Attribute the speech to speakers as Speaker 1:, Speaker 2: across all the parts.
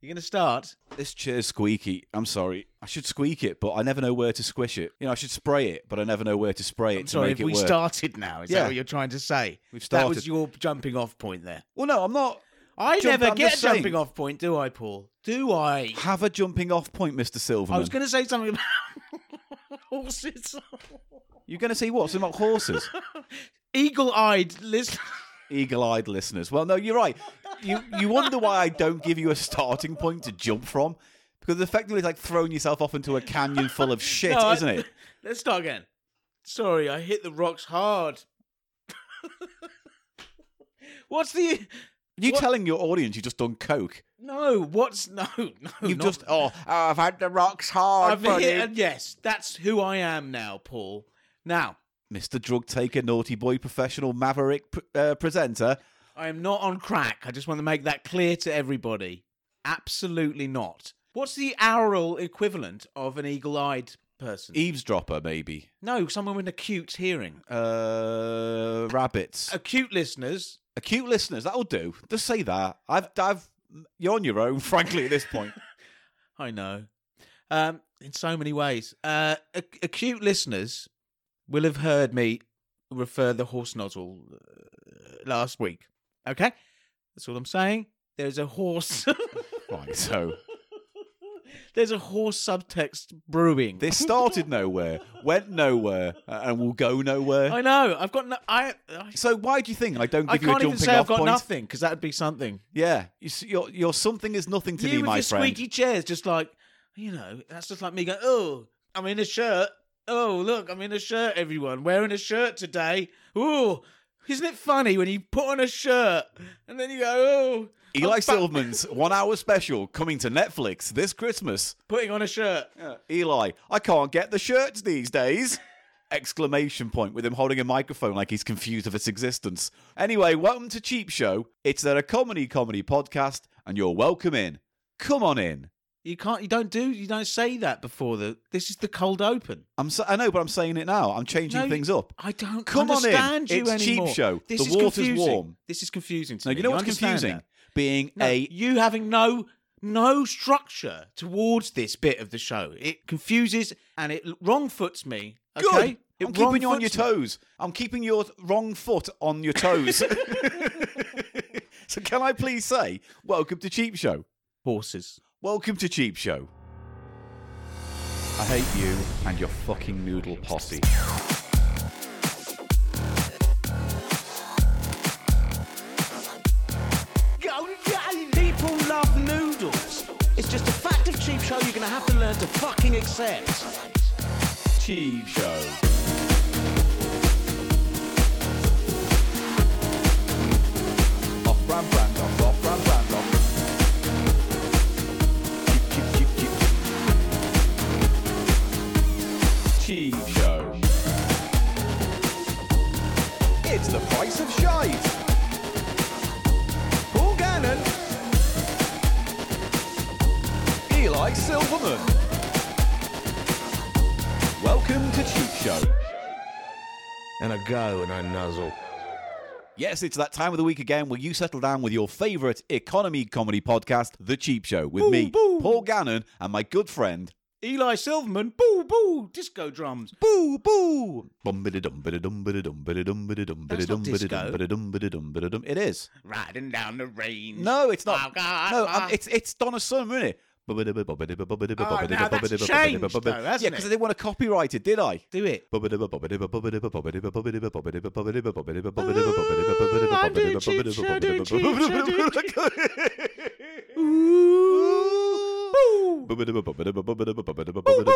Speaker 1: You're going to start?
Speaker 2: This chair's squeaky. I'm sorry. I should squeak it, but I never know where to squish it. You know, I should spray it, but I never know where to spray it
Speaker 1: I'm
Speaker 2: to
Speaker 1: sorry,
Speaker 2: make
Speaker 1: if
Speaker 2: it
Speaker 1: we
Speaker 2: work.
Speaker 1: started now, is that
Speaker 2: Yeah.
Speaker 1: what you're trying to say?
Speaker 2: We've
Speaker 1: That was
Speaker 2: started.
Speaker 1: your jumping off point there.
Speaker 2: well, no, I'm not.
Speaker 1: I
Speaker 2: Jump-
Speaker 1: never
Speaker 2: I'm
Speaker 1: get a
Speaker 2: just saying.
Speaker 1: jumping off point, do I, Paul? Do I?
Speaker 2: Have a jumping off point, Mr. Silverman.
Speaker 1: I was going to say something about horses.
Speaker 2: You're going to see what? Something about horses?
Speaker 1: Eagle eyed listen.
Speaker 2: Eagle-eyed listeners. Well, no, you're right. You you wonder why I don't give you a starting point to jump from because effectively it's like throwing yourself off into a canyon full of shit,
Speaker 1: No, I-
Speaker 2: isn't it?
Speaker 1: Let's start again. Sorry, I hit the rocks hard. what's the.
Speaker 2: You telling your audience you just done coke?
Speaker 1: No, what's. No, no.
Speaker 2: You've
Speaker 1: not-
Speaker 2: just oh, I've had the rocks hard,
Speaker 1: I've
Speaker 2: buddy.
Speaker 1: hit. And yes, that's who I am now, Paul. Now,
Speaker 2: Mr. Drug Taker, Naughty Boy, Professional Maverick pr- uh, Presenter.
Speaker 1: I am not on crack. I just want to make that clear to everybody. Absolutely not. What's the aural equivalent of an eagle eyed person?
Speaker 2: E- Eavesdropper, maybe.
Speaker 1: no, someone with acute hearing.
Speaker 2: Uh, rabbits.
Speaker 1: Acute listeners.
Speaker 2: Acute listeners, that'll do. Just say that. I've, I've, you're on your own, frankly, at this point.
Speaker 1: I know. Um, in so many ways. Uh, ac- acute listeners will have heard me refer the horse nozzle uh, last week. Okay? That's all I'm saying. There's a horse.
Speaker 2: right, so
Speaker 1: There's a horse subtext brewing.
Speaker 2: this started nowhere, went nowhere, uh, and will go nowhere.
Speaker 1: I know. I've got no. I. I,
Speaker 2: so why do you think I don't give
Speaker 1: I
Speaker 2: you a
Speaker 1: can't
Speaker 2: jumping
Speaker 1: even say I've
Speaker 2: off
Speaker 1: got
Speaker 2: point?
Speaker 1: nothing because that'd be something.
Speaker 2: Yeah, you, s- your your something is nothing to
Speaker 1: you
Speaker 2: me,
Speaker 1: with
Speaker 2: my
Speaker 1: your
Speaker 2: friend.
Speaker 1: squeaky chairs, just like you know. That's just like me going. Oh, I'm in a shirt. Oh, look, I'm in a shirt. Everyone wearing a shirt today. Oh, isn't it funny when you put on a shirt and then you go, oh,
Speaker 2: Eli
Speaker 1: I'm back-
Speaker 2: Silverman's one-hour special coming to Netflix this Christmas.
Speaker 1: putting on a shirt.
Speaker 2: Yeah, Eli, I can't get the shirts these days! Exclamation point with him holding a microphone like he's confused of its existence. Anyway, welcome to Cheap Show. It's a comedy comedy podcast, and you're welcome in. Come on in.
Speaker 1: You can't. You don't do. You don't say that before the. This is the cold open.
Speaker 2: I'm so, I know, but I'm saying it now. I'm changing
Speaker 1: No, you-
Speaker 2: things up.
Speaker 1: I don't
Speaker 2: Come on in.
Speaker 1: understand you
Speaker 2: It's Cheap
Speaker 1: anymore.
Speaker 2: Show.
Speaker 1: This
Speaker 2: The
Speaker 1: is
Speaker 2: water's
Speaker 1: confusing.
Speaker 2: warm.
Speaker 1: This is confusing to
Speaker 2: Now
Speaker 1: me.
Speaker 2: you know what's
Speaker 1: understand
Speaker 2: confusing?
Speaker 1: that?
Speaker 2: Being
Speaker 1: No,
Speaker 2: a
Speaker 1: you having no no structure towards this bit of the show. It confuses and it wrong foots me.
Speaker 2: Good.
Speaker 1: Okay? It
Speaker 2: I'm keeping you on your
Speaker 1: wrong-foots
Speaker 2: toes. I'm keeping your wrong foot on your toes. so can I please say, welcome to Cheap Show.
Speaker 1: me. Horses.
Speaker 2: Welcome to Cheap Show. I hate you and your fucking noodle posse.
Speaker 3: People love noodles. It's just a fact of cheap show you're gonna have to learn to fucking accept.
Speaker 2: Cheap Show. Off brand brand off, off brand brand off. Cheap, cheap, cheap, cheap. Cheap Show. It's the price of shite. Paul Gannon. Eli Silverman. Welcome to Cheap Show.
Speaker 4: and I go and I nuzzle.
Speaker 2: Yes, it's that time of the week again where you settle down with your favourite economy comedy podcast, The Cheap Show, with me,
Speaker 1: boo.
Speaker 2: Paul Gannon, and my good friend.
Speaker 1: Eli Silverman, boo boo, disco drums.
Speaker 2: Boo boo. Bum bida dum bida dum bida dum bida dum bida dum
Speaker 1: That's
Speaker 2: bida dum
Speaker 1: not
Speaker 2: bida
Speaker 1: disco.
Speaker 2: dum bida dum bida dum bida dum. It is.
Speaker 1: Riding down the range.
Speaker 2: No, it's not.
Speaker 1: Oh, God.
Speaker 2: No, um, it's it's Donna Summer, isn't it? Oh, now
Speaker 1: now that's changed, though, hasn't
Speaker 2: yeah,
Speaker 1: it?
Speaker 2: because I didn't want to copyright it, did I?
Speaker 1: Do it.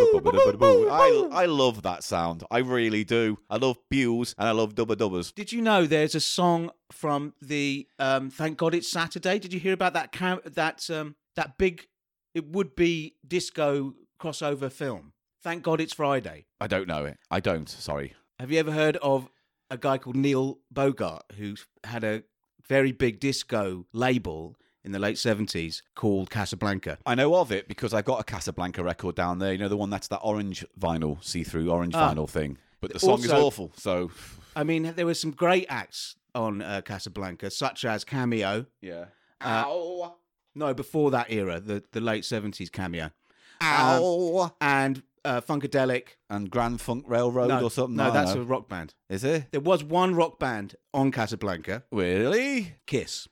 Speaker 2: I, I love that sound. I really do. I love Bules and I love Dubba Dubbers.
Speaker 1: Did you know there's a song from the um, Thank God It's Saturday? Did you hear about that cam- that um, that big it would be disco crossover film? Thank God It's Friday.
Speaker 2: I don't know it. I don't. Sorry.
Speaker 1: Have you ever heard of a guy called Neil Bogart who had a very big disco label in the late 70s called Casablanca?
Speaker 2: I know of it because I got a Casablanca record down there. You know the one that's that orange vinyl, see-through orange
Speaker 1: Ah.
Speaker 2: vinyl thing. But the song is
Speaker 1: Also-
Speaker 2: awful. So
Speaker 1: I mean, there were some great acts on uh, Casablanca, such as Cameo.
Speaker 2: yeah.
Speaker 1: Uh, No, before that era, the, the late 70s cameo.
Speaker 2: Ow.
Speaker 1: And uh, Funkadelic.
Speaker 2: and Grand Funk Railroad
Speaker 1: no,
Speaker 2: or something.
Speaker 1: No,
Speaker 2: I
Speaker 1: that's
Speaker 2: don't
Speaker 1: a
Speaker 2: know.
Speaker 1: rock band.
Speaker 2: is it
Speaker 1: There was one rock band on Casablanca,
Speaker 2: really?
Speaker 1: Kiss.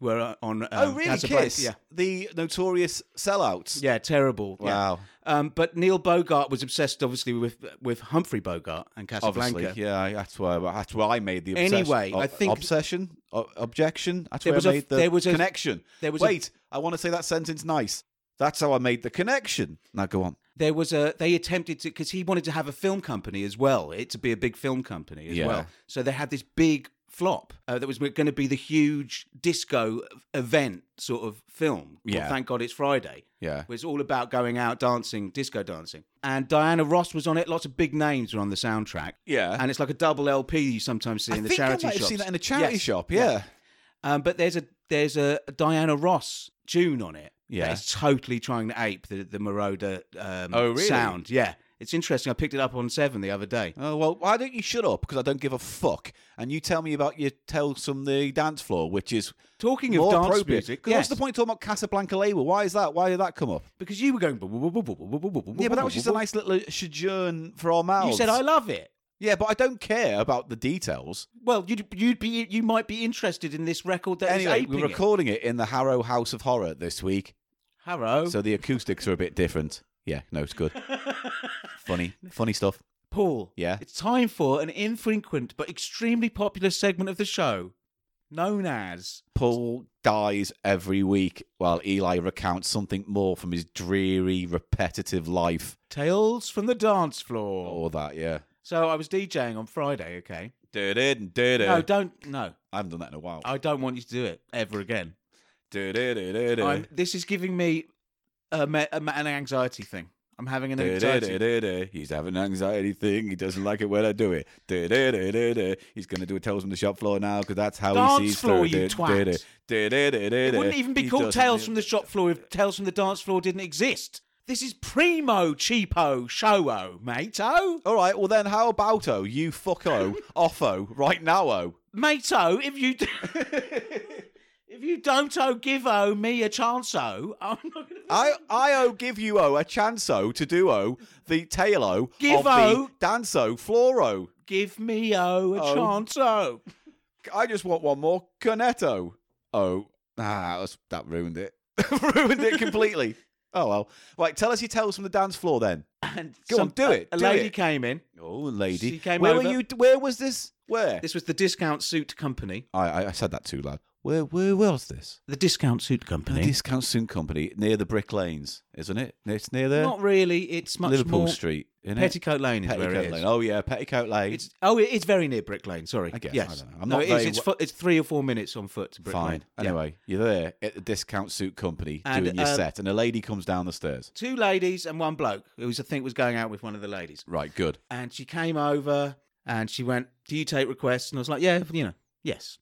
Speaker 1: Were uh, on. Um,
Speaker 2: oh, really?
Speaker 1: Casablanca.
Speaker 2: Kiss,
Speaker 1: Yeah.
Speaker 2: the notorious sellouts.
Speaker 1: Yeah, terrible. yeah.
Speaker 2: Wow.
Speaker 1: Um, but Neil Bogart was obsessed, obviously, with with Humphrey Bogart and Casablanca.
Speaker 2: Obviously, yeah, I- that's why that's why I made the obsession.
Speaker 1: Anyway, I think-
Speaker 2: obsession, o- objection. That's
Speaker 1: There
Speaker 2: where
Speaker 1: was
Speaker 2: I
Speaker 1: a-
Speaker 2: made the
Speaker 1: there was a-
Speaker 2: connection.
Speaker 1: there was a-
Speaker 2: Wait, I want to say that sentence nice. That's how I made the connection. Now go on.
Speaker 1: There was a they attempted to because he wanted to have a film company as well, it to be a big film company as
Speaker 2: Yeah.
Speaker 1: well. So they had this big flop uh, that was going to be the huge disco event sort of film. called
Speaker 2: Yeah.
Speaker 1: Thank God it's Friday.
Speaker 2: Yeah.
Speaker 1: It was all about going out dancing, disco dancing. And Diana Ross was on it. Lots of big names were on the soundtrack.
Speaker 2: Yeah.
Speaker 1: And it's like a double LP you sometimes see
Speaker 2: I
Speaker 1: in the
Speaker 2: think
Speaker 1: charity
Speaker 2: I might have
Speaker 1: shops.
Speaker 2: seen that in a charity
Speaker 1: Yes.
Speaker 2: shop. Yeah.
Speaker 1: Um, but there's a there's a Diana Ross tune on it.
Speaker 2: Yeah.
Speaker 1: that is totally trying to ape the the Marauder um,
Speaker 2: Oh, really?
Speaker 1: sound. Yeah, it's interesting. I picked it up on Seven the other day.
Speaker 2: Oh well, why don't you shut up? Because I don't give a fuck, and you tell me about your tales from the dance floor, which is
Speaker 1: Talking
Speaker 2: more
Speaker 1: of dance
Speaker 2: appropriate.
Speaker 1: music,
Speaker 2: 'Cause
Speaker 1: yes,
Speaker 2: what's the point of talking about Casablanca Labour? Why is that? Why did that come up?
Speaker 1: Because you were going.
Speaker 2: Yeah, but that was just a nice little sojourn for our mouths.
Speaker 1: You said I love it.
Speaker 2: Yeah, but I don't care about the details.
Speaker 1: Well, you'd you'd be you might be interested in this record that is
Speaker 2: Anyway,
Speaker 1: aping
Speaker 2: we're recording it. in the Harrow House of Horror this week,
Speaker 1: it. Harrow.
Speaker 2: so the acoustics are a bit different. Yeah, no, it's good. funny, funny stuff.
Speaker 1: Paul.
Speaker 2: Yeah.
Speaker 1: It's time for an infrequent but extremely popular segment of the show, known as
Speaker 2: Paul dies every week while Eli recounts something more from his dreary, repetitive life.
Speaker 1: Tales from the Dance Floor.
Speaker 2: All that, yeah.
Speaker 1: So I was DJing on Friday, okay?
Speaker 2: Did it, did
Speaker 1: No, don't. No,
Speaker 2: I haven't done that in a while.
Speaker 1: I don't want you to do it ever again.
Speaker 2: Did it, did it,
Speaker 1: I'm, this is giving me a, me- a, me- an anxiety thing. I'm having an anxiety.
Speaker 2: Du-du-du-du-du. He's having an anxiety thing. He doesn't like it when I do it. Du-du-du-du-du. He's going to do it. Tells him the shop floor now because that's how
Speaker 1: Dance
Speaker 2: he sees
Speaker 1: floor,
Speaker 2: through
Speaker 1: you
Speaker 2: Du-
Speaker 1: twat.
Speaker 2: du-du. Du-du-du-du-du.
Speaker 1: It wouldn't even be
Speaker 2: He
Speaker 1: called
Speaker 2: doesn't
Speaker 1: Tales
Speaker 2: do-
Speaker 1: from the Shop Floor if Tales from the Dance Floor didn't exist. This is primo cheapo showo, mateo.
Speaker 2: All right. Well, then, how about oh you fucko offo right now oh?
Speaker 1: Mateo, if you d- if you don't oh give oh me a chance oh, I'm not gonna
Speaker 2: I I oh give you oh a chance oh to do oh the tail oh
Speaker 1: Give
Speaker 2: of the
Speaker 1: oh.
Speaker 2: dance oh floor oh.
Speaker 1: give me oh a
Speaker 2: Oh.
Speaker 1: chance oh.
Speaker 2: I just want one more Cornetto. Oh, ah, that, was, that ruined it. ruined it completely. Oh well. Right, tell us your tales from the dance floor then.
Speaker 1: And
Speaker 2: Go on, do it,
Speaker 1: A
Speaker 2: do
Speaker 1: lady
Speaker 2: it.
Speaker 1: came in.
Speaker 2: Oh, lady.
Speaker 1: She came
Speaker 2: where
Speaker 1: over.
Speaker 2: were you? Where was this? Where?
Speaker 1: This was the Discount Suit Company.
Speaker 2: I, I I said that too loud. Where where was this?
Speaker 1: The Discount Suit Company.
Speaker 2: The Discount Soon Company near the Brick Lanes, isn't it? It's near there.
Speaker 1: Not really. It's much
Speaker 2: Liverpool
Speaker 1: more
Speaker 2: Street. Isn't
Speaker 1: Petticoat Lane
Speaker 2: it?
Speaker 1: is
Speaker 2: Petticoat
Speaker 1: where it is.
Speaker 2: Lane. Oh yeah, Petticoat Lane.
Speaker 1: It's oh, it- it's very near Brick Lane. Sorry,
Speaker 2: I guess, I
Speaker 1: Yes,
Speaker 2: don't know. I'm
Speaker 1: no,
Speaker 2: not
Speaker 1: it is.
Speaker 2: very
Speaker 1: It's,
Speaker 2: wa-
Speaker 1: fo- it's three or four minutes on foot to Brick
Speaker 2: Fine.
Speaker 1: Lane. Yeah.
Speaker 2: Anyway, you're there at the Discount Suit Company
Speaker 1: And,
Speaker 2: doing your
Speaker 1: uh,
Speaker 2: set, and a lady comes down the stairs.
Speaker 1: two ladies and one bloke who was, I think was going out with one of the ladies,
Speaker 2: Right, good.
Speaker 1: and she came over and she went, "Do you take requests?" And I was like, "Yeah, you know, yes."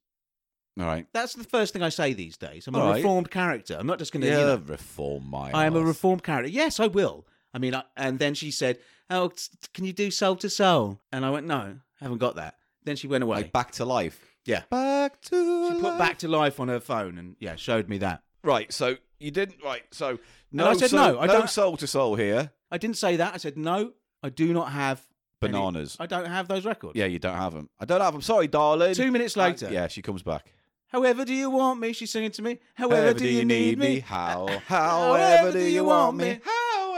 Speaker 2: All right.
Speaker 1: That's the first thing I say these days. I'm
Speaker 2: All
Speaker 1: a
Speaker 2: right.
Speaker 1: reformed character. I'm not just going to.
Speaker 2: Yeah,
Speaker 1: You know,
Speaker 2: reform my.
Speaker 1: I am a
Speaker 2: arse.
Speaker 1: reformed character. Yes, I will. I mean, I, and then she said, "Oh, t- can you do soul to soul?" And I went, "No, haven't got that." Then she went away.
Speaker 2: Like back to life.
Speaker 1: Yeah.
Speaker 2: Back to.
Speaker 1: She put
Speaker 2: life.
Speaker 1: back to life on her phone and yeah, showed me that.
Speaker 2: Right. So you didn't. Right. So no.
Speaker 1: I said,
Speaker 2: soul,
Speaker 1: no, I don't-
Speaker 2: soul to soul here.
Speaker 1: I didn't say that. I said no. I do not have any-
Speaker 2: Bananas.
Speaker 1: I don't have those records.
Speaker 2: yeah, you don't have them. I don't have them. Sorry, darling.
Speaker 1: Two minutes
Speaker 2: Uh,
Speaker 1: later.
Speaker 2: yeah, she comes back.
Speaker 1: However, do you want me? She's singing to me. However, do, you need me?
Speaker 2: How?
Speaker 1: however
Speaker 2: However do you want me?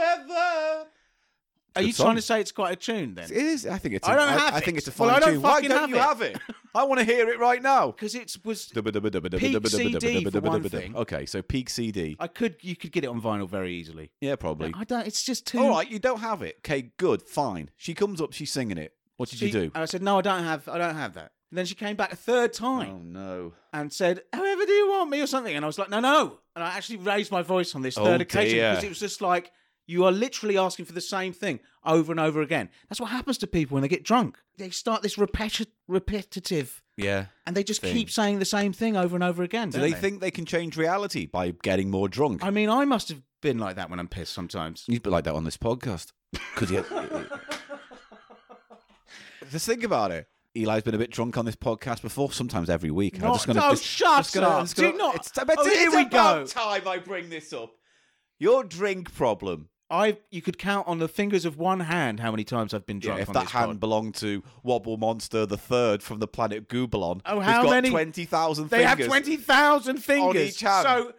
Speaker 2: However.
Speaker 1: Are you
Speaker 2: Good song.
Speaker 1: trying to say it's quite a tune
Speaker 2: It
Speaker 1: then?
Speaker 2: is. I think it's.
Speaker 1: I
Speaker 2: a-
Speaker 1: don't
Speaker 2: I,
Speaker 1: have
Speaker 2: I think
Speaker 1: it.
Speaker 2: it's a fine
Speaker 1: Well, I don't
Speaker 2: tune. Why
Speaker 1: fucking
Speaker 2: don't
Speaker 1: have
Speaker 2: you
Speaker 1: it.
Speaker 2: have it? I want to hear it right now.
Speaker 1: Because it was.
Speaker 2: Peak
Speaker 1: CD for one thing.
Speaker 2: Okay, so peak CD.
Speaker 1: I could. You could get it on vinyl very easily.
Speaker 2: Yeah, probably.
Speaker 1: I don't. It's just too.
Speaker 2: All right, you don't have it. Okay, good, fine. She comes up, she's singing it. What did
Speaker 1: She-
Speaker 2: you do?
Speaker 1: And I said no. I don't have. I don't have that. And then she came back a third time
Speaker 2: no!
Speaker 1: and said, "However, do you want me?" or something. And I was like, "No, no." And I actually raised my voice on this
Speaker 2: Oh,
Speaker 1: third occasion
Speaker 2: dear.
Speaker 1: because it was just like you are literally asking for the same thing over and over again. That's what happens to people when they get drunk. They start this repeti- repetitive,
Speaker 2: Yeah.
Speaker 1: and they just
Speaker 2: Thing.
Speaker 1: keep saying the same thing over and over again.
Speaker 2: Do
Speaker 1: don't
Speaker 2: they think they can change reality by getting more drunk?
Speaker 1: I mean, I must have been like that when I'm pissed sometimes.
Speaker 2: You'd be like that on this podcast. Could you? Just think about it. Eli's been a bit drunk on this podcast before, sometimes every week. and I'm
Speaker 1: Not-
Speaker 2: just gonna,
Speaker 1: no,
Speaker 2: just-
Speaker 1: shut
Speaker 2: just gonna-
Speaker 1: up.
Speaker 2: just gonna-
Speaker 1: Do not-
Speaker 2: It's, but
Speaker 1: Oh,
Speaker 2: it's
Speaker 1: here we
Speaker 2: about
Speaker 1: go.
Speaker 2: time I bring this up. Your drink problem.
Speaker 1: I you could count on the fingers of one hand how many times I've been drunk
Speaker 2: if
Speaker 1: on
Speaker 2: that
Speaker 1: this
Speaker 2: hand
Speaker 1: pod.
Speaker 2: belonged to Wobble Monster the Third from the planet Goobalon,
Speaker 1: Oh,
Speaker 2: who's
Speaker 1: how
Speaker 2: got
Speaker 1: many-
Speaker 2: Twenty thousand.
Speaker 1: They have 20,000 fingers.
Speaker 2: each hand.
Speaker 1: So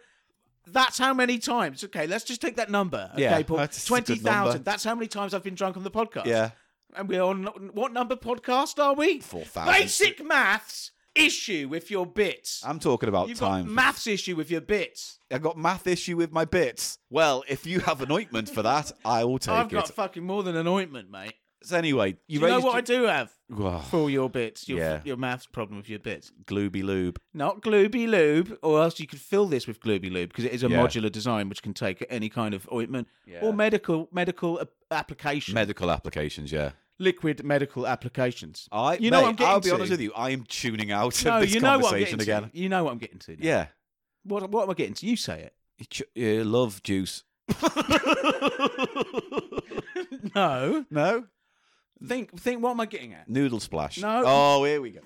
Speaker 1: that's how many times. Okay, let's just take that number. Okay,
Speaker 2: Yeah,
Speaker 1: Paul.
Speaker 2: that's a good
Speaker 1: 20,000.
Speaker 2: number.
Speaker 1: That's how many times I've been drunk on the podcast.
Speaker 2: Yeah,
Speaker 1: And we're on what number podcast are we?
Speaker 2: 4,000.
Speaker 1: Basic maths issue with your bits.
Speaker 2: I'm talking about
Speaker 1: You've
Speaker 2: time.
Speaker 1: got maths issue with your bits.
Speaker 2: I've got math issue with my bits. Well, if you have an ointment for that, I will take
Speaker 1: Oh, I've
Speaker 2: it.
Speaker 1: got fucking more than an ointment, mate.
Speaker 2: so anyway,
Speaker 1: You,
Speaker 2: you,
Speaker 1: know
Speaker 2: raised
Speaker 1: what I
Speaker 2: your-
Speaker 1: do have
Speaker 2: Well,
Speaker 1: for all your bits? Your,
Speaker 2: Yeah.
Speaker 1: your maths problem with your bits.
Speaker 2: glooby loob.
Speaker 1: Not Glooby Lube, or else you could fill this with Glooby Lube because it is a
Speaker 2: Yeah.
Speaker 1: modular design which can take any kind of ointment
Speaker 2: Yeah.
Speaker 1: or medical medical ap- application,
Speaker 2: Medical applications, yeah.
Speaker 1: liquid medical applications.
Speaker 2: I,
Speaker 1: you know what I'm getting
Speaker 2: I'll be
Speaker 1: to.
Speaker 2: honest with you. I am tuning out
Speaker 1: No,
Speaker 2: of this
Speaker 1: you know what I'm
Speaker 2: conversation
Speaker 1: getting
Speaker 2: again.
Speaker 1: to. You know what I'm getting to. now.
Speaker 2: Yeah.
Speaker 1: What what am I getting to? You say
Speaker 2: You ch- you love juice.
Speaker 1: it. no.
Speaker 2: No?
Speaker 1: Think think. What am I getting at?
Speaker 2: Noodle splash.
Speaker 1: No.
Speaker 2: Oh, here we go.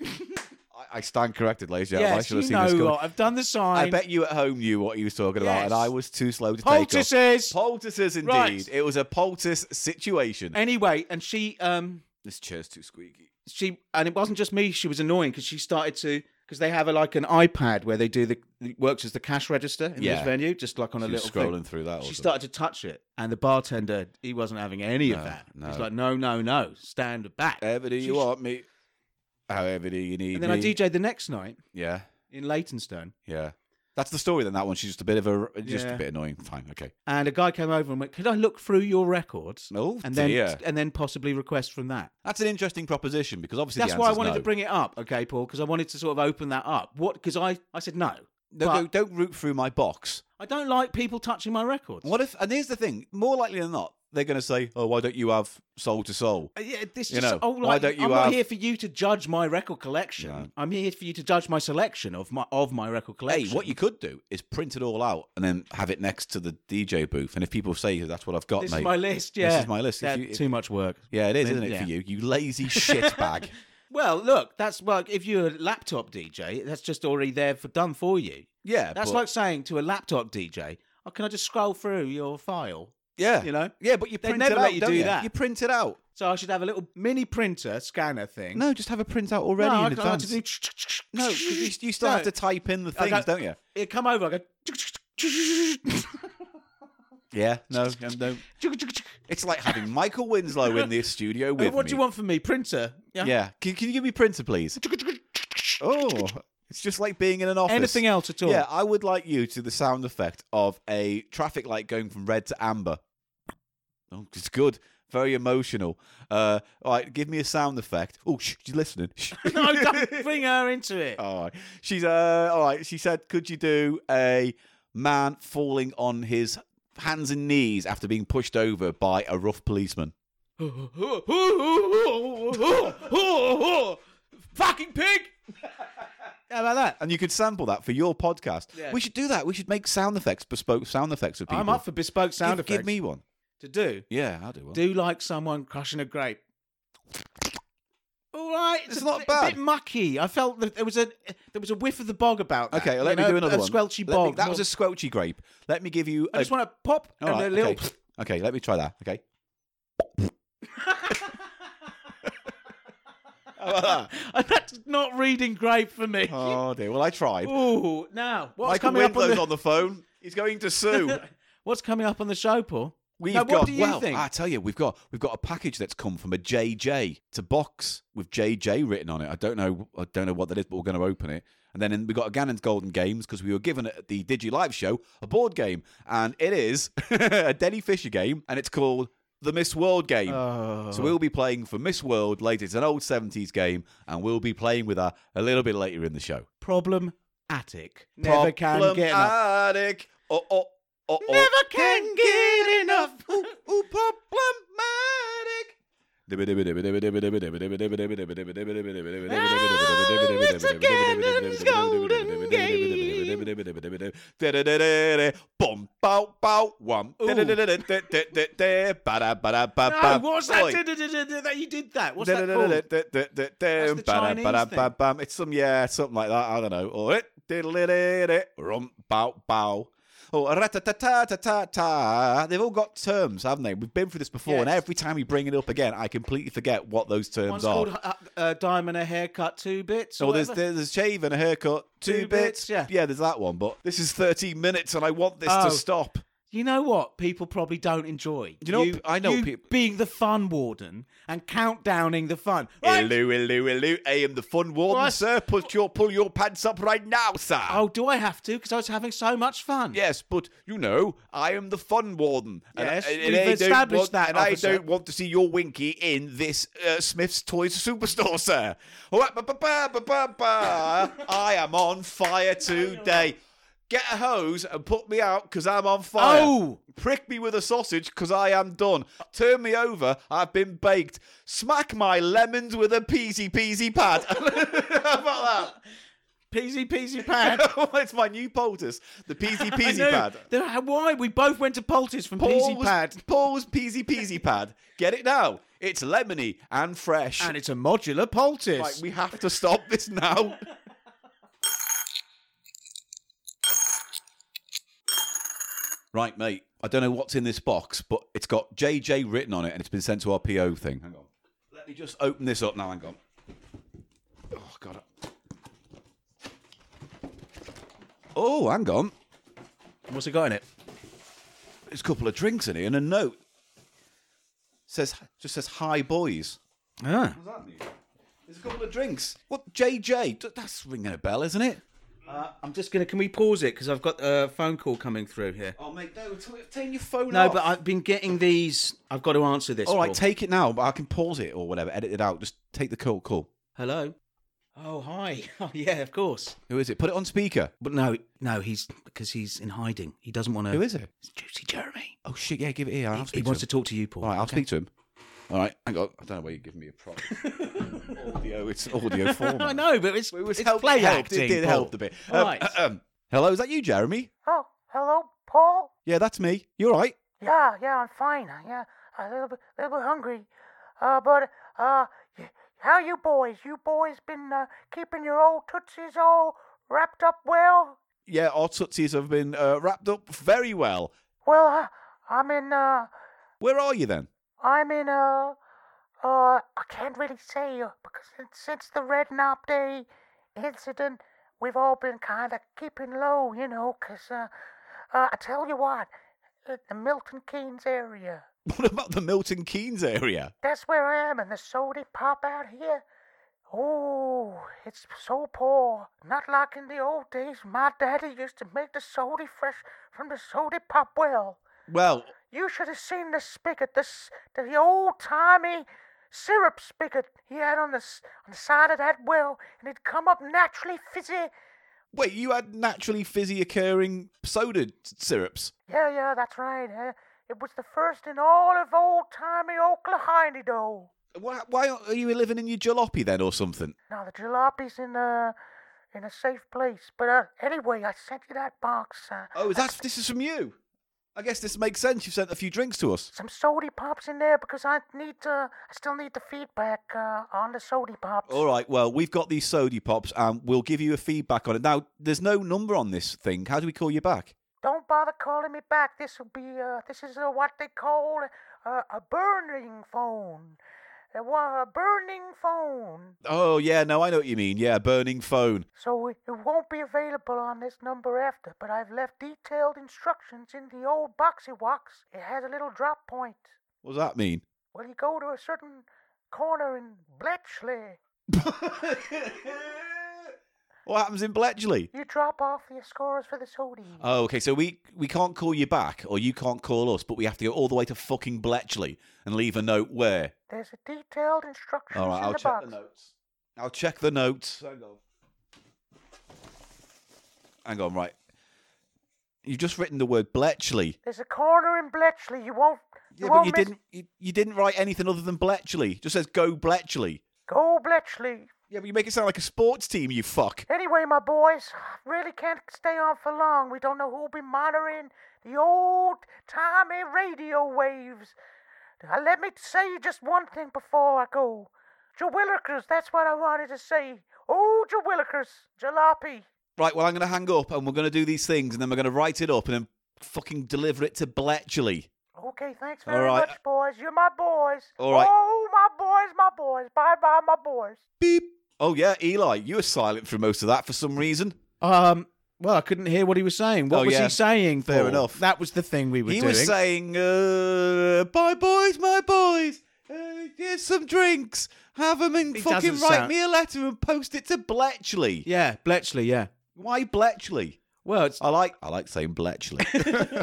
Speaker 2: I, I stand corrected, ladies and gentlemen. I
Speaker 1: yes,
Speaker 2: should have
Speaker 1: you
Speaker 2: seen
Speaker 1: know
Speaker 2: this coming.
Speaker 1: what I've done the sign.
Speaker 2: I bet you at home knew what he was talking about, and
Speaker 1: Yes.
Speaker 2: I was too slow to take up.
Speaker 1: poultices.
Speaker 2: Poultices, indeed.
Speaker 1: Right.
Speaker 2: It was a poultice situation.
Speaker 1: anyway, and she um
Speaker 2: This chair's too squeaky.
Speaker 1: she and it wasn't just me she was annoying because she started to because they have a, like an ipad where they do the it works as the cash register in
Speaker 2: Yeah.
Speaker 1: this venue just like on a
Speaker 2: She was
Speaker 1: little
Speaker 2: scrolling
Speaker 1: thing.
Speaker 2: through that.
Speaker 1: she
Speaker 2: wasn't
Speaker 1: started to touch it and the bartender he wasn't having any
Speaker 2: No,
Speaker 1: of that
Speaker 2: no.
Speaker 1: he's like no no no stand back
Speaker 2: it? However do
Speaker 1: She
Speaker 2: you
Speaker 1: was-
Speaker 2: want me? However do you need
Speaker 1: and then i
Speaker 2: me?
Speaker 1: dj the next night
Speaker 2: Yeah,
Speaker 1: in leytonstone
Speaker 2: yeah. That's the story. Then that one. She's just a bit of a just
Speaker 1: Yeah.
Speaker 2: a bit annoying. Fine, okay.
Speaker 1: and a guy came over and went could i look through your records
Speaker 2: Oh
Speaker 1: and then
Speaker 2: dear.
Speaker 1: and then possibly request from that
Speaker 2: That's an interesting proposition because obviously
Speaker 1: that's
Speaker 2: the
Speaker 1: why i
Speaker 2: answer's
Speaker 1: wanted
Speaker 2: no.
Speaker 1: to bring it up okay paul because i wanted to sort of open that up what because i i said no
Speaker 2: No,
Speaker 1: but-
Speaker 2: no, don't root through my box.
Speaker 1: i don't like people touching my records
Speaker 2: What if? And here's the thing: more likely than not, they're going to say, "Oh, why don't you have soul to soul?"
Speaker 1: Uh, Yeah, this
Speaker 2: You
Speaker 1: just
Speaker 2: know,
Speaker 1: oh,
Speaker 2: why
Speaker 1: like,
Speaker 2: don't you
Speaker 1: I'm
Speaker 2: have-
Speaker 1: not here for you to judge my record collection.
Speaker 2: No.
Speaker 1: I'm here for you to judge my selection of my of my record
Speaker 2: Hey,
Speaker 1: collection.
Speaker 2: what you could do is print it all out and then have it next to the DJ booth. And if people say that's what I've got,
Speaker 1: this is
Speaker 2: mate,
Speaker 1: my list. Yeah,
Speaker 2: this is my list. If
Speaker 1: Yeah,
Speaker 2: you- if-
Speaker 1: too much work.
Speaker 2: yeah, it is,
Speaker 1: Then-
Speaker 2: isn't it
Speaker 1: yeah.
Speaker 2: for you, you lazy shitbag?
Speaker 1: Well, look, that's like if you're a laptop DJ, that's just already there for done for you.
Speaker 2: Yeah,
Speaker 1: That's
Speaker 2: but-
Speaker 1: like saying to a laptop DJ, "Oh, can I just scroll through your file?"
Speaker 2: yeah,
Speaker 1: you know?
Speaker 2: yeah, but you
Speaker 1: They'd
Speaker 2: print
Speaker 1: never
Speaker 2: it
Speaker 1: let
Speaker 2: out.
Speaker 1: you
Speaker 2: don't
Speaker 1: do
Speaker 2: you?
Speaker 1: that.
Speaker 2: You print it out.
Speaker 1: So I should have a little mini printer scanner thing.
Speaker 2: No, just have a printout
Speaker 1: no,
Speaker 2: already
Speaker 1: I,
Speaker 2: in
Speaker 1: I like
Speaker 2: advance.
Speaker 1: to do.
Speaker 2: No, 'cause you, you still
Speaker 1: No.
Speaker 2: have to type in the
Speaker 1: I
Speaker 2: things,
Speaker 1: go-
Speaker 2: don't you?
Speaker 1: It come over. I go.
Speaker 2: Yeah, no, um, no. It's like having Michael Winslow in the studio
Speaker 1: Hey,
Speaker 2: with
Speaker 1: what do
Speaker 2: me.
Speaker 1: you want from me, printer?
Speaker 2: Yeah, can, can you give me printer, please? Oh, it's just like being in an office.
Speaker 1: Anything else at all?
Speaker 2: Yeah, I would like you to the sound effect of a traffic light going from red to amber. Oh, it's good. Very emotional. Uh, all right, give me a sound effect. Oh, shh, she's listening. Shh.
Speaker 1: no, don't bring her into it.
Speaker 2: all right. She's uh, all right. She said, "Could you do a man falling on his hands and knees after being pushed over by a rough policeman?" Oh.
Speaker 1: Fucking pig! How about that?
Speaker 2: And you could sample that for your podcast.
Speaker 1: Yeah.
Speaker 2: We should do that. We should make sound effects, bespoke sound effects of people.
Speaker 1: I'm up for bespoke sound
Speaker 2: give,
Speaker 1: effects
Speaker 2: Give me one.
Speaker 1: to do.
Speaker 2: Yeah, I'll do one.
Speaker 1: Do like someone crushing a grape. All right,
Speaker 2: It's
Speaker 1: a
Speaker 2: not
Speaker 1: bit,
Speaker 2: bad.
Speaker 1: A bit mucky. I felt that there was a there was a whiff of the bog about. That.
Speaker 2: Okay,
Speaker 1: you
Speaker 2: let me
Speaker 1: know,
Speaker 2: do another
Speaker 1: a
Speaker 2: one.
Speaker 1: Squelchy
Speaker 2: Let me-
Speaker 1: bog.
Speaker 2: that was a squelchy grape. Let me give you.
Speaker 1: I
Speaker 2: a-
Speaker 1: just want to pop
Speaker 2: All
Speaker 1: and
Speaker 2: right,
Speaker 1: a little.
Speaker 2: Okay. okay, let me try that. Okay. How about that?
Speaker 1: And that's not reading grape for me.
Speaker 2: Oh dear. Well, I tried.
Speaker 1: Ooh, now what's
Speaker 2: Michael
Speaker 1: coming up on
Speaker 2: Winslow's
Speaker 1: the,
Speaker 2: on the phone. He's going to sue.
Speaker 1: what's coming up on the show, Paul?
Speaker 2: We've
Speaker 1: Now,
Speaker 2: got.
Speaker 1: what do you
Speaker 2: well,
Speaker 1: think?
Speaker 2: I tell you, we've got we've got a package that's come from a JJ. It's a box with JJ written on it. I don't know. I don't know what that is, but we're going to open it. And then we got a Gannon's Golden Games because we were given at the Digi Live show a board game, and it is a Denny Fisher game, and it's called the Miss World game.
Speaker 1: Oh.
Speaker 2: So we'll be playing for Miss World later. It's an old 70s game, and we'll be playing with her a little bit later in the show.
Speaker 1: Problem attic. Never can get enough.
Speaker 2: Problematic. Oh, oh, oh, oh.
Speaker 1: Never can get enough.
Speaker 2: Ooh, ooh, problematic.
Speaker 1: Golden Gate.
Speaker 2: Bum, bow, bow, wham.
Speaker 1: Ooh. No,
Speaker 2: No,
Speaker 1: what's that? That you did that. What's that called? the Chinese thing.
Speaker 2: called? It's some, yeah, something like that. I don't know. Or it, rum, bow, bow. Or ra-ta-ta-ta-ta-ta. They've all got terms, haven't they? We've been through this before, and
Speaker 1: Yes.
Speaker 2: every time we bring it up again, I completely forget what those
Speaker 1: One's
Speaker 2: terms are.
Speaker 1: called uh, uh, diamond a haircut, two bits.
Speaker 2: So
Speaker 1: Or
Speaker 2: Oh, there's,
Speaker 1: whatever.
Speaker 2: there's a shave and a haircut, two,
Speaker 1: Two
Speaker 2: bits.
Speaker 1: bits, yeah.
Speaker 2: there's that one. But this is 13 minutes, and I want this
Speaker 1: Oh.
Speaker 2: to stop.
Speaker 1: You know what? People probably don't enjoy.
Speaker 2: You know, I know
Speaker 1: you
Speaker 2: peop-
Speaker 1: being the fun warden and countdowning the fun. Right.
Speaker 2: Hello, hello, hello. I am the fun warden,
Speaker 1: Right.
Speaker 2: sir. Put your pull your pants up right now, sir.
Speaker 1: Oh, do I have to? Because I was having so much fun.
Speaker 2: Yes, but you know, I am the fun warden.
Speaker 1: Yes,
Speaker 2: and, I-
Speaker 1: we've
Speaker 2: I don't
Speaker 1: established
Speaker 2: want-
Speaker 1: that,
Speaker 2: And
Speaker 1: officer.
Speaker 2: I don't want to see your winky in this uh, Smith's Toys Superstore, sir. All right, ba- ba- ba- ba- ba- ba. I am on fire today. Get a hose and put me out because I'm on fire.
Speaker 1: Oh!
Speaker 2: Prick me with a sausage because I am done. Turn me over, I've been baked. Smack my lemons with a peasy peasy pad. How about
Speaker 1: Peasy peasy pad.
Speaker 2: that? it's my new poultice, the peasy
Speaker 1: I
Speaker 2: peasy
Speaker 1: know.
Speaker 2: pad.
Speaker 1: There- Why? We both went to Poultice from Peasy
Speaker 2: Paul's-
Speaker 1: Pad.
Speaker 2: Paul's peasy peasy pad. Get it now. It's lemony and fresh.
Speaker 1: And it's a modular Poultice.
Speaker 2: like we have to stop this now. right, mate. I don't know what's in this box, but it's got JJ written on it, and it's been sent to our PO thing. Hang on. Let me just open this up now. Hang on. Oh God. Oh, hang on.
Speaker 1: What's it got in it?
Speaker 2: There's a couple of drinks in here and a note. Says just says hi boys.
Speaker 1: Ah.
Speaker 2: What does that mean? There's a couple of drinks. What JJ? D- That's ringing a bell, isn't it?
Speaker 1: Uh, I'm just going to. Can we pause it? Because I've got a phone call coming through here.
Speaker 2: Oh mate, no, t- turn your phone
Speaker 1: No,
Speaker 2: off.
Speaker 1: but I've been getting these. I've got to answer this.
Speaker 2: all right,
Speaker 1: call.
Speaker 2: take it now. But I can pause it or whatever, edit it out. Just take the call. Call.
Speaker 1: Hello. Oh hi. Oh yeah, of course.
Speaker 2: Who is it? Put it on speaker.
Speaker 1: But no, no, he's because he's in hiding. He doesn't want to.
Speaker 2: Who is it?
Speaker 1: It's Juicy Jeremy.
Speaker 2: Oh shit, yeah, give it here. I'll
Speaker 1: He
Speaker 2: speak
Speaker 1: wants
Speaker 2: to
Speaker 1: to
Speaker 2: him.
Speaker 1: talk to you, Paul.
Speaker 2: all right, I'll speak to him. All right, hang on. I don't know why you're giving me a prop. audio, it's audio format.
Speaker 1: I know, but it's,
Speaker 2: It was
Speaker 1: it's
Speaker 2: help,
Speaker 1: play
Speaker 2: it helped.
Speaker 1: acting.
Speaker 2: It did
Speaker 1: Paul.
Speaker 2: help a bit. Uh, um,
Speaker 1: All right.
Speaker 2: hello, is that you, Jeremy?
Speaker 5: Oh, hello, Paul.
Speaker 2: Yeah, that's me. You all right?
Speaker 5: Oh, Yeah, yeah, I'm fine. Uh, Yeah, a little bit, little bit hungry. Uh, but uh, y- how you boys? You boys been uh, keeping your old tootsies all wrapped up well?
Speaker 2: Yeah, our tootsies have been uh, wrapped up very well.
Speaker 5: Well, uh, I'm in. Uh,
Speaker 2: Where are you then?
Speaker 5: I'm in. Uh, uh, I can't really say uh, because since- since the Red Knob Day incident, we've all been kind of keeping low, you know, 'cause uh, uh, I tell you what, uh, the Milton Keynes area.
Speaker 2: What about the Milton Keynes area?
Speaker 5: That's where I am, and the soda pop out here. Oh, it's so poor. Not like in the old days. My daddy used to make the soda fresh from the soda pop well.
Speaker 2: Well,
Speaker 5: You should have seen the spigot, the, s- the old timey syrup spigot he had on the, s- on the side of that well, and it'd come up naturally fizzy.
Speaker 2: wait, you had naturally fizzy occurring soda t- syrups.
Speaker 5: Yeah, yeah, that's right. eh? It was the first in all of old timey Oklahoma, though.
Speaker 2: Why, why are you living in your jalopy then or something?
Speaker 5: Now the jalopy's in a in a safe place. But uh, anyway, I sent you that box. Uh,
Speaker 2: Oh, that's this is from you. I guess this makes sense. You've sent a few drinks to us.
Speaker 5: some sody pops in there because I need to. I still need the feedback uh, on the sody pops.
Speaker 2: All right, well, we've got these soda pops and we'll give you a feedback on it. Now, there's no number on this thing. How do we call you back?
Speaker 5: Don't bother calling me back. This will be. Uh, this is uh, what they call uh, a burning phone. A, wa- a burning phone.
Speaker 2: Oh, yeah, no, I know what you mean. Yeah, burning phone.
Speaker 5: So it it won't be available on this number after, but I've left detailed instructions in the old boxy box. It has a little drop point.
Speaker 2: What does that mean?
Speaker 5: Well, you go to a certain corner in Bletchley.
Speaker 2: What happens in Bletchley?
Speaker 5: You drop off the scores for the sody.
Speaker 2: Oh, okay. So we we can't call you back, or you can't call us, but we have to go all the way to fucking Bletchley and leave a note where.
Speaker 5: There's a detailed instructions
Speaker 2: All right,
Speaker 5: in
Speaker 2: I'll
Speaker 5: the
Speaker 2: check
Speaker 5: box.
Speaker 2: the notes. I'll check the notes. Hang on. Hang on, right. You've just written the word Bletchley.
Speaker 5: There's a corner in Bletchley. You won't. You
Speaker 2: Yeah,
Speaker 5: won't
Speaker 2: but you
Speaker 5: miss.
Speaker 2: didn't you, you didn't write anything other than Bletchley. It just says go Bletchley.
Speaker 5: Go Bletchley.
Speaker 2: Yeah, but you make it sound like a sports team, you fuck.
Speaker 5: Anyway, my boys, really can't stay on for long. We don't know who'll be monitoring the old timey radio waves. Now, let me say just one thing before I go. Jawillikers, that's what I wanted to say. Oh, Jawillikers, jalopy.
Speaker 2: Right, well, I'm going to hang up and we're going to do these things and then we're going to write it up and then fucking deliver it to Bletchley.
Speaker 5: Okay, thanks
Speaker 2: All
Speaker 5: very
Speaker 2: right.
Speaker 5: much, boys. You're my boys.
Speaker 2: All right.
Speaker 5: Oh, my boys, my boys. Bye bye, my boys.
Speaker 2: Beep. Oh, yeah, Eli, you were silent for most of that for some reason.
Speaker 1: Um. Well, I couldn't hear what he was saying. What
Speaker 2: Oh,
Speaker 1: was
Speaker 2: yeah.
Speaker 1: he saying?
Speaker 2: Fair
Speaker 1: Paul?
Speaker 2: enough.
Speaker 1: That was the thing we were
Speaker 2: he
Speaker 1: doing.
Speaker 2: was saying, uh, bye, boys, my boys. Uh, here's some drinks. Have them and
Speaker 1: He
Speaker 2: fucking
Speaker 1: doesn't
Speaker 2: write
Speaker 1: sound-
Speaker 2: me a letter and post it to Bletchley.
Speaker 1: yeah, Bletchley. Yeah.
Speaker 2: Why Bletchley?
Speaker 1: Well, it's,
Speaker 2: I like I like saying Bletchley.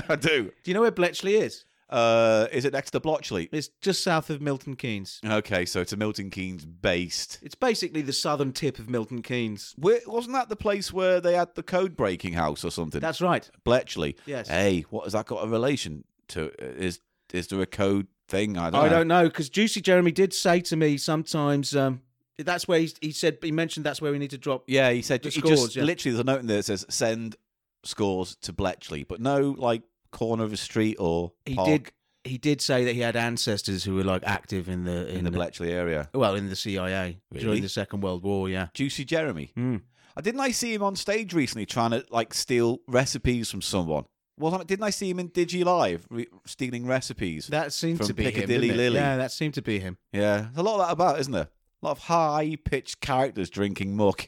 Speaker 2: I do.
Speaker 1: do you know where Bletchley is?
Speaker 2: Uh, is it next to Blotchley?
Speaker 1: It's just south of Milton Keynes.
Speaker 2: Okay, so it's a Milton Keynes based.
Speaker 1: It's basically the southern tip of Milton Keynes.
Speaker 2: Where, wasn't that the place where they had the code breaking house or something?
Speaker 1: That's right.
Speaker 2: Bletchley.
Speaker 1: Yes.
Speaker 2: Hey, what has that got a relation to? Is is there a code thing? I don't.
Speaker 1: I
Speaker 2: know.
Speaker 1: don't know because Juicy Jeremy did say to me sometimes. Um, that's where he, he said he mentioned that's where we need to drop.
Speaker 2: Yeah, he said
Speaker 1: The
Speaker 2: he just
Speaker 1: scores, yeah.
Speaker 2: literally there's a note in there that says send scores to Bletchley, but no like corner of a street or
Speaker 1: He
Speaker 2: park
Speaker 1: did. He did say that he had ancestors who were like active in the in,
Speaker 2: in the Bletchley area.
Speaker 1: well in the CIA
Speaker 2: Really?
Speaker 1: during the Second World War. Yeah.
Speaker 2: Juicy Jeremy.
Speaker 1: Hmm.
Speaker 2: I didn't I see him on stage recently trying to like steal recipes from someone. Wasn't I, didn't I see him in Digi Live re- stealing recipes?
Speaker 1: That seemed
Speaker 2: From
Speaker 1: to be him.
Speaker 2: Piccadilly
Speaker 1: didn't it?
Speaker 2: Lily.
Speaker 1: Yeah, that seemed to be him.
Speaker 2: yeah, there's a lot of that about, isn't there? A lot of high pitched characters drinking muck.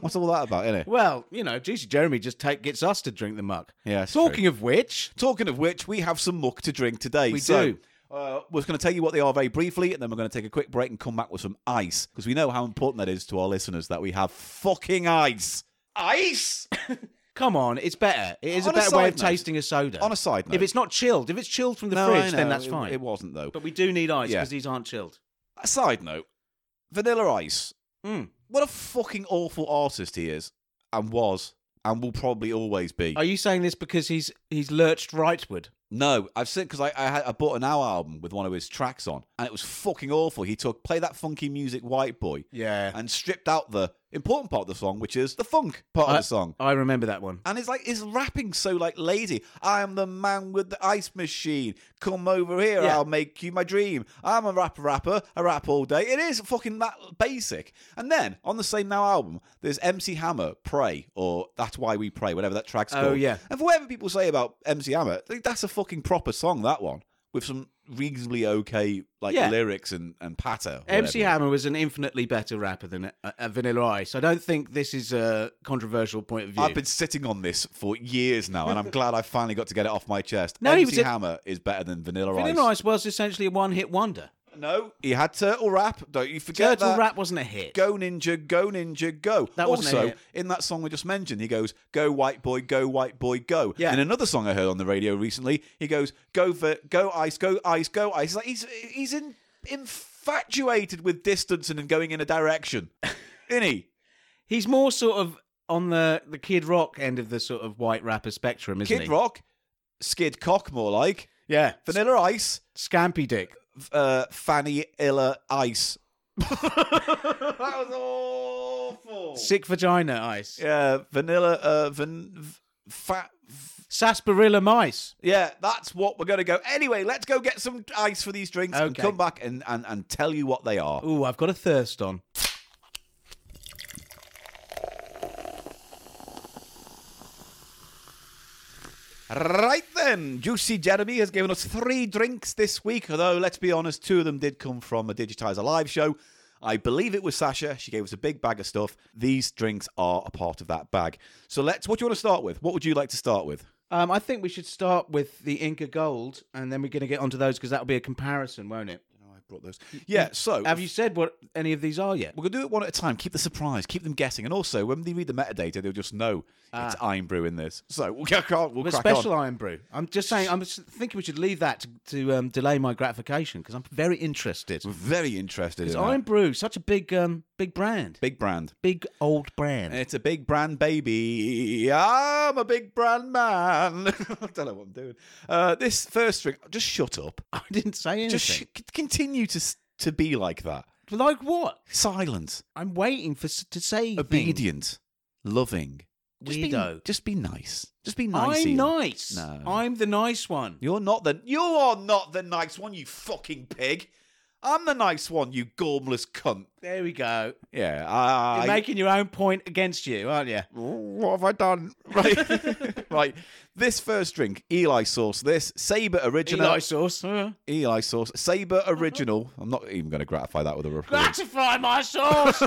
Speaker 2: What's all that about, innit?
Speaker 1: Well, you know, Juicy Jeremy just take, gets us to drink the muck.
Speaker 2: Yeah, it's true.
Speaker 1: Talking of which,
Speaker 2: Talking of which, we have some muck to drink today.
Speaker 1: We
Speaker 2: so,
Speaker 1: do.
Speaker 2: Uh, we're going to tell you what they are very briefly, and then we're going to take a quick break and come back with some ice because we know how important that is to our listeners that we have fucking ice. Ice.
Speaker 1: come on, it's better. It is
Speaker 2: On
Speaker 1: a
Speaker 2: a
Speaker 1: better way
Speaker 2: side
Speaker 1: of
Speaker 2: note-
Speaker 1: tasting a soda.
Speaker 2: on a side note-
Speaker 1: if it's not chilled, if it's chilled from the
Speaker 2: No, I
Speaker 1: fridge, then
Speaker 2: know,
Speaker 1: that's
Speaker 2: it-
Speaker 1: fine.
Speaker 2: It wasn't though.
Speaker 1: but we do need ice
Speaker 2: Yeah.
Speaker 1: because these aren't chilled.
Speaker 2: A side note: Vanilla Ice.
Speaker 1: Mm.
Speaker 2: What a fucking awful artist he is, and was, and will probably always be.
Speaker 1: Are you saying this because he's he's lurched rightward?
Speaker 2: No, I've seen because I I, had, I bought an Now album with one of his tracks on, and it was fucking awful. He took play that funky music, white boy.
Speaker 1: Yeah,
Speaker 2: and stripped out the important part of the song, which is the funk part of
Speaker 1: I-
Speaker 2: the song.
Speaker 1: I remember that one.
Speaker 2: And it's like his rapping so like lazy. I am the man with the ice machine. Come over here,
Speaker 1: Yeah.
Speaker 2: I'll make you my dream. I'm a rap rapper. I rap all day. It is fucking that basic. And then on the same now album, there's MC Hammer, Pray, or That's Why We Pray, whatever that track's
Speaker 1: Oh,
Speaker 2: called.
Speaker 1: yeah.
Speaker 2: And for whatever people say about MC Hammer, like, that's a fucking proper song, that one. With some reasonably okay like
Speaker 1: Yeah.
Speaker 2: lyrics and, and patter.
Speaker 1: MC
Speaker 2: whatever.
Speaker 1: Hammer was an infinitely better rapper than uh, uh, Vanilla Ice. I don't think this is a controversial point of view.
Speaker 2: I've been sitting on this for years now, and I'm glad I finally got to get it off my chest.
Speaker 1: No, he
Speaker 2: MC
Speaker 1: was a-
Speaker 2: Hammer is better than Vanilla,
Speaker 1: Vanilla
Speaker 2: Ice.
Speaker 1: Ice was essentially a one-hit wonder.
Speaker 2: No, he had Turtle Rap. Don't you forget
Speaker 1: Turtle
Speaker 2: that.
Speaker 1: Rap wasn't a hit.
Speaker 2: Go Ninja, Go Ninja, Go.
Speaker 1: That wasn't a
Speaker 2: also
Speaker 1: hit.
Speaker 2: in that song we just mentioned, he goes Go White Boy, Go White Boy, Go.
Speaker 1: Yeah.
Speaker 2: And in another song I heard on the radio recently, he goes Go for Go Ice, Go Ice, Go Ice. It's Like he's he's in, infatuated with distance and going in a direction, isn't he?
Speaker 1: He's more sort of on the, the Kid Rock end of the sort of white rapper spectrum, isn't
Speaker 2: Kid
Speaker 1: he?
Speaker 2: Rock, Skid Cock, more like
Speaker 1: Yeah.
Speaker 2: Vanilla Ice.
Speaker 1: Scampy Dick.
Speaker 2: uh, Fanny Iller Ice. that was awful.
Speaker 1: Sick Vagina Ice.
Speaker 2: Yeah, vanilla, uh, van, v- fat. v-
Speaker 1: Sarsaparilla Mice.
Speaker 2: Yeah, that's what we're going to go. Anyway, let's go get some ice for these drinks and
Speaker 1: Okay.
Speaker 2: come back and, and, and tell you what they are.
Speaker 1: Ooh, I've got a thirst on.
Speaker 2: Right then, Juicy Jeremy has given us three drinks this week, although let's be honest, two of them did come from a Digitizer Live show. I believe it was Sasha. She gave us a big bag of stuff. These drinks are a part of that bag. So let's, what do you want to start with? What would you like to start with?
Speaker 1: Um, I think we should start with the Inca Gold, and then we're going to get onto those because that'll be a comparison, won't it?
Speaker 2: I brought those. Yeah, so
Speaker 1: Have you said what any of these are yet?
Speaker 2: we're going to do it one at a time. Keep the surprise, keep them guessing. And also, when they read the metadata, they'll just know it's
Speaker 1: Ah.
Speaker 2: Iron Brew in this. So we'll, crack on- we'll
Speaker 1: We're
Speaker 2: crack
Speaker 1: special
Speaker 2: on.
Speaker 1: iron brew. I'm just saying. I'm s- thinking we should leave that to, to um, delay my gratification because I'm very interested.
Speaker 2: We're very interested in
Speaker 1: Iron
Speaker 2: Iron
Speaker 1: Brew, such a big, um, big brand,
Speaker 2: Big brand.
Speaker 1: big old brand.
Speaker 2: It's a big brand baby. I'm a big brand man. I don't know what I'm doing. Uh, this first string, just shut up.
Speaker 1: I didn't say anything.
Speaker 2: Just sh- continue to s- to be like that.
Speaker 1: like what?
Speaker 2: Silent,
Speaker 1: I'm waiting for s- to say things.
Speaker 2: obedient, loving, Just Be,
Speaker 1: Weirdo.
Speaker 2: just be nice. Just be nice.
Speaker 1: I'm
Speaker 2: Ian.
Speaker 1: nice.
Speaker 2: No.
Speaker 1: I'm the nice one.
Speaker 2: You're not the you are not the nice one, you fucking pig. I'm the nice one, you gormless cunt.
Speaker 1: There we go.
Speaker 2: Yeah,
Speaker 1: You're
Speaker 2: I
Speaker 1: making your own point against you, aren't you?
Speaker 2: what have I done? Right. right. This first drink, Eli sauce. This Sabre original.
Speaker 1: Eli sauce. huh?
Speaker 2: Eli sauce. Sabre original. I'm not even going to gratify that with a reference.
Speaker 1: Gratify my sauce.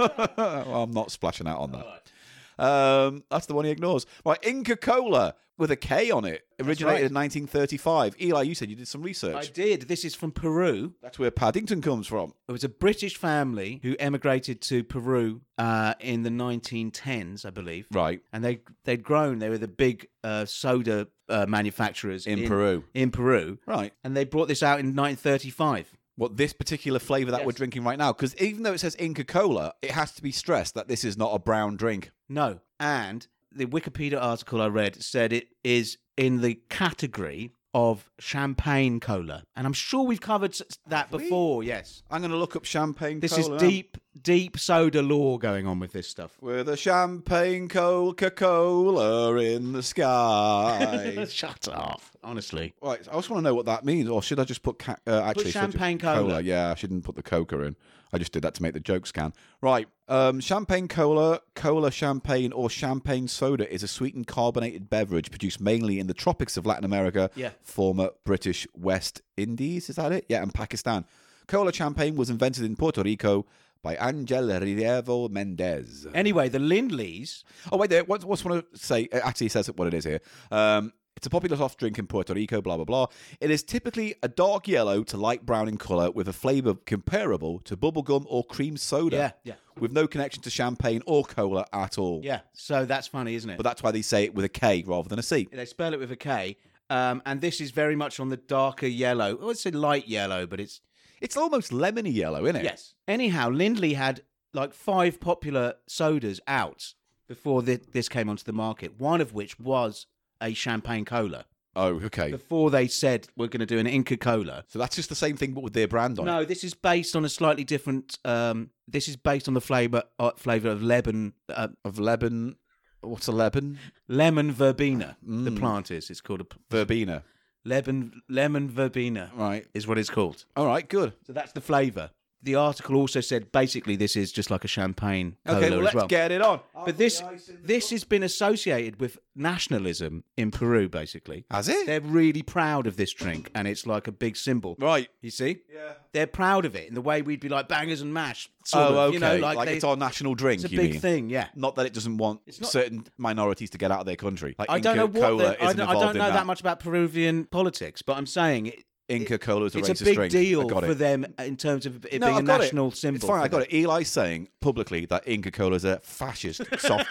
Speaker 2: Well, I'm not splashing out on that. Um, that's the one he ignores. Right, Inca Cola with a K on it, originated
Speaker 1: right.
Speaker 2: in 1935. Eli, you said you did some research.
Speaker 1: I did. This is from Peru.
Speaker 2: That's where Paddington comes from.
Speaker 1: It was a British family who emigrated to Peru uh, in the 1910s, I believe.
Speaker 2: Right,
Speaker 1: And they they'd grown. They were the big uh, soda uh, manufacturers
Speaker 2: in, Peru.
Speaker 1: In Peru,
Speaker 2: Right.
Speaker 1: and they brought this out in 1935.
Speaker 2: What this particular flavour that we're
Speaker 1: Yes.
Speaker 2: drinking right now? Because even though it says Inca Cola, it has to be stressed that this is not a brown drink.
Speaker 1: No. And the Wikipedia article I read said it is in the category of champagne cola. And I'm sure we've covered s- that before, yes.
Speaker 2: I'm going to look up champagne.
Speaker 1: This
Speaker 2: cola
Speaker 1: is
Speaker 2: now.
Speaker 1: deep, deep soda lore going on with this stuff.
Speaker 2: With a champagne Coca Cola in the sky.
Speaker 1: Shut up. Honestly.
Speaker 2: Right, I just want to know what that means, or should I just put ca- uh, actually should I just-
Speaker 1: champagne cola.
Speaker 2: Yeah, I shouldn't put the coca in. I just did that to make the joke scan. Right, um, champagne cola, cola champagne, or champagne soda is a sweetened carbonated beverage produced mainly in the tropics of Latin America,
Speaker 1: Yeah.
Speaker 2: former British West Indies. Is that it? Yeah, and Pakistan. Cola champagne was invented in Puerto Rico by Angel Rievo Mendez.
Speaker 1: Anyway, the Lindleys.
Speaker 2: Oh wait, there. What's what's want to say? It actually says what it is here. Um, it's a popular soft drink in Puerto Rico. Blah blah blah. It is typically a dark yellow to light brown in color, with a flavor comparable to bubblegum or cream soda.
Speaker 1: Yeah, yeah.
Speaker 2: With no connection to champagne or cola at all.
Speaker 1: Yeah. So that's funny, isn't it?
Speaker 2: But that's why they say it with a K rather than a C.
Speaker 1: they spell it with a K. Um, and this is very much on the darker yellow. Oh, it's a light yellow, but it's
Speaker 2: It's almost lemony yellow, isn't it?
Speaker 1: Yes. Anyhow, Lindley had like five popular sodas out before thi- this came onto the market, one of which was a champagne cola.
Speaker 2: Oh, okay.
Speaker 1: Before they said we're going to do an Inca Cola.
Speaker 2: So that's just the same thing, but with their brand on it.
Speaker 1: No, this is based on a slightly different. Um, this is based on the flavor uh, flavor of Leban, uh,
Speaker 2: Of Leban. What's a Leban?
Speaker 1: lemon verbena.
Speaker 2: Mm.
Speaker 1: The plant is. It's called a p-
Speaker 2: Verbena.
Speaker 1: Leban lemon verbena.
Speaker 2: Right.
Speaker 1: Is what it's called.
Speaker 2: All right. Good.
Speaker 1: So that's the flavor. The article also said basically this is just like a champagne cola
Speaker 2: Okay. Well,
Speaker 1: as
Speaker 2: let's
Speaker 1: well. Oh.
Speaker 2: get it on.
Speaker 1: But this this has been associated with nationalism in Peru, basically.
Speaker 2: Has it?
Speaker 1: They're really proud of this drink, and it's like a big symbol.
Speaker 2: Right.
Speaker 1: You see? Yeah. They're proud of it in the way we'd be like bangers and mash. Sort
Speaker 2: Oh,
Speaker 1: of,
Speaker 2: okay.
Speaker 1: You know,
Speaker 2: like
Speaker 1: like, they-
Speaker 2: it's our national drink.
Speaker 1: it's a
Speaker 2: you
Speaker 1: big
Speaker 2: mean?
Speaker 1: thing, yeah.
Speaker 2: Not that it doesn't want
Speaker 1: not-
Speaker 2: certain minorities to get out of their country. Like
Speaker 1: I don't know
Speaker 2: Inca
Speaker 1: what.
Speaker 2: Cola
Speaker 1: the- I
Speaker 2: isn't
Speaker 1: don't, I
Speaker 2: involved
Speaker 1: don't know
Speaker 2: in
Speaker 1: that. much about Peruvian politics, but I'm saying it,
Speaker 2: Inca Cola is a
Speaker 1: it's
Speaker 2: racist
Speaker 1: a big
Speaker 2: drink. I
Speaker 1: deal
Speaker 2: got it.
Speaker 1: for them in terms of it
Speaker 2: No,
Speaker 1: being
Speaker 2: I
Speaker 1: a
Speaker 2: got
Speaker 1: national
Speaker 2: it.
Speaker 1: symbol.
Speaker 2: It's fine. I got it. Eli's saying publicly that Inca Cola is a fascist soft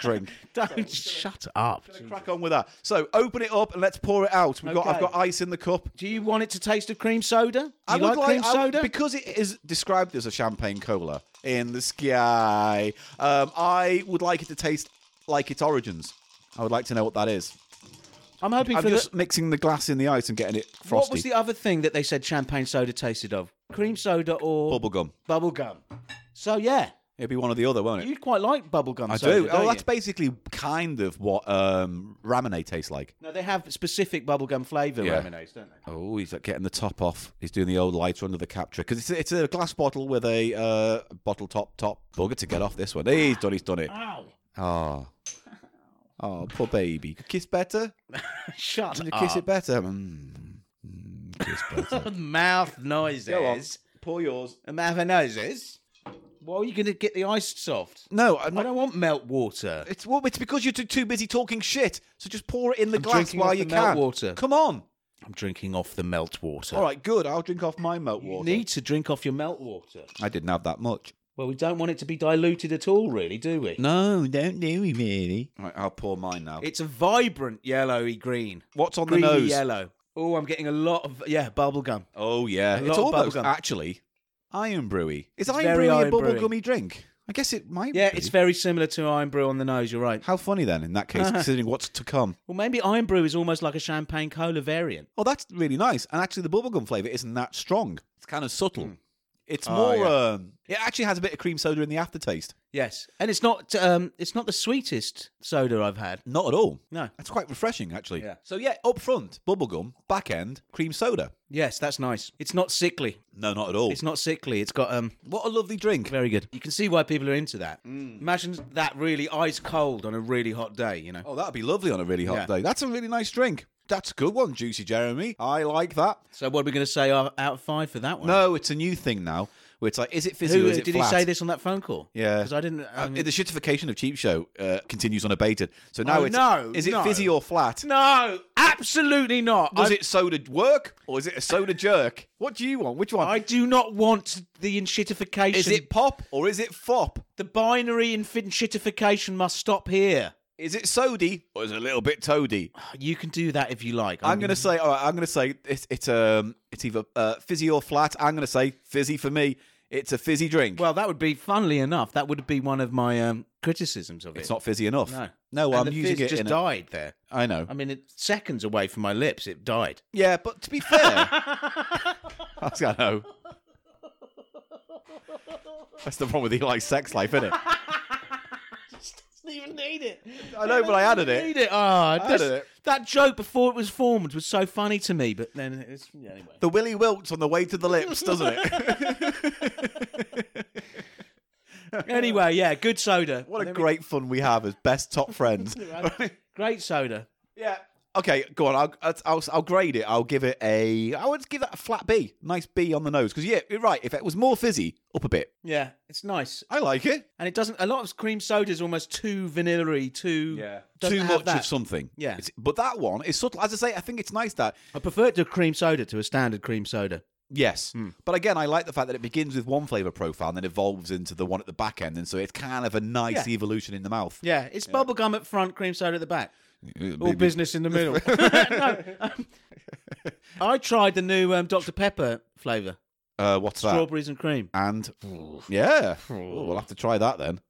Speaker 2: drink.
Speaker 1: Don't shut up.
Speaker 2: Crack on with that. So open it up and let's pour it out. We've got. I've
Speaker 1: Okay.
Speaker 2: got ice in the cup.
Speaker 1: Do you want it to taste of cream soda? Do
Speaker 2: I
Speaker 1: you
Speaker 2: would
Speaker 1: like cream
Speaker 2: I would-
Speaker 1: soda?
Speaker 2: because it is described as a champagne cola in the sky. Um, I would like it to taste like its origins. I would like to know what that is.
Speaker 1: I'm hoping
Speaker 2: I'm
Speaker 1: for the,
Speaker 2: just mixing the glass in the ice and getting it frosty.
Speaker 1: What was the other thing that they said champagne soda tasted of? Cream soda or
Speaker 2: bubblegum?
Speaker 1: bubble gum. So yeah,
Speaker 2: It'd be one or the other, won't it?
Speaker 1: you quite like bubble gum.
Speaker 2: I
Speaker 1: soda,
Speaker 2: do.
Speaker 1: don't
Speaker 2: Oh, that's
Speaker 1: you?
Speaker 2: basically kind of what um, ramen tastes like.
Speaker 1: No, they have specific bubblegum flavour
Speaker 2: Yeah.
Speaker 1: lemonades, don't they?
Speaker 2: Oh, he's like getting the top off. He's doing the old lighter under the cap trick because it's, it's a glass bottle with a uh, bottle top top. Bugger to get off this one. He's done. He's done it.
Speaker 1: Ow!
Speaker 2: Ah, oh, poor baby. Could kiss better.
Speaker 1: Shut
Speaker 2: Could you
Speaker 1: up.
Speaker 2: kiss it better. Mm. Mm, kiss better.
Speaker 1: Mouth noises.
Speaker 2: Pour yours.
Speaker 1: Mouth noises. Why are you going to get the ice soft?
Speaker 2: No, I'm
Speaker 1: I
Speaker 2: not.
Speaker 1: don't want melt water.
Speaker 2: It's well, it's because you're too, too busy talking shit. So just pour it in the
Speaker 1: I'm
Speaker 2: glass
Speaker 1: drinking
Speaker 2: while
Speaker 1: off
Speaker 2: you
Speaker 1: the
Speaker 2: can.
Speaker 1: melt water.
Speaker 2: Come on.
Speaker 1: I'm drinking off the melt water.
Speaker 2: All right, good. I'll drink off my melt
Speaker 1: You
Speaker 2: water.
Speaker 1: need to drink off your melt water.
Speaker 2: I didn't have that much.
Speaker 1: Well, we don't want it to be diluted at all, really, do we?
Speaker 2: No, don't do it really. Right, I'll pour mine now.
Speaker 1: It's a vibrant yellowy green.
Speaker 2: What's on the
Speaker 1: Greeny
Speaker 2: nose?
Speaker 1: yellow. Oh, I'm getting a lot of yeah bubble gum.
Speaker 2: Oh yeah,
Speaker 1: A lot
Speaker 2: it's
Speaker 1: of
Speaker 2: almost
Speaker 1: bubblegum.
Speaker 2: actually iron brewy. Is iron
Speaker 1: very
Speaker 2: brewy a
Speaker 1: iron
Speaker 2: bubble
Speaker 1: brewy.
Speaker 2: gummy drink? I guess it might.
Speaker 1: Yeah,
Speaker 2: be.
Speaker 1: it's very similar to Iron Brew on the nose. You're right.
Speaker 2: How funny then, in that case, considering what's to come.
Speaker 1: Well, maybe Iron Brew is almost like a champagne cola variant.
Speaker 2: Oh, that's really nice. And actually, the bubblegum flavour isn't that strong. It's kind of subtle. It's
Speaker 1: Oh,
Speaker 2: more.
Speaker 1: yeah.
Speaker 2: Um, it actually has a bit of cream soda in the aftertaste.
Speaker 1: Yes, and it's not um, it's not the sweetest soda I've had.
Speaker 2: Not at all.
Speaker 1: No.
Speaker 2: That's quite refreshing, actually.
Speaker 1: Yeah.
Speaker 2: So yeah, up front, bubblegum, back end, cream soda.
Speaker 1: Yes, that's nice. It's not sickly.
Speaker 2: No, not at all.
Speaker 1: It's not sickly. It's got um,
Speaker 2: what a lovely drink.
Speaker 1: very good. You can see why people are into that.
Speaker 2: Mm.
Speaker 1: Imagine that really ice cold on a really hot day. You know.
Speaker 2: Oh, that'd be lovely on a really hot
Speaker 1: Yeah.
Speaker 2: day. That's a really nice drink. That's a good one, Juicy Jeremy. I like that.
Speaker 1: So what are we going to say out out of five for that one?
Speaker 2: No, it's a new thing now. Where it's like, is it fizzy
Speaker 1: Who
Speaker 2: or is it
Speaker 1: did
Speaker 2: flat?
Speaker 1: he say this on that phone call?
Speaker 2: Yeah.
Speaker 1: Because I didn't. I
Speaker 2: Uh,
Speaker 1: mean-
Speaker 2: the shittification of Cheap Show uh, continues unabated. So now
Speaker 1: Oh,
Speaker 2: it's
Speaker 1: no,
Speaker 2: is it
Speaker 1: no.
Speaker 2: fizzy or flat?
Speaker 1: no, absolutely not.
Speaker 2: Does
Speaker 1: I,
Speaker 2: it soda work or is it a soda jerk? What do you want? Which one?
Speaker 1: I do not want the inshittification.
Speaker 2: is it pop or is it fop?
Speaker 1: the binary inshittification must stop here?
Speaker 2: Is it sody or is it a little bit toady?
Speaker 1: You can do that if you like.
Speaker 2: I'm gonna say, all right, I'm gonna say it's it's um it's either uh, fizzy or flat. I'm gonna say fizzy for me. It's a fizzy drink.
Speaker 1: Well, that would be, funnily enough, that would be one of my um, criticisms of it.
Speaker 2: it's not fizzy enough.
Speaker 1: No.
Speaker 2: no,
Speaker 1: and
Speaker 2: I'm
Speaker 1: the
Speaker 2: using
Speaker 1: fizz
Speaker 2: it.
Speaker 1: just
Speaker 2: in a-
Speaker 1: died there.
Speaker 2: I know.
Speaker 1: I mean, it, seconds away from my lips, it died.
Speaker 2: Yeah, but to be fair, I was gonna know. That's the problem with Eli's sex life, isn't it?
Speaker 1: Doesn't even need it.
Speaker 2: I know, but I added it.
Speaker 1: Need it. Ah, this-
Speaker 2: added it.
Speaker 1: That joke before it was formed was so funny to me, but then it's yeah, anyway.
Speaker 2: The Willy wilts on the way to the lips, doesn't it?
Speaker 1: Anyway, yeah, good soda.
Speaker 2: what a
Speaker 1: And then we-
Speaker 2: great fun we have as best top friends.
Speaker 1: great soda.
Speaker 2: yeah. Okay, go on. I'll, I'll- I'll I'll grade it. I'll give it a. I would give that a flat B. Nice B on the nose. Because yeah, you're right. If it was more fizzy, up a bit.
Speaker 1: Yeah, it's nice,
Speaker 2: I like it.
Speaker 1: and it doesn't. A lot of cream soda is almost too vanilla-y, too doesn't
Speaker 2: Too
Speaker 1: have
Speaker 2: much
Speaker 1: that.
Speaker 2: of something.
Speaker 1: Yeah.
Speaker 2: It's- but that one is subtle. As I say, I think it's nice that
Speaker 1: I prefer it to a cream soda to a standard cream soda.
Speaker 2: Yes.
Speaker 1: Hmm.
Speaker 2: But again, I like the fact that it begins with one flavour profile and then evolves into the one at the back end. And so it's kind of a nice
Speaker 1: Yeah.
Speaker 2: evolution in the mouth. Uh,
Speaker 1: Yeah, it's bubble bubblegum at front, cream soda at the back. All
Speaker 2: Maybe-
Speaker 1: business in the middle. No, um, I tried the new um, Dr. Pepper flavour,
Speaker 2: Uh, what's that?
Speaker 1: strawberries and cream.
Speaker 2: And yeah, Ooh, we'll have to try that then.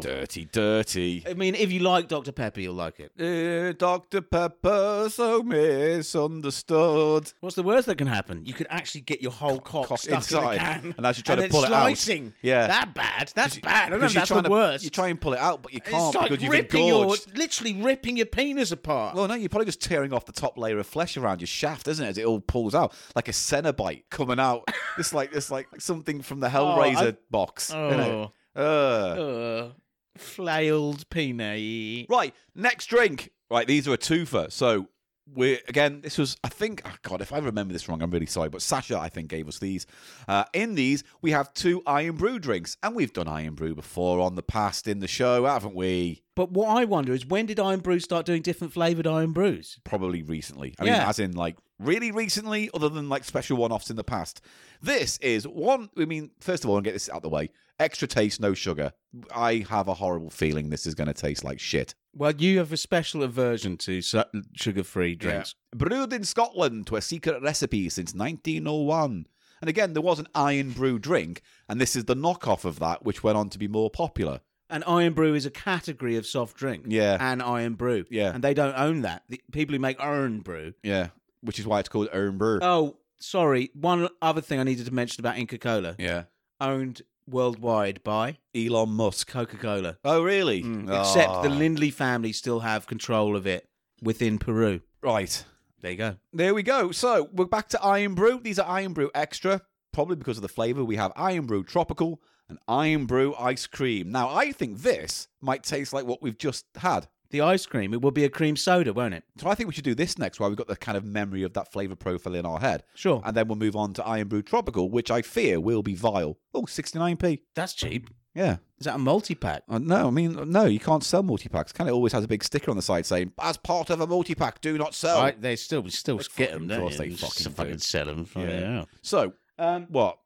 Speaker 2: dirty, dirty.
Speaker 1: I mean, if you like Dr. Pepper, you'll like it.
Speaker 2: Dear Dr. Pepper, so misunderstood.
Speaker 1: What's the worst that can happen? You could actually get your whole cock,
Speaker 2: cock
Speaker 1: stuck
Speaker 2: inside,
Speaker 1: in a can.
Speaker 2: and as you try to
Speaker 1: it's
Speaker 2: pull it out-
Speaker 1: slicing.
Speaker 2: Yeah.
Speaker 1: That bad. That's bad. I don't know
Speaker 2: Because
Speaker 1: if
Speaker 2: you're
Speaker 1: that's
Speaker 2: trying
Speaker 1: the
Speaker 2: to-
Speaker 1: worst.
Speaker 2: You try and pull it out, but you can't
Speaker 1: it's like
Speaker 2: because you've
Speaker 1: ripping your,
Speaker 2: engorged.
Speaker 1: literally ripping your penis apart.
Speaker 2: Well, no, you're probably just tearing off the top layer of flesh around your shaft, isn't it? As it all pulls out, like a Cenobite coming out. it's like it's like something from the Hellraiser
Speaker 1: Oh, I-
Speaker 2: box. innit?
Speaker 1: oh,
Speaker 2: Ugh.
Speaker 1: uh, flailed penis.
Speaker 2: Right, next drink. Right, these are a twofer. So we're again. This was, I think. Oh God, if I remember this wrong, I'm really sorry. But Sasha, I think, gave us these. Uh, in these, we have two Iron Brew drinks, and we've done Iron Brew before on the past in the show, haven't we?
Speaker 1: But what I wonder is when did Iron Brew start doing different flavoured Iron Brews?
Speaker 2: probably recently. I mean,
Speaker 1: Yeah.
Speaker 2: as in like really recently, other than like special one-offs in the past. This is one. I mean, first of all, and get this out the way: extra taste, no sugar. I have a horrible feeling this is going to taste like shit.
Speaker 1: Well, you have a special aversion to sugar-free drinks.
Speaker 2: Brewed in Scotland to a secret recipe since 1901. And again, there was an iron brew drink, and this is the knockoff of that, which went on to be more popular.
Speaker 1: And Iron Brew is a category of soft drink.
Speaker 2: Yeah.
Speaker 1: And Iron Brew.
Speaker 2: Yeah.
Speaker 1: And they don't own that. The people who make Iron Brew.
Speaker 2: Yeah, which is why it's called Iron Brew.
Speaker 1: Oh, sorry. One other thing I needed to mention about Inca Cola.
Speaker 2: Yeah,
Speaker 1: Owned worldwide by
Speaker 2: Elon Musk.
Speaker 1: Coca Cola.
Speaker 2: Oh, really?
Speaker 1: Hmm. Except the
Speaker 2: Ah,
Speaker 1: Lindley family still have control of it within Peru.
Speaker 2: right.
Speaker 1: There you go.
Speaker 2: There we go. So we're back to Iron Brew. These are Iron Brew Extra, probably because of the flavour. We have Iron Brew Tropical and Iron Brew Ice Cream. Now, I think this might taste like what we've just had.
Speaker 1: The ice cream, it will be a cream soda, won't it?
Speaker 2: So I think we should do this next, while we've got the kind of memory of that flavour profile in our head.
Speaker 1: Sure.
Speaker 2: And then we'll move on to Iron Brew Tropical, which I fear will be vile. Oh, 69p.
Speaker 1: That's cheap.
Speaker 2: Yeah.
Speaker 1: Is that a multi pack?
Speaker 2: Uh, no, I mean, no, you can't sell multi packs. Kind of always has a big sticker on the side saying, as part of a multi pack, do not sell.
Speaker 1: I, they still we still get them.
Speaker 2: fucking-
Speaker 1: Don't
Speaker 2: of course
Speaker 1: they
Speaker 2: they
Speaker 1: Just
Speaker 2: fucking
Speaker 1: fucking
Speaker 2: do.
Speaker 1: sell them.
Speaker 2: Yeah. So,
Speaker 1: Um,
Speaker 2: what?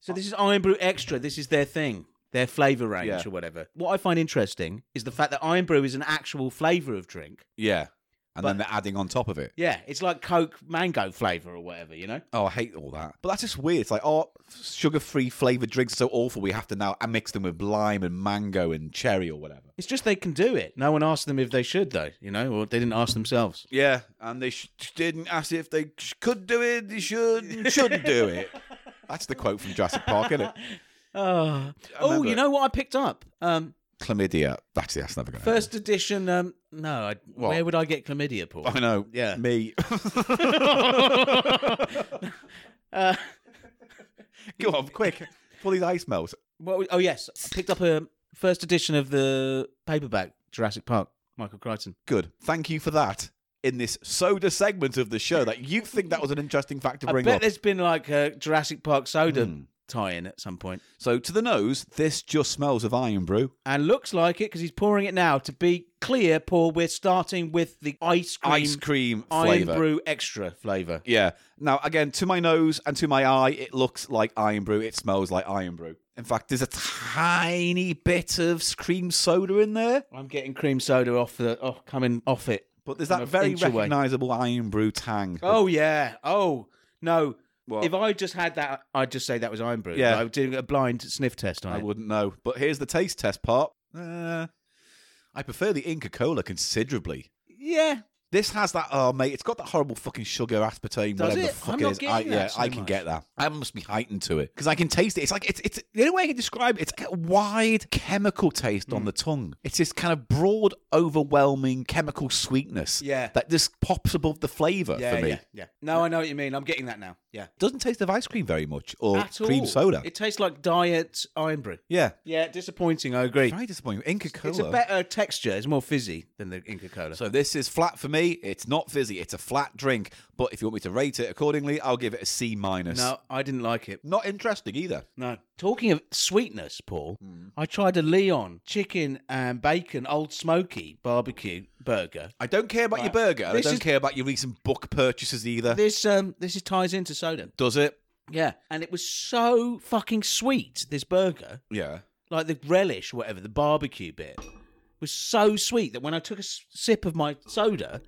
Speaker 1: so this is Iron Brew Extra. This is their thing, their flavor range
Speaker 2: Yeah.
Speaker 1: or whatever. What I find interesting is the fact that Iron Brew is an actual flavor of drink.
Speaker 2: Yeah. And
Speaker 1: But-
Speaker 2: then they're adding on top of it.
Speaker 1: Yeah, it's like Coke mango flavor or whatever. You know.
Speaker 2: Oh, I hate all that. But that's just weird. It's like, oh, sugar free flavored drinks are so awful. We have to now mix them with lime and mango and cherry or whatever.
Speaker 1: It's just they can do it. No one asked them if they should, though. You know, or they didn't ask themselves.
Speaker 2: Yeah, and they sh- didn't ask if they sh- could do it. They should and shouldn't do it. That's the quote from Jurassic Park, isn't it?
Speaker 1: oh, oh
Speaker 2: Ah. remember
Speaker 1: you
Speaker 2: it.
Speaker 1: know what I picked up? Um,
Speaker 2: Chlamydia. Actually, that's never going to
Speaker 1: first edition. Um, no, I, where would I get chlamydia, Paul?
Speaker 2: I know.
Speaker 1: Yeah.
Speaker 2: Me.
Speaker 1: Uh,
Speaker 2: Go on, quick. Pull these ice melts.
Speaker 1: well, oh yes, I picked up a first edition of the paperback Jurassic Park. Michael Crichton.
Speaker 2: Good. Thank you for that. In this soda segment of the show, that you think that was an interesting fact to
Speaker 1: I
Speaker 2: bring
Speaker 1: bet
Speaker 2: up. Hmm.
Speaker 1: there's been like a Jurassic Park soda tie-in at some point,
Speaker 2: So to the nose, this just smells of iron brew.
Speaker 1: and looks like it because he's pouring it now. To be clear, Paul, we're starting with the ice cream,
Speaker 2: Ice cream
Speaker 1: iron
Speaker 2: flavor.
Speaker 1: brew extra flavor.
Speaker 2: Yeah. Now again, to my nose and to my eye, it looks like iron brew. It smells like iron brew. In fact, there's a tiny bit of cream soda in there,
Speaker 1: I'm getting cream soda off the off coming off it.
Speaker 2: but there's
Speaker 1: I'm
Speaker 2: that
Speaker 1: an
Speaker 2: very
Speaker 1: inch away.
Speaker 2: recognisable iron brew tang.
Speaker 1: Oh yeah. Oh no.
Speaker 2: What?
Speaker 1: If I just had that, I'd just say that was iron brew.
Speaker 2: Yeah.
Speaker 1: I was doing a blind sniff test on
Speaker 2: I
Speaker 1: it.
Speaker 2: wouldn't know. But here's the taste test part. Uh, I prefer the Inca Cola considerably.
Speaker 1: Yeah.
Speaker 2: This has that, oh mate, it's got that horrible fucking sugar aspartame,
Speaker 1: Does
Speaker 2: whatever the
Speaker 1: it?
Speaker 2: fuck
Speaker 1: I'm
Speaker 2: it
Speaker 1: not
Speaker 2: is.
Speaker 1: getting
Speaker 2: I,
Speaker 1: that
Speaker 2: yeah,
Speaker 1: so
Speaker 2: I can
Speaker 1: much.
Speaker 2: get that. I must be heightened to it because I can taste it. It's like it's it's the only way I can describe it. It's like a wide chemical taste
Speaker 1: Mm.
Speaker 2: on the tongue. It's this kind of broad, overwhelming chemical sweetness.
Speaker 1: Yeah.
Speaker 2: that just pops above the flavour
Speaker 1: Yeah,
Speaker 2: for me.
Speaker 1: yeah, yeah. No, I know what you mean. I'm getting that now. Yeah.
Speaker 2: Doesn't taste of ice cream very much or
Speaker 1: At
Speaker 2: cream
Speaker 1: all.
Speaker 2: soda.
Speaker 1: It tastes like diet iron brew.
Speaker 2: yeah,
Speaker 1: Yeah, disappointing. I agree.
Speaker 2: very disappointing. Inca Cola.
Speaker 1: It's a better texture. It's more fizzy than the Inca Cola.
Speaker 2: So this is flat for me. It's not fizzy. It's a flat drink. But if you want me to rate it accordingly, I'll give it a C minus.
Speaker 1: no, I didn't like it.
Speaker 2: Not interesting either.
Speaker 1: No. Hmm. Talking of sweetness, Paul, I tried a Leon chicken and bacon old smoky barbecue burger.
Speaker 2: I don't care about your burger. I
Speaker 1: This
Speaker 2: don't
Speaker 1: is-
Speaker 2: care about your recent book purchases either.
Speaker 1: This um this is ties into soda.
Speaker 2: Does it?
Speaker 1: Yeah. And it was so fucking sweet, this burger.
Speaker 2: Yeah.
Speaker 1: Like the relish, whatever, the barbecue bit was so sweet that when I took a s- sip of my soda,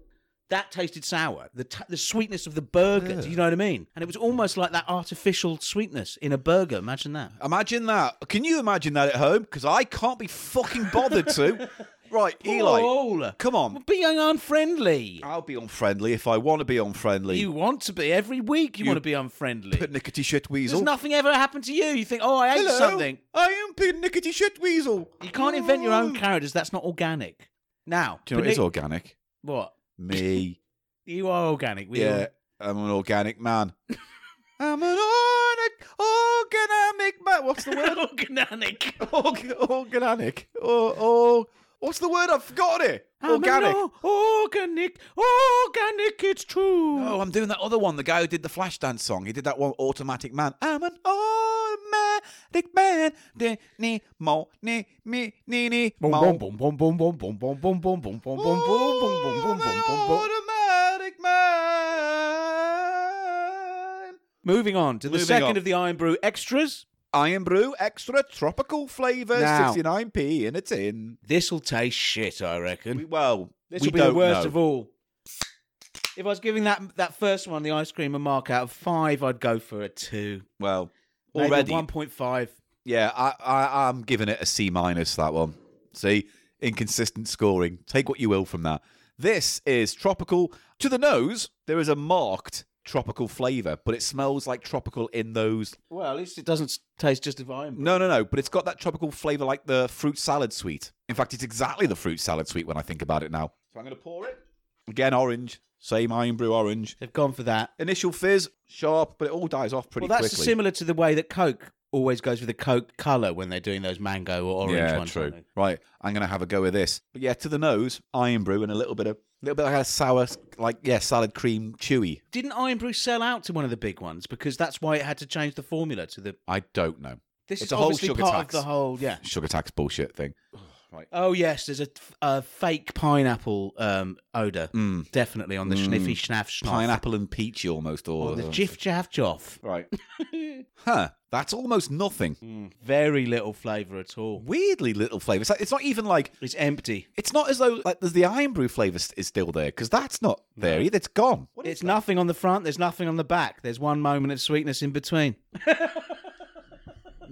Speaker 1: that tasted sour. The, t- the sweetness of the burger, do you know what I mean? And it was almost like that artificial sweetness in a burger. Imagine that.
Speaker 2: Imagine that. Can you imagine that at home? Because I can't be fucking bothered to. Right, Eli.
Speaker 1: Paul,
Speaker 2: Come on.
Speaker 1: being unfriendly.
Speaker 2: I'll be unfriendly if I want to be unfriendly.
Speaker 1: You want to be every week. You,
Speaker 2: You
Speaker 1: want to be unfriendly.
Speaker 2: Picnickety shit weasel.
Speaker 1: There's nothing ever happened to you. You think, oh, I ate
Speaker 2: Hello,
Speaker 1: something.
Speaker 2: I am Picnickety shit weasel.
Speaker 1: You can't invent your own characters. That's not organic. Now,
Speaker 2: Do you know what is
Speaker 1: Bene-
Speaker 2: organic?
Speaker 1: what?
Speaker 2: Me.
Speaker 1: You are organic. We
Speaker 2: Yeah,
Speaker 1: are-
Speaker 2: I'm an organic man. I'm an organic, organic man. What's the word?
Speaker 1: organic.
Speaker 2: Org- organic. Oh, oh, what's the word? I've forgotten it.
Speaker 1: Oh,
Speaker 2: Organic.
Speaker 1: I'm an o- organic. Organic. It's true.
Speaker 2: Oh, I'm doing that other one. The guy who did the Flashdance song. He did that one, Automatic Man. I'm an automatic man. De, ni, mo, ni, mi, ni, ni, mo.
Speaker 1: boom, boom, boom, boom, boom, boom, boom, boom, boom, boom, boom, boom, boom, boom, boom, boom, boom, boom.
Speaker 2: Automatic man.
Speaker 1: Moving on to the
Speaker 2: Moving
Speaker 1: second
Speaker 2: on.
Speaker 1: of the Iron Brew extras.
Speaker 2: Iron Brew Extra Tropical Flavour,
Speaker 1: Now-
Speaker 2: 69p in a tin.
Speaker 1: This'll taste shit, I reckon.
Speaker 2: We, well,
Speaker 1: This
Speaker 2: we
Speaker 1: will be the
Speaker 2: don't
Speaker 1: worst
Speaker 2: know.
Speaker 1: of all. If I was giving that that first one, the ice cream, a mark out of five, I'd go for a two.
Speaker 2: Well,
Speaker 1: Maybe
Speaker 2: already,
Speaker 1: one point five.
Speaker 2: yeah, I, I, I'm giving it a C minus that one. See, inconsistent scoring. Take what you will from that. This is tropical to the nose. There is a marked tropical flavour, but it smells like tropical in those.
Speaker 1: Well, at least it doesn't s- taste just divine.
Speaker 2: No, no, no. But it's got that tropical flavour like the fruit salad sweet. In fact, it's exactly the fruit salad sweet when I think about it now. So I'm going to pour it. Again, orange. Same iron brew orange.
Speaker 1: They've gone for that.
Speaker 2: Initial fizz, sharp, but it all dies off pretty
Speaker 1: Well, that's
Speaker 2: quickly.
Speaker 1: similar to the way that Coke always goes with the Coke color when they're doing those mango or orange
Speaker 2: yeah,
Speaker 1: ones.
Speaker 2: true.
Speaker 1: aren't
Speaker 2: Right, I'm gonna have a go with this. But yeah, to the nose, iron brew and a little bit of, little bit like a sour, like yeah, salad cream, chewy.
Speaker 1: they? Didn't Iron Brew sell out to one of the big ones because that's why it had to change the formula to the?
Speaker 2: I don't know.
Speaker 1: This
Speaker 2: It's
Speaker 1: is
Speaker 2: a whole
Speaker 1: obviously
Speaker 2: sugar
Speaker 1: part
Speaker 2: tax.
Speaker 1: of the whole. Yeah.
Speaker 2: Sugar tax bullshit thing.
Speaker 1: Oh yes, there's a, a fake pineapple um, odor definitely on the sniffy schnaff schnoff.
Speaker 2: Mm. Pineapple and peachy almost, or
Speaker 1: Or the jiff jaff joff.
Speaker 2: Right. huh. That's almost nothing.
Speaker 1: Very little flavour at all.
Speaker 2: Weirdly little flavour. It's, like, it's not even like
Speaker 1: It's empty.
Speaker 2: it's not as though like there's the iron brew flavour st- is still there because that's not there either. It's gone. What is
Speaker 1: It's nothing on the front. There's nothing on the back. There's one moment of sweetness in between.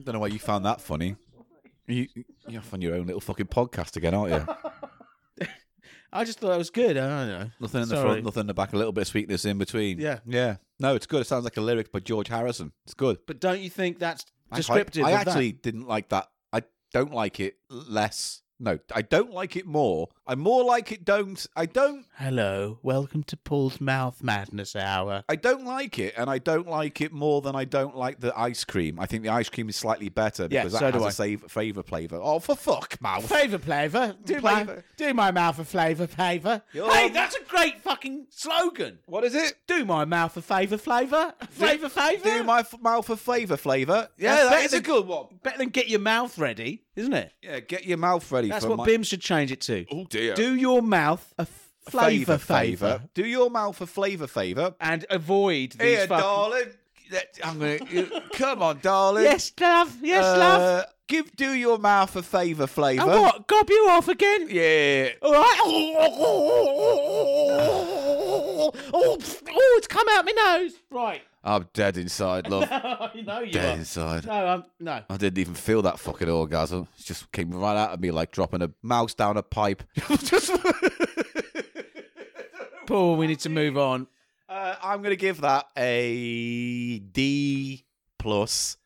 Speaker 2: Don't know why you found that funny. You, you're off on your own little fucking podcast again, aren't you?
Speaker 1: I just thought it was good. I don't know.
Speaker 2: Nothing in the
Speaker 1: Sorry.
Speaker 2: front, nothing in the back, a little bit of sweetness in between.
Speaker 1: Yeah.
Speaker 2: Yeah. No, it's good. It sounds like a lyric by George Harrison. It's good.
Speaker 1: But don't you think that's
Speaker 2: I-
Speaker 1: descriptive?
Speaker 2: I,
Speaker 1: of that?
Speaker 2: actually didn't like that. I don't like it less. No, I don't like it more. I more like it don't. I don't.
Speaker 1: Hello, welcome to Paul's Mouth Madness Hour.
Speaker 2: I don't like it, and I don't like it more than I don't like the ice cream. I think the ice cream is slightly better
Speaker 1: Yeah, so
Speaker 2: because that
Speaker 1: do
Speaker 2: has
Speaker 1: I.
Speaker 2: a save, favour flavour. Oh, for fuck, mouth.
Speaker 1: Flavour, flavour. Do,
Speaker 2: my-
Speaker 1: do my mouth a flavour, flavour.
Speaker 2: Your-
Speaker 1: Hey, that's a great fucking slogan.
Speaker 2: What is it?
Speaker 1: Do my mouth a favour, flavour. Flavour, flavour.
Speaker 2: Do my f- mouth a flavour flavour. Yeah,
Speaker 1: That's
Speaker 2: that
Speaker 1: better
Speaker 2: is
Speaker 1: than-
Speaker 2: a good one.
Speaker 1: Better than get your mouth ready, isn't it?
Speaker 2: Yeah, get your mouth ready
Speaker 1: That's
Speaker 2: for
Speaker 1: what
Speaker 2: my-
Speaker 1: BIM should change it to.
Speaker 2: Oh dear.
Speaker 1: Do your mouth a f- flavour, flavour.
Speaker 2: flavour. Do your mouth a flavour flavour.
Speaker 1: And avoid these
Speaker 2: Here,
Speaker 1: fucking-
Speaker 2: darling. That- I'm gonna. you- come on, darling.
Speaker 1: Yes, love. Yes, love.
Speaker 2: Uh, Give do your mouth a favour flavour.
Speaker 1: And what? Gob you off again?
Speaker 2: Yeah.
Speaker 1: All right. Oh, oh, oh, oh, oh, oh, oh, pfft. Oh, it's come out my nose. Right.
Speaker 2: I'm dead inside, love.
Speaker 1: I know you
Speaker 2: dead
Speaker 1: are.
Speaker 2: inside.
Speaker 1: No, um, no.
Speaker 2: I didn't even feel that fucking orgasm. It just came right out of me like dropping a mouse down a pipe. Just-
Speaker 1: Paul, we need to move on.
Speaker 2: Uh, I'm gonna give that a D plus.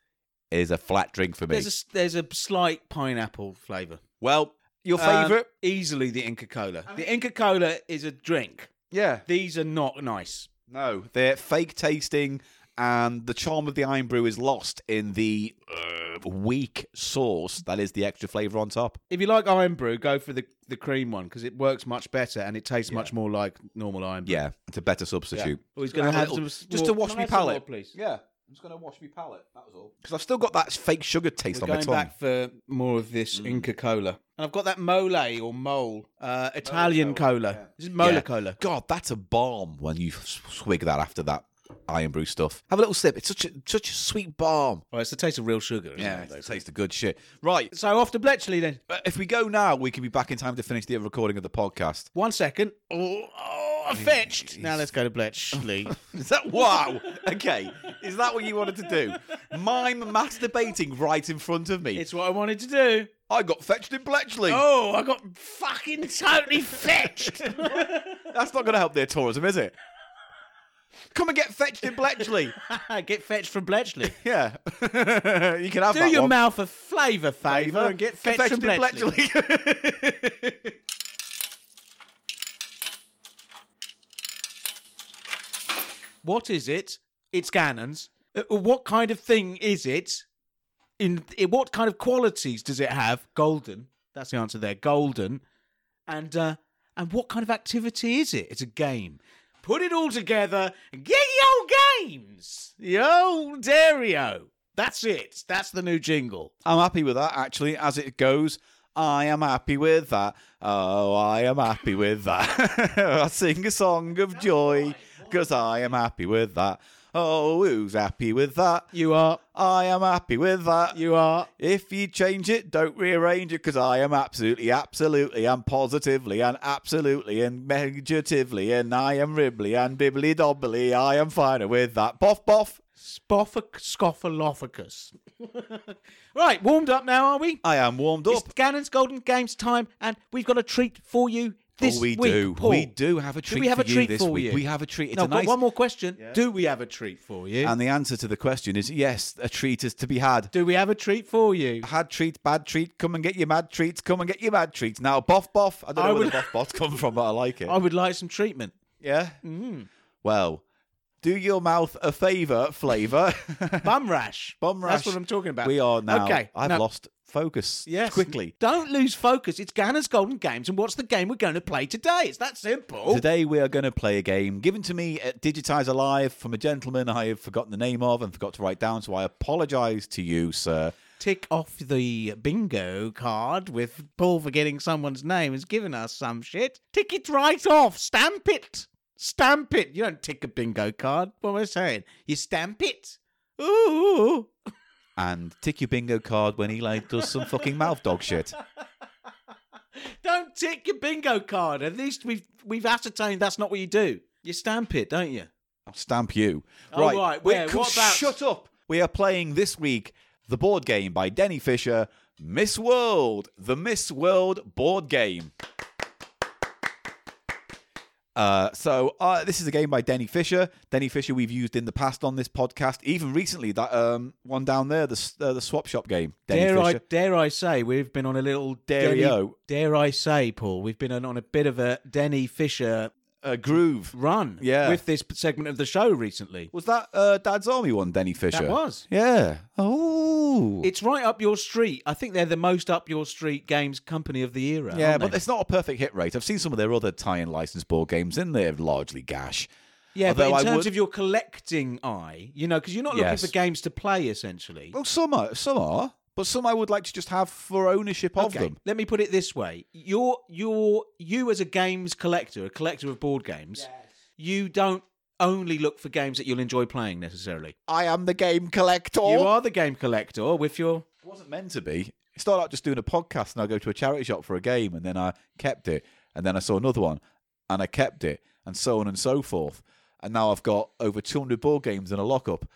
Speaker 2: Is a flat drink for me.
Speaker 1: There's a s- there's a slight pineapple flavour.
Speaker 2: well, your
Speaker 1: Um,
Speaker 2: favourite?
Speaker 1: easily the Inca Cola. The Inca Cola is a drink.
Speaker 2: yeah.
Speaker 1: These are not nice.
Speaker 2: No, they're fake tasting, and the charm of the iron brew is lost in the uh, weak sauce that is the extra flavour on top.
Speaker 1: If you like Iron Brew, go for the the cream one because it works much better and it tastes much more like normal Iron Brew.
Speaker 2: Yeah, it's a better substitute.
Speaker 1: Oh, he's gonna
Speaker 2: Add a
Speaker 1: have
Speaker 2: little-
Speaker 1: some s-
Speaker 2: just to
Speaker 1: more-
Speaker 2: wash
Speaker 1: can I
Speaker 2: me
Speaker 1: have some
Speaker 2: palate,
Speaker 1: more, please?
Speaker 2: Yeah, I'm just gonna wash me palate. That was all. Because I've still got that fake sugar taste
Speaker 1: We're
Speaker 2: on my
Speaker 1: going
Speaker 2: tongue.
Speaker 1: back for more of this Inca Cola, and I've got that mole or mole uh, Italian cola. This is mola
Speaker 2: Yeah.
Speaker 1: cola.
Speaker 2: God, that's a balm when you s- swig that after that iron brew stuff. Have a little sip. It's such a such a sweet balm.
Speaker 1: Oh, it's the taste of real sugar. Isn't
Speaker 2: Yeah,
Speaker 1: it,
Speaker 2: it
Speaker 1: though?
Speaker 2: tastes the good shit. Right,
Speaker 1: So off to Bletchley then.
Speaker 2: uh, if we go now, we can be back in time to finish the recording of the podcast.
Speaker 1: One second. Oh, oh I fetched. Now let's go to Bletchley.
Speaker 2: Is that wow? Okay, is that what you wanted to do? Mime masturbating right in front of me.
Speaker 1: it's what I wanted to do.
Speaker 2: I got fetched in Bletchley.
Speaker 1: Oh, I got fucking totally fetched.
Speaker 2: That's not going to help their tourism, is it? Come and get fetched in Bletchley.
Speaker 1: get fetched from Bletchley.
Speaker 2: yeah, you can have
Speaker 1: Do
Speaker 2: that
Speaker 1: your
Speaker 2: one.
Speaker 1: mouth a flavour favour and get fetched, from
Speaker 2: in
Speaker 1: Bletchley.
Speaker 2: Bletchley.
Speaker 1: What is it? It's Gannon's. Uh, What kind of thing is it? In, in what kind of qualities does it have? Golden. That's the answer there. Golden. And uh, and what kind of activity is it? It's a game. Put it all together and get your games. Yo, Dario. That's it. That's the new jingle.
Speaker 2: I'm happy with that, actually, as it goes. I am happy with that. Oh, I am happy with that. I sing a song of joy because I am happy with that. Oh, who's happy with that?
Speaker 1: You are.
Speaker 2: I am happy with that.
Speaker 1: You are.
Speaker 2: If you change it, don't rearrange it because I am absolutely, absolutely, and positively, and absolutely, and negatively, and I am ribbly, and bibbly dobbly. I am fine with that. Boff, boff.
Speaker 1: Spoffic- Scofalophicus. right, warmed up now, are we?
Speaker 2: I am warmed up.
Speaker 1: It's Gannon's Golden Games time, and we've got a treat for you this
Speaker 2: oh, we
Speaker 1: week.
Speaker 2: do.
Speaker 1: Paul.
Speaker 2: We do have a treat
Speaker 1: we have
Speaker 2: for
Speaker 1: a treat
Speaker 2: you this
Speaker 1: for
Speaker 2: week.
Speaker 1: you?
Speaker 2: We have a treat. It's
Speaker 1: No,
Speaker 2: a
Speaker 1: I've got
Speaker 2: nice
Speaker 1: one more question. Do we have a treat for you?
Speaker 2: And the answer to the question is yes, a treat is to be had.
Speaker 1: do we have a treat for you?
Speaker 2: Had treat, bad treat, come and get your mad treats, come and get your mad treats. Now, boff, boff. I don't
Speaker 1: I
Speaker 2: know where
Speaker 1: would-
Speaker 2: the boff, boff's come from, but I like it.
Speaker 1: I would like some treatment.
Speaker 2: Yeah?
Speaker 1: Mm.
Speaker 2: Well, do your mouth a favour, flavour.
Speaker 1: Bum rash.
Speaker 2: Bum
Speaker 1: That's
Speaker 2: rash.
Speaker 1: what I'm talking about.
Speaker 2: we are now.
Speaker 1: Okay.
Speaker 2: I've
Speaker 1: now-
Speaker 2: lost focus
Speaker 1: Yes.
Speaker 2: quickly.
Speaker 1: Don't lose focus. It's Gannon's Golden Games, and what's the game we're going to play today? It's that simple.
Speaker 2: Today we are going to play a game given to me at Digitize Alive from a gentleman I have forgotten the name of and forgot to write down, so I apologise to you, sir.
Speaker 1: Tick off the bingo card with Paul forgetting someone's name has given us some shit. Tick it right off. Stamp it. Stamp it. You don't tick a bingo card. What am I saying? You stamp it. Ooh.
Speaker 2: and tick your bingo card when Eli does some fucking mouth dog shit.
Speaker 1: Don't tick your bingo card. At least we've we've ascertained that's not what you do. You stamp it, don't you?
Speaker 2: I'll stamp you.
Speaker 1: Oh, right,
Speaker 2: we
Speaker 1: where?
Speaker 2: could-
Speaker 1: What about-
Speaker 2: Shut up. We are playing this week the board game by Denny Fisher, Miss World, the Miss World board game. Uh, so uh, this is a game by Denny Fisher. Denny Fisher we've used in the past on this podcast, even recently that um, one down there, the s- uh, the swap shop game. Denny
Speaker 1: Dare I
Speaker 2: Fisher.
Speaker 1: dare I say we've been on a little Denny-
Speaker 2: Derrio.
Speaker 1: Dare I say, Paul, we've been on, on a bit of a Denny Fisher
Speaker 2: Uh, groove.
Speaker 1: run
Speaker 2: Yeah.
Speaker 1: with this segment of the show recently.
Speaker 2: Was that uh, Dad's Army one, Denny Fisher?
Speaker 1: That was.
Speaker 2: Yeah. Oh.
Speaker 1: It's right up your street. I think they're the most up your street games company of the era.
Speaker 2: yeah,
Speaker 1: aren't
Speaker 2: but
Speaker 1: they?
Speaker 2: it's not a perfect hit rate. I've seen some of their other tie-in licensed board games, and they're largely gash.
Speaker 1: yeah, but in
Speaker 2: although I
Speaker 1: terms
Speaker 2: would-
Speaker 1: of your collecting eye, you know, because you're not looking
Speaker 2: Yes.
Speaker 1: for games to play essentially.
Speaker 2: Well, some are, some are, but some I would like to just have for ownership of
Speaker 1: Okay,
Speaker 2: them.
Speaker 1: Let me put it this way: you're you're you as a games collector, a collector of board games, you don't only look for games that you'll enjoy playing necessarily.
Speaker 2: I am the game collector.
Speaker 1: You are the game collector with your
Speaker 2: It wasn't meant to be. It started out just doing a podcast, and I go to a charity shop for a game, and then I kept it, and then I saw another one, and I kept it, and so on and so forth. And now I've got over 200 board games in a lockup.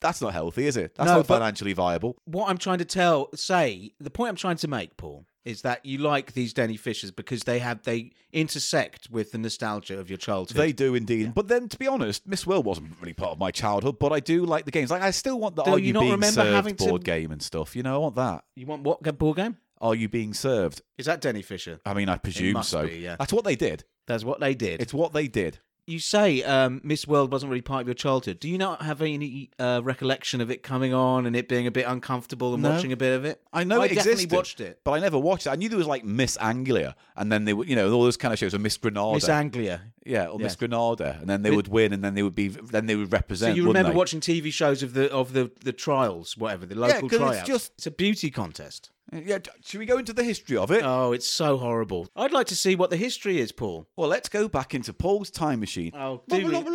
Speaker 2: That's not healthy, is it? That's
Speaker 1: No,
Speaker 2: not
Speaker 1: but-
Speaker 2: financially viable.
Speaker 1: what I'm trying to tell say the point I'm trying to make, Paul, is that you like these Denny Fishers because they have they intersect with the nostalgia of your childhood.
Speaker 2: They do indeed. But then, to be honest, Miss World wasn't really part of my childhood, but I do like the games. Like, I still want the
Speaker 1: Do
Speaker 2: Are
Speaker 1: you
Speaker 2: You
Speaker 1: not
Speaker 2: Being
Speaker 1: remember
Speaker 2: Served
Speaker 1: having to-
Speaker 2: board game and stuff. You know, I want that.
Speaker 1: you want what ga- board game?
Speaker 2: Are You Being Served?
Speaker 1: Is that Denny Fisher?
Speaker 2: I mean, I presume
Speaker 1: must
Speaker 2: so.
Speaker 1: be, yeah.
Speaker 2: That's what they did.
Speaker 1: That's what they did.
Speaker 2: It's what they did.
Speaker 1: You say um, Miss World wasn't really part of your childhood. Do you not have any uh, recollection of it coming on and it being a bit uncomfortable and
Speaker 2: No.
Speaker 1: watching a bit of it?
Speaker 2: I know
Speaker 1: I
Speaker 2: it
Speaker 1: definitely
Speaker 2: existed,
Speaker 1: watched it.
Speaker 2: but I never watched it. I knew there was like Miss Anglia, and then they would, you know, all those kind of shows, or Miss Granada,
Speaker 1: Miss Anglia.
Speaker 2: yeah, or Miss
Speaker 1: Yes.
Speaker 2: Granada, and then they
Speaker 1: But-
Speaker 2: would win, and then they would be, then they would
Speaker 1: So
Speaker 2: represent.
Speaker 1: you
Speaker 2: wouldn't
Speaker 1: remember
Speaker 2: they?
Speaker 1: watching TV shows of the of the, the trials, whatever the
Speaker 2: Yeah,
Speaker 1: local
Speaker 2: 'cause it's
Speaker 1: tryouts.
Speaker 2: just-
Speaker 1: it's a beauty contest.
Speaker 2: Yeah, d- should we go into the history of it?
Speaker 1: Oh, it's so horrible. I'd like to see what the history is, Paul.
Speaker 2: well, let's go back into Paul's time machine.
Speaker 1: Oh, do we- blobba,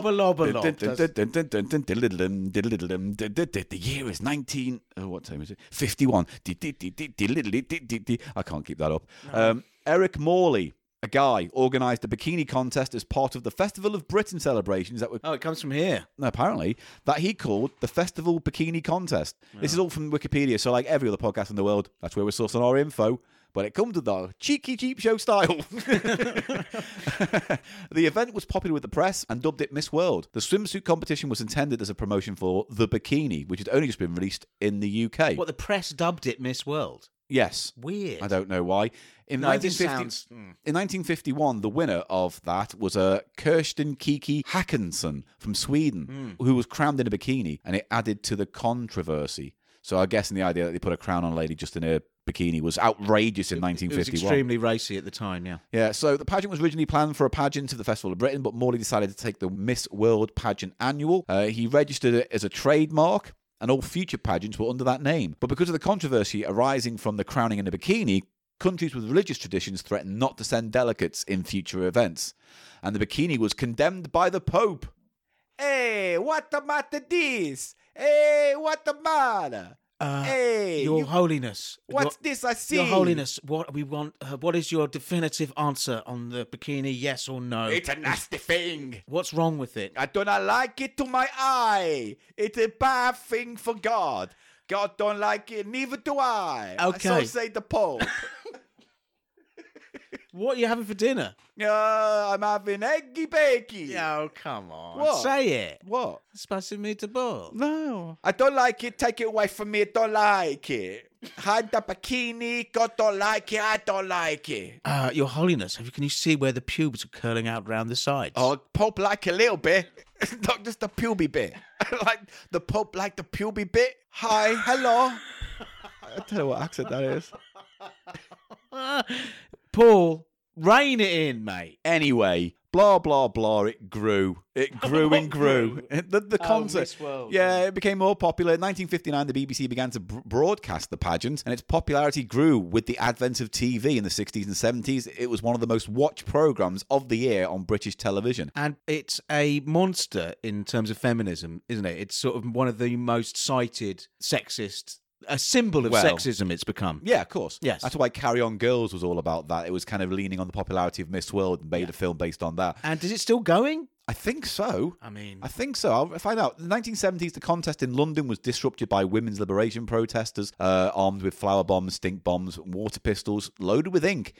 Speaker 1: lobba, lob. That's-
Speaker 2: The year is 19. Oh, what time is it? 51. I can't keep that up. Um, Eric Morley, a guy, organised a bikini contest as part of the Festival of Britain celebrations that were
Speaker 1: Oh, it comes from here.
Speaker 2: apparently that he called the Festival Bikini Contest. This is all from Wikipedia, so like every other podcast in the world, that's where we're sourcing our info. But it comes to the cheeky cheap show style. the event was popular with the press and dubbed it Miss World. The swimsuit competition was intended as a promotion for The Bikini, which had only just been released in the UK.
Speaker 1: What the press dubbed it Miss World.
Speaker 2: Yes.
Speaker 1: Weird.
Speaker 2: I don't know why. In,
Speaker 1: No, this
Speaker 2: 1950
Speaker 1: sounds- mm.
Speaker 2: in 1951, the winner of that was uh, Kirsten Kiki Hackinson from Sweden,
Speaker 1: Hmm.
Speaker 2: who was crowned in a bikini, and it added to the controversy. So I guess in the idea that they put a crown on a lady just in a bikini was outrageous in
Speaker 1: It was
Speaker 2: 1951.
Speaker 1: extremely racy at the time. Yeah.
Speaker 2: Yeah, so the pageant was originally planned for a pageant of the Festival of Britain, but Morley decided to take the Miss World pageant annual. Uh, he registered it as a trademark, and all future pageants were under that name. But because of the controversy arising from the crowning in a bikini, countries with religious traditions threatened not to send delegates in future events. And the bikini was condemned by the Pope. Hey, what about this? Hey, what the matter?
Speaker 1: Uh,
Speaker 2: hey,
Speaker 1: Your
Speaker 2: you-
Speaker 1: Holiness. your,
Speaker 2: what's this I see?
Speaker 1: Your Holiness, what we want? Uh, what is your definitive answer on the bikini? Yes or no?
Speaker 2: It's a nasty thing.
Speaker 1: What's wrong with it?
Speaker 2: I do not like it to my eye. It's a bad thing for God. God don't like it, neither do I. So
Speaker 1: Okay.
Speaker 2: say the Pope.
Speaker 1: What are you having for dinner?
Speaker 2: uh, I'm having eggy bakey.
Speaker 1: Oh, come on.
Speaker 2: What?
Speaker 1: Say it.
Speaker 2: What?
Speaker 1: Spicy meatball.
Speaker 2: No. I don't like it. Take it away from me. I don't like it. Hide the bikini. God don't like it. I don't like it.
Speaker 1: Uh, your Holiness, have you, can you see where the pubes are curling out round the sides?
Speaker 2: Oh, Pope like a little bit. It's not just the puby bit. like the Pope like the puby bit. Hi, hello. I don't know what accent that is.
Speaker 1: Ah, Paul, rein it in, mate.
Speaker 2: Anyway, blah blah blah. It grew, it grew and grew. The, the concert,
Speaker 1: Oh, Miss World,
Speaker 2: yeah, it became more popular. In 1959, the BBC began to br- broadcast the pageant, and its popularity grew with the advent of TV in the 60s and 70s. It was one of the most watched programs of the year on British television.
Speaker 1: And it's a monster in terms of feminism, isn't it? It's sort of one of the most cited sexist, a symbol of
Speaker 2: Well-
Speaker 1: sexism it's become.
Speaker 2: Yeah, of course.
Speaker 1: Yes.
Speaker 2: that's why Carry On Girls was all about that. It was kind of leaning on the popularity of Miss World and made a film based on that.
Speaker 1: And is it still going?
Speaker 2: I think so.
Speaker 1: I mean,
Speaker 2: I think so. I'll find out. In the 1970s, the contest in London was disrupted by women's liberation protesters uh, armed with flower bombs, stink bombs, and water pistols loaded with ink.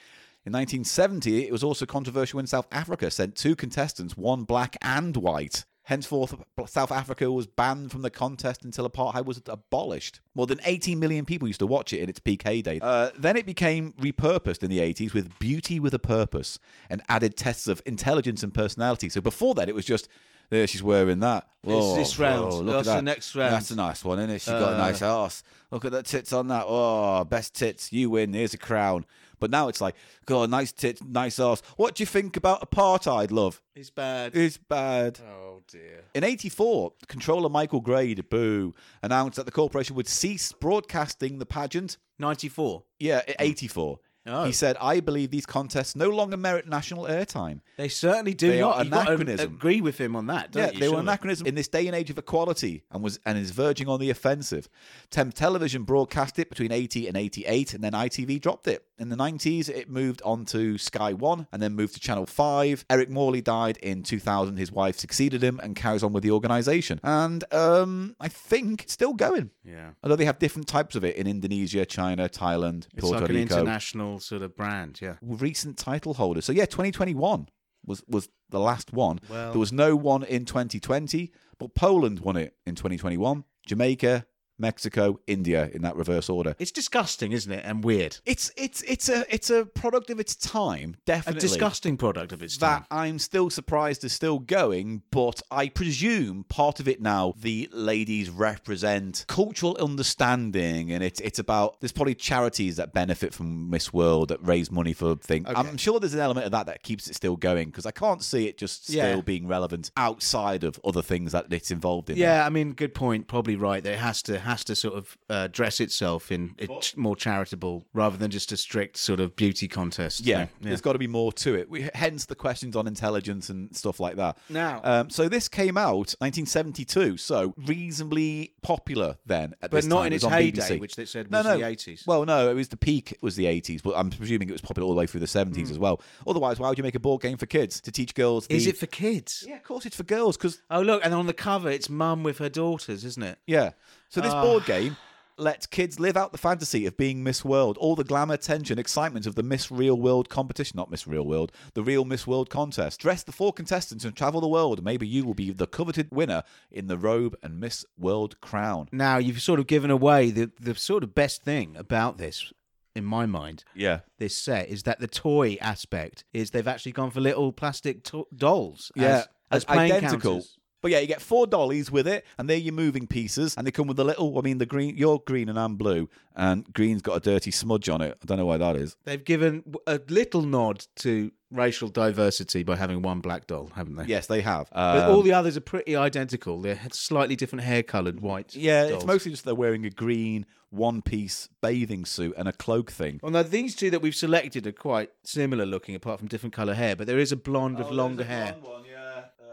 Speaker 2: In 1970, it was also controversial when South Africa sent two contestants, one black and white. Henceforth, South Africa was banned from the contest until apartheid was abolished. More than 18 million people used to watch it in its peak heyday. Uh, then it became repurposed in the 80s with Beauty with a Purpose and added tests of intelligence and personality. So before that, it was just, there she's wearing that. Whoa,
Speaker 1: this
Speaker 2: whoa,
Speaker 1: round.
Speaker 2: look at
Speaker 1: That's the
Speaker 2: that.
Speaker 1: next round. Uh,
Speaker 2: That's a nice one, isn't it? She's got a nice ass. Look at the tits on that. Oh, best tits. You win. Here's a crown. But now it's like, God, nice tits, nice ass. What do you think about apartheid, love?
Speaker 1: It's bad.
Speaker 2: It's bad.
Speaker 1: Oh dear.
Speaker 2: In 84, controller Michael Grade, boo, announced that the corporation would cease broadcasting the pageant.
Speaker 1: Ninety-four.
Speaker 2: Yeah, i- 84.
Speaker 1: Oh.
Speaker 2: He said, I believe these contests no longer merit national airtime.
Speaker 1: They certainly do
Speaker 2: They
Speaker 1: not.
Speaker 2: are
Speaker 1: You've got to
Speaker 2: anachronism.
Speaker 1: agree with him on that, don't
Speaker 2: yeah,
Speaker 1: you?
Speaker 2: they were
Speaker 1: surely?
Speaker 2: an anachronism in this day and age of equality and was and is verging on the offensive. Temp Television broadcast it between 80 and 88 and then ITV dropped it. In the 90s it moved on to Sky 1 and then moved to Channel 5. Eric Morley died in 2000, his wife succeeded him and carries on with the organization. And um I think it's still going.
Speaker 1: Yeah.
Speaker 2: Although they have different types of it in Indonesia, China, Thailand,
Speaker 1: It's
Speaker 2: Puerto
Speaker 1: like an
Speaker 2: Rico.
Speaker 1: international sort of brand, yeah.
Speaker 2: recent title holders. So yeah, 2021 was was the last one.
Speaker 1: Well-
Speaker 2: there was no one in 2020, but Poland won it in 2021. Jamaica, Mexico, India in that reverse order.
Speaker 1: It's disgusting, isn't it? And weird.
Speaker 2: It's it's it's a it's a product of its time,
Speaker 1: A
Speaker 2: definitely.
Speaker 1: disgusting product of its time.
Speaker 2: that I'm still surprised is still going, but I presume part of it now the ladies represent cultural understanding, and it's it's about there's probably charities that benefit from Miss World that raise money for things. I'm sure there's an element of that that keeps it still going because I can't see it just still
Speaker 1: Yeah.
Speaker 2: being relevant outside of other things that it's involved in.
Speaker 1: Yeah, I mean, good point. Probably right. That it has to has to sort of uh, dress itself in a ch- more charitable rather than just a strict sort of beauty contest.
Speaker 2: Yeah,
Speaker 1: thing.
Speaker 2: there's got to be more to it. We, hence the questions on intelligence and stuff like that.
Speaker 1: Now-
Speaker 2: um, so this came out 1972, so reasonably popular then.
Speaker 1: But
Speaker 2: At this
Speaker 1: not
Speaker 2: time.
Speaker 1: in
Speaker 2: It was
Speaker 1: its
Speaker 2: on
Speaker 1: heyday,
Speaker 2: BBC.
Speaker 1: which they said
Speaker 2: no,
Speaker 1: was
Speaker 2: no.
Speaker 1: the 80s.
Speaker 2: Well, no, it was the peak was the 80s, but I'm presuming it was popular all the way through the 70s as well. Otherwise, why would you make a board game for kids to teach girls? The...
Speaker 1: Hmm. Is it for kids?
Speaker 2: Yeah, of course it's for girls because
Speaker 1: Oh, look, and on the cover, it's mum with her daughters, isn't it?
Speaker 2: Yeah. So this board game lets kids live out the fantasy of being Miss World, all the glamour, tension, excitement of the Miss Real World competition, not Miss Real World, the Real Miss World contest. Dress the four contestants and travel the world. Maybe you will be the coveted winner in the robe and Miss World crown.
Speaker 1: Now, you've sort of given away the, the sort of best thing about this, in my mind,
Speaker 2: Yeah.
Speaker 1: this set, is that the toy aspect is they've actually gone for little plastic to- dolls.
Speaker 2: Yeah.
Speaker 1: As, as
Speaker 2: i-
Speaker 1: playing
Speaker 2: identical.
Speaker 1: counters.
Speaker 2: But yeah, you get four dollies with it, and they're your moving pieces, and they come with a little. I mean, the green, you're green and I'm blue, and green's got a dirty smudge on it. I don't know why that is.
Speaker 1: They've given a little nod to racial diversity by having one black doll, haven't they?
Speaker 2: Yes, they have.
Speaker 1: But
Speaker 2: Um,
Speaker 1: all the others are pretty identical. They're slightly different hair coloured white.
Speaker 2: Yeah,
Speaker 1: dolls.
Speaker 2: it's mostly just they're wearing a green one piece bathing suit and a cloak thing.
Speaker 1: Although these two that we've selected are quite similar looking, apart from different colour hair, but there is Oh, a blonde
Speaker 2: Oh,
Speaker 1: with longer hair.
Speaker 2: Uh,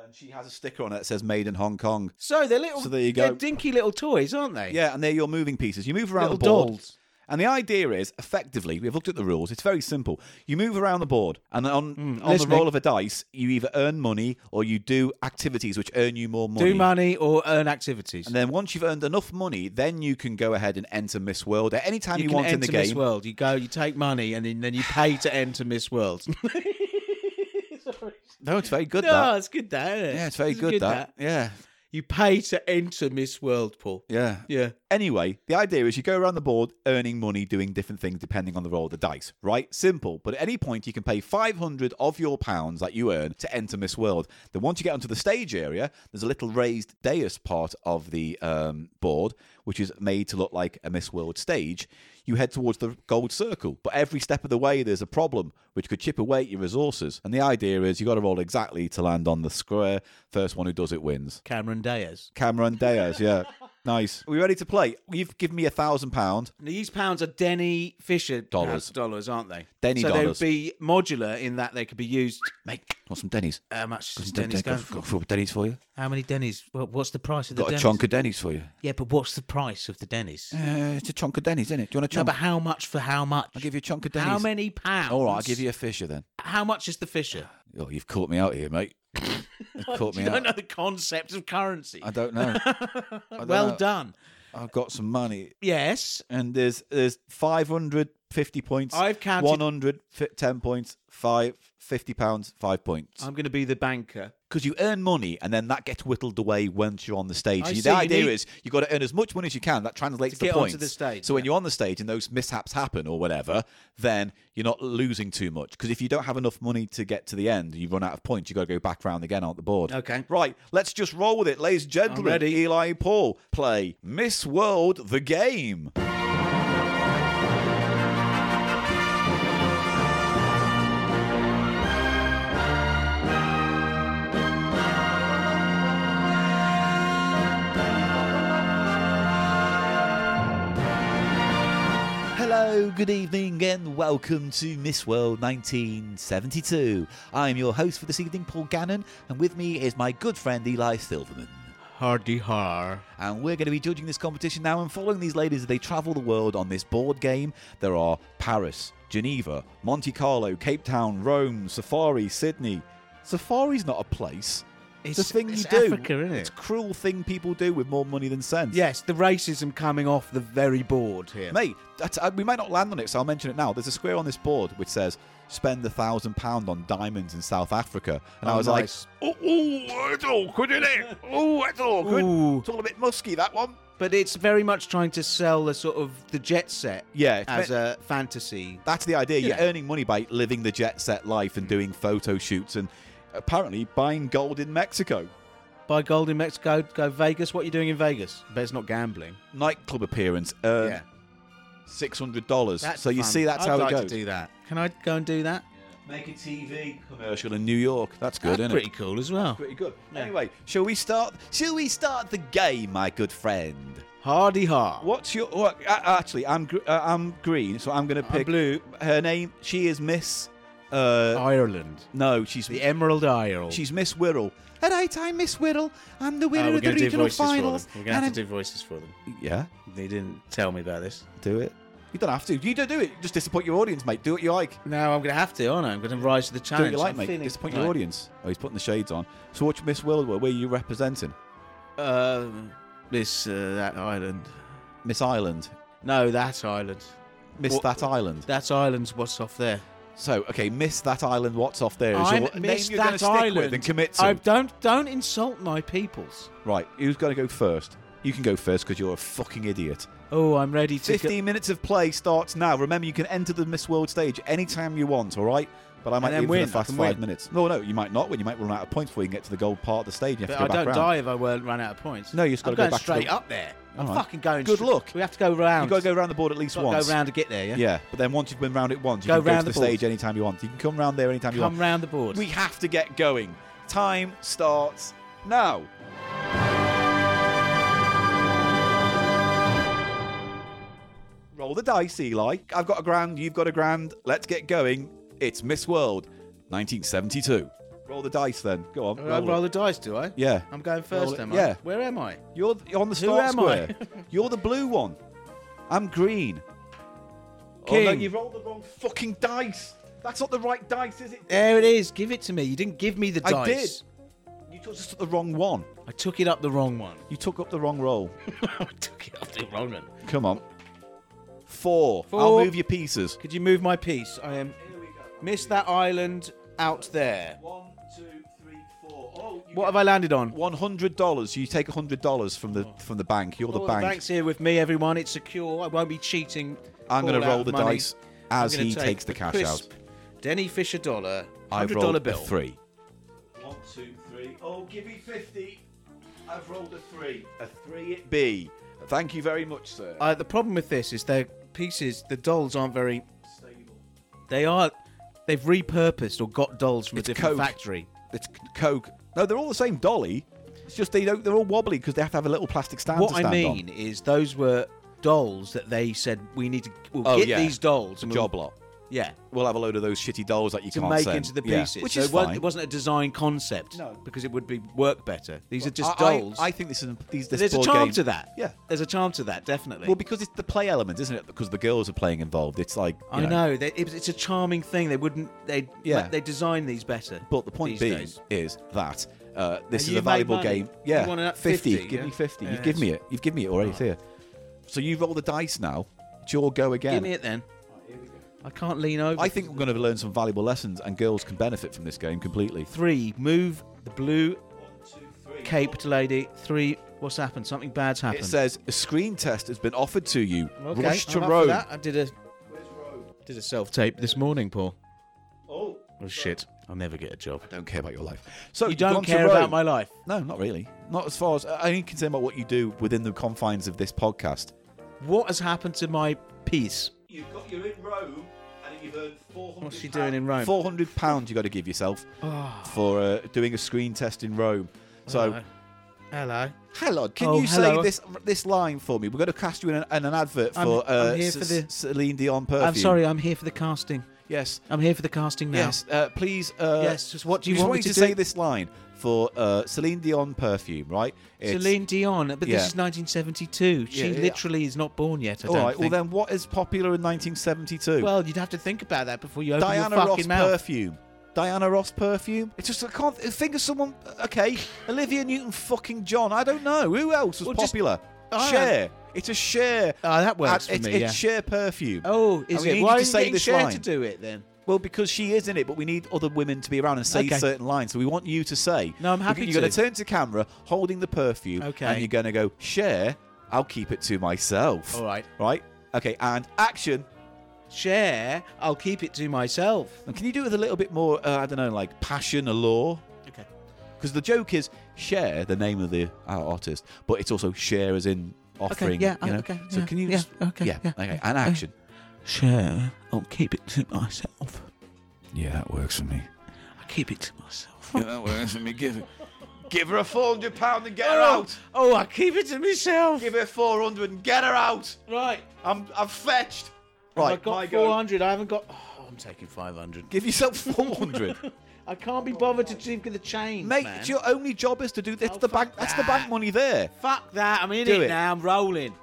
Speaker 2: And she has a sticker on it that says Made in Hong Kong.
Speaker 1: So they're little,
Speaker 2: So there you
Speaker 1: they're
Speaker 2: go.
Speaker 1: dinky little toys, aren't they?
Speaker 2: Yeah, and they're your moving pieces. You move around
Speaker 1: Little
Speaker 2: the board.
Speaker 1: dolls.
Speaker 2: And the idea is effectively, we've looked at the rules, it's very simple. You move around the board, and on, on the
Speaker 1: Hmm, listening.
Speaker 2: roll of a dice, you either earn money or you do activities which earn you more money.
Speaker 1: Do money or earn activities.
Speaker 2: And then once you've earned enough money, then you can go ahead and enter Miss World at any time you,
Speaker 1: can
Speaker 2: want
Speaker 1: enter
Speaker 2: in the
Speaker 1: Miss
Speaker 2: game.
Speaker 1: World. You go, you take money, and then, then you pay to enter Miss World.
Speaker 2: No, it's very good,
Speaker 1: no,
Speaker 2: that.
Speaker 1: it's good that. Isn't it?
Speaker 2: Yeah, it's very
Speaker 1: It's
Speaker 2: good, that. Yeah,
Speaker 1: You pay to enter Miss World, Paul.
Speaker 2: yeah.
Speaker 1: Yeah.
Speaker 2: Anyway, the idea is you go around the board earning money doing different things depending on the roll of the dice, right? Simple. But at any point, you can pay 500 of your pounds that you earn to enter Miss World. Then once you get onto the stage area, there's a little raised dais part of the um, board, which is made to look like a Miss World stage. You head towards the gold circle, but every step of the way, there's a problem which could chip away at your resources. And the idea is you got to roll exactly to land on the square. First one who does it wins.
Speaker 1: Cameron Diaz.
Speaker 2: Cameron Diaz, yeah. Nice. Are we ready to play? You've given me a thousand pound.
Speaker 1: These pounds are Denny Fisher pounds-
Speaker 2: Dollars.
Speaker 1: dollars, aren't they?
Speaker 2: Denny
Speaker 1: so
Speaker 2: dollars.
Speaker 1: they would be modular in that they could be used.
Speaker 2: Mate, want some Denny's?
Speaker 1: How much is
Speaker 2: Got
Speaker 1: Denny's
Speaker 2: some
Speaker 1: going
Speaker 2: Denny's,
Speaker 1: for?
Speaker 2: got, got Denny's for you.
Speaker 1: How many Denny's? Well, what's the price of the
Speaker 2: Got a
Speaker 1: Denny's?
Speaker 2: chunk of Denny's for you.
Speaker 1: Yeah, but what's the price of the Denny's?
Speaker 2: Uh, it's a chunk of Denny's, isn't it? Do you want a
Speaker 1: No,
Speaker 2: chunk?
Speaker 1: but how much for how much?
Speaker 2: I'll give you a chunk of Denny's.
Speaker 1: How many pounds?
Speaker 2: All right, I'll give you a Fisher then.
Speaker 1: How much is the Fisher?
Speaker 2: Oh, you've caught me out here, mate. You've caught me
Speaker 1: you don't
Speaker 2: out.
Speaker 1: know the concept of currency.
Speaker 2: I don't know.
Speaker 1: well
Speaker 2: know.
Speaker 1: done.
Speaker 2: I've got some money,
Speaker 1: Yes.
Speaker 2: and there's there's five hundred 50 points.
Speaker 1: I've counted-
Speaker 2: 100, fi- 10 points, 5, 50 pounds, 5 points.
Speaker 1: I'm going to be the banker.
Speaker 2: Because you earn money and then that gets whittled away once you're on the stage.
Speaker 1: I
Speaker 2: And
Speaker 1: see,
Speaker 2: the
Speaker 1: you
Speaker 2: idea
Speaker 1: need-
Speaker 2: is you've got to earn as much money as you can. That translates
Speaker 1: To
Speaker 2: to
Speaker 1: get onto
Speaker 2: points.
Speaker 1: the stage,
Speaker 2: So when
Speaker 1: yeah.
Speaker 2: you're on the stage and those mishaps happen or whatever, then you're not losing too much. Because if you don't have enough money to get to the end, you run out of points, you've got to go back round again out the board.
Speaker 1: Okay.
Speaker 2: Right, let's just roll with it. Ladies and gentlemen,
Speaker 1: ready.
Speaker 2: Eli Paul play Miss World the game. Hello, good evening, and welcome to Miss World 1972. I'm your host for this evening, Paul Gannon, and with me is my good friend Eli Silverman.
Speaker 1: Hardy har.
Speaker 2: And we're going to be judging this competition now and following these ladies as they travel the world on this board game. There are Paris, Geneva, Monte Carlo, Cape Town, Rome, Safari, Sydney. Safari's not a place. It's,
Speaker 1: It's-
Speaker 2: a thing
Speaker 1: it's
Speaker 2: you do.
Speaker 1: Africa, isn't it?
Speaker 2: It's a cruel thing people do with more money than sense.
Speaker 1: Yes, the racism coming off the very board here.
Speaker 2: Mate, that's, uh, we might not land on it, so I'll mention it now. There's a square on this board which says, spend a thousand pound on diamonds in South Africa. And I
Speaker 1: Oh,
Speaker 2: was
Speaker 1: nice.
Speaker 2: like, oh, oh, that's awkward, isn't it? Oh, that's awkward.
Speaker 1: Ooh.
Speaker 2: It's all a bit musky, that one.
Speaker 1: But it's very much trying to sell the sort of the jet set
Speaker 2: Yeah, it's
Speaker 1: as
Speaker 2: meant-
Speaker 1: a fantasy.
Speaker 2: That's the idea. You're
Speaker 1: Yeah. Mm.
Speaker 2: earning money by living the jet set life and doing photo shoots and apparently buying gold in Mexico.
Speaker 1: Buy gold in Mexico, go Vegas. What are you doing in Vegas? But it's not gambling.
Speaker 2: Nightclub appearance, earn
Speaker 1: yeah.
Speaker 2: $600.
Speaker 1: That's
Speaker 2: so you
Speaker 1: fun.
Speaker 2: see, that's
Speaker 1: I'd
Speaker 2: how
Speaker 1: like
Speaker 2: it
Speaker 1: to
Speaker 2: goes.
Speaker 1: do that. Can I go and do that?
Speaker 2: Make a TV commercial in New York. That's good,
Speaker 1: That's
Speaker 2: isn't
Speaker 1: pretty
Speaker 2: it?
Speaker 1: cool as well.
Speaker 2: Pretty good.
Speaker 1: Yeah.
Speaker 2: Anyway, shall we start? Shall we start the game, my good friend?
Speaker 1: Hardy har.
Speaker 2: What's your? Well, a- actually, I'm gr- uh, I'm green, so I'm going to
Speaker 1: I'm
Speaker 2: pick
Speaker 1: blue.
Speaker 2: Her name? She is Miss. Uh,
Speaker 1: Ireland.
Speaker 2: no, she's
Speaker 1: The Emerald Isle.
Speaker 2: She's Miss Wirral. At eight, I'm Miss Wirral. I'm the
Speaker 1: Oh,
Speaker 2: winner
Speaker 1: we're
Speaker 2: of the
Speaker 1: gonna do
Speaker 2: regional
Speaker 1: voices for them.
Speaker 2: finals.
Speaker 1: We're going to have
Speaker 2: and
Speaker 1: to do voices for them.
Speaker 2: I'm- Yeah,
Speaker 1: They didn't tell me about this.
Speaker 2: do it. You don't have to. You don't do it. Just disappoint your audience, mate. Do what you like.
Speaker 1: No, I'm going to have to, aren't I? I'm going to rise to the
Speaker 2: Do what
Speaker 1: challenge.
Speaker 2: you like,
Speaker 1: I'm
Speaker 2: mate.
Speaker 1: feeling-
Speaker 2: Disappoint your
Speaker 1: Right.
Speaker 2: audience. Oh, he's putting the shades on. So, which Miss World were? Where are you representing?
Speaker 1: Uh, this, uh, that island.
Speaker 2: Miss Island.
Speaker 1: No, that island.
Speaker 2: Miss
Speaker 1: What-
Speaker 2: that island.
Speaker 1: That island's what's off there.
Speaker 2: So, okay, Miss that island. What's off there? Is
Speaker 1: I'm
Speaker 2: your name
Speaker 1: Miss
Speaker 2: you're going to
Speaker 1: That
Speaker 2: stick with
Speaker 1: Island.
Speaker 2: and commit to?
Speaker 1: I don't don't insult my peoples.
Speaker 2: Right, who's going to go first? You can go first because you're a fucking idiot.
Speaker 1: Oh, I'm ready to. go-
Speaker 2: 15 minutes of play starts now. Remember, you can enter the Miss World stage anytime you want, all right? But I might
Speaker 1: then
Speaker 2: leave win.
Speaker 1: win,
Speaker 2: the fast
Speaker 1: I
Speaker 2: five
Speaker 1: can win.
Speaker 2: minutes. No, no, you might not win. You might run out of points before you can get to the gold part of the stage. And you
Speaker 1: But
Speaker 2: have
Speaker 1: I
Speaker 2: to go
Speaker 1: don't
Speaker 2: back round.
Speaker 1: die if I were run out of points.
Speaker 2: No, you just gotta
Speaker 1: I'm
Speaker 2: go
Speaker 1: going
Speaker 2: back to the-
Speaker 1: straight up there. I'm
Speaker 2: All right.
Speaker 1: fucking going.
Speaker 2: Good
Speaker 1: stra-
Speaker 2: luck.
Speaker 1: We have to go round.
Speaker 2: you got to go round the board at least
Speaker 1: Gotta
Speaker 2: once.
Speaker 1: go round to get there. Yeah.
Speaker 2: Yeah, but then once you've been round it once, you
Speaker 1: Go
Speaker 2: can go to
Speaker 1: round
Speaker 2: the,
Speaker 1: the board.
Speaker 2: stage anytime you want. You can come round there anytime you
Speaker 1: Come
Speaker 2: want.
Speaker 1: round the board.
Speaker 2: We have to get going. Time starts now. Roll the dice, Eli. I've got a grand, you've got a grand. Let's get going. It's Miss World 1972. Roll the dice then. Go on.
Speaker 1: I
Speaker 2: roll
Speaker 1: roll
Speaker 2: it.
Speaker 1: the dice, do I?
Speaker 2: Yeah.
Speaker 1: eh? I'm going
Speaker 2: Roll
Speaker 1: first,
Speaker 2: it.
Speaker 1: am I?
Speaker 2: Yeah.
Speaker 1: Where am I?
Speaker 2: You're th- on the start
Speaker 1: am I?
Speaker 2: square. You're the blue one. I'm green. Oh, no,
Speaker 1: King.
Speaker 2: you rolled the wrong fucking dice. That's not the right dice, is it?
Speaker 1: There it is. Give it to me. You didn't give me the
Speaker 2: I
Speaker 1: dice.
Speaker 2: You just took the wrong one.
Speaker 1: I did. I took it up the wrong one.
Speaker 2: You took up the wrong roll.
Speaker 1: I took it up the wrong one.
Speaker 2: Come on. Four.
Speaker 1: Four.
Speaker 2: I'll move your pieces.
Speaker 1: Could you move my piece? I am. Miss that island out there.
Speaker 2: One, two, three, four. Oh,
Speaker 1: What have I landed on?
Speaker 2: One hundred dollars. You take hundred dollars from the from the bank. You're the
Speaker 1: Oh. Well,
Speaker 2: bank.
Speaker 1: The bank's here with me, everyone. It's secure. I won't be cheating.
Speaker 2: I'm
Speaker 1: All
Speaker 2: going to
Speaker 1: out
Speaker 2: roll
Speaker 1: of
Speaker 2: the
Speaker 1: money.
Speaker 2: dice as
Speaker 1: I'm gonna
Speaker 2: he
Speaker 1: take
Speaker 2: takes the,
Speaker 1: the
Speaker 2: cash
Speaker 1: crisp
Speaker 2: out.
Speaker 1: Denny Fisher dollar,
Speaker 2: I've
Speaker 1: hundred
Speaker 2: rolled
Speaker 1: dollar
Speaker 2: a
Speaker 1: bill.
Speaker 2: three. One, two, three. Oh, give me fifty. I've rolled a three. A three it be. Thank you very much, sir.
Speaker 1: Uh, the problem with this is their pieces, the dolls aren't very. They are. They've repurposed or got dolls from
Speaker 2: It's
Speaker 1: a different
Speaker 2: Coke.
Speaker 1: factory.
Speaker 2: It's c- Coke. No, they're all the same dolly. It's just they don't. They're all wobbly because they have to have a little plastic stand.
Speaker 1: What
Speaker 2: to
Speaker 1: I
Speaker 2: stand on.
Speaker 1: mean is, those were dolls that they said we need to we'll
Speaker 2: Oh,
Speaker 1: get
Speaker 2: yeah.
Speaker 1: these dolls. and we'll-
Speaker 2: job lot.
Speaker 1: Yeah.
Speaker 2: We'll have a load of those shitty dolls that you
Speaker 1: To
Speaker 2: can't
Speaker 1: make
Speaker 2: send.
Speaker 1: into the
Speaker 2: Yeah,
Speaker 1: pieces,
Speaker 2: which
Speaker 1: So
Speaker 2: is
Speaker 1: it wasn't,
Speaker 2: fine.
Speaker 1: it wasn't a design concept.
Speaker 2: No.
Speaker 1: because it would be work better. These are just
Speaker 2: I, I-
Speaker 1: dolls.
Speaker 2: I, think this is these. This
Speaker 1: There's a
Speaker 2: board
Speaker 1: charm
Speaker 2: game-
Speaker 1: to that.
Speaker 2: Yeah.
Speaker 1: There's a charm to that, definitely.
Speaker 2: Well, because it's the play element, isn't it? Because the girls are playing involved. It's like you
Speaker 1: I know they, it, it's a charming thing. They wouldn't. They
Speaker 2: Yeah.
Speaker 1: yeah. They design these better.
Speaker 2: But the point
Speaker 1: these
Speaker 2: being
Speaker 1: days.
Speaker 2: is that uh, this
Speaker 1: And
Speaker 2: is
Speaker 1: you
Speaker 2: a valuable
Speaker 1: made money.
Speaker 2: game. Yeah,
Speaker 1: You want a
Speaker 2: 50.
Speaker 1: 50,
Speaker 2: Give
Speaker 1: yeah?
Speaker 2: me 50.
Speaker 1: Yeah, Ah.
Speaker 2: You've given me it. You've given me it already. It's here. So you roll the dice now. It's your go again.
Speaker 1: give me it then. I can't lean over.
Speaker 2: I think we're going to learn some valuable lessons, and girls can benefit from this game completely.
Speaker 1: three. Move the blue caped lady. Three. What's happened? Something bad's happened.
Speaker 2: It says a screen test has been offered to you.
Speaker 1: Okay,
Speaker 2: Rush to
Speaker 1: I'm up for
Speaker 2: Rome.
Speaker 1: that. I did a did a self tape this morning, Paul.
Speaker 2: Oh,
Speaker 1: Oh shit! I'll never get a job.
Speaker 2: don't care about your life. So
Speaker 1: You
Speaker 2: you've
Speaker 1: don't
Speaker 2: gone to
Speaker 1: care
Speaker 2: Rome.
Speaker 1: about my life.
Speaker 2: No, not really. Not as far as I only concerned about what you do within the confines of this podcast.
Speaker 1: What has happened to my peace?
Speaker 2: You've got you're in Rome, and you've earned four hundred.
Speaker 1: What's she doing in Rome?
Speaker 2: Four hundred pounds you got to give yourself for uh, doing a screen test in Rome. So.
Speaker 1: Hello. Hello.
Speaker 2: Hello, can
Speaker 1: Oh,
Speaker 2: you
Speaker 1: hello.
Speaker 2: say this this line for me? We're going to cast you in an, in an advert
Speaker 1: I'm-
Speaker 2: for, uh,
Speaker 1: I'm here
Speaker 2: S-
Speaker 1: for the-
Speaker 2: Celine Dion perfume.
Speaker 1: I'm sorry. I'm here for the casting.
Speaker 2: Yes,
Speaker 1: I'm here for the casting now.
Speaker 2: yes. Uh, please. Uh,
Speaker 1: Yes, just what do you
Speaker 2: we just
Speaker 1: want me
Speaker 2: you
Speaker 1: to
Speaker 2: to,
Speaker 1: do?
Speaker 2: say this line for uh, Celine Dion perfume, right? It's-
Speaker 1: Celine Dion, but
Speaker 2: Yeah.
Speaker 1: this is 1972. She
Speaker 2: Yeah, yeah.
Speaker 1: literally is not born yet. I
Speaker 2: All
Speaker 1: don't
Speaker 2: right.
Speaker 1: think.
Speaker 2: Well, then, what is popular in 1972?
Speaker 1: Well, you'd have to think about that before you open
Speaker 2: Diana
Speaker 1: your fucking
Speaker 2: Ross
Speaker 1: mouth.
Speaker 2: perfume. Diana Ross perfume. It's just I can't think of someone. Okay, Olivia Newton fucking John. I don't know who else was
Speaker 1: Well, just-
Speaker 2: popular.
Speaker 1: All right.
Speaker 2: Cher. It's a Cher.
Speaker 1: Ah, that works
Speaker 2: Uh,
Speaker 1: for
Speaker 2: it's,
Speaker 1: me,
Speaker 2: It's
Speaker 1: yeah.
Speaker 2: Cher perfume.
Speaker 1: Oh,
Speaker 2: And
Speaker 1: is
Speaker 2: we need
Speaker 1: it?
Speaker 2: you
Speaker 1: Why
Speaker 2: to
Speaker 1: are you
Speaker 2: say
Speaker 1: getting
Speaker 2: this
Speaker 1: Cher
Speaker 2: line?
Speaker 1: to do it then?
Speaker 2: Well, because she is in it, but we need other women to be around and say
Speaker 1: Okay.
Speaker 2: certain lines. So we want you to say.
Speaker 1: No, I'm happy
Speaker 2: You're going
Speaker 1: to.
Speaker 2: to turn to camera, holding the perfume,
Speaker 1: Okay.
Speaker 2: and you're going to go, "Share, I'll keep it to myself."
Speaker 1: All right.
Speaker 2: Right. Okay. And action.
Speaker 1: Cher, I'll keep it to myself.
Speaker 2: And can you do it with a little bit more? Uh, I don't know, like passion, allure.
Speaker 1: Okay.
Speaker 2: Because the joke is share the name of the uh, artist, but it's also share as in offering.
Speaker 1: yeah,
Speaker 2: you
Speaker 1: uh,
Speaker 2: know?
Speaker 1: okay,
Speaker 2: So
Speaker 1: yeah,
Speaker 2: can you?
Speaker 1: yeah,
Speaker 2: just-
Speaker 1: okay,
Speaker 2: Yeah.
Speaker 1: yeah,
Speaker 2: okay. And action.
Speaker 1: Cher, I'll keep it to myself.
Speaker 2: Yeah, that works for me.
Speaker 1: I keep it to myself.
Speaker 2: that works for me. Give it. Give her a four hundred pound and get her
Speaker 1: Oh, oh, I keep it to myself.
Speaker 2: Give her four hundred and get her out.
Speaker 1: Right.
Speaker 2: I'm I'm fetched.
Speaker 1: I got 400. I haven't got. Oh, I'm taking 500.
Speaker 2: Give yourself four hundred.
Speaker 1: I can't be bothered to drink the change,
Speaker 2: Mate,
Speaker 1: man.
Speaker 2: it's your only job is to do this.
Speaker 1: Oh,
Speaker 2: the
Speaker 1: fuck
Speaker 2: bank. That's the bank
Speaker 1: that.
Speaker 2: money there.
Speaker 1: Fuck that. I'm in
Speaker 2: Do
Speaker 1: it,
Speaker 2: it.
Speaker 1: now. I'm rolling.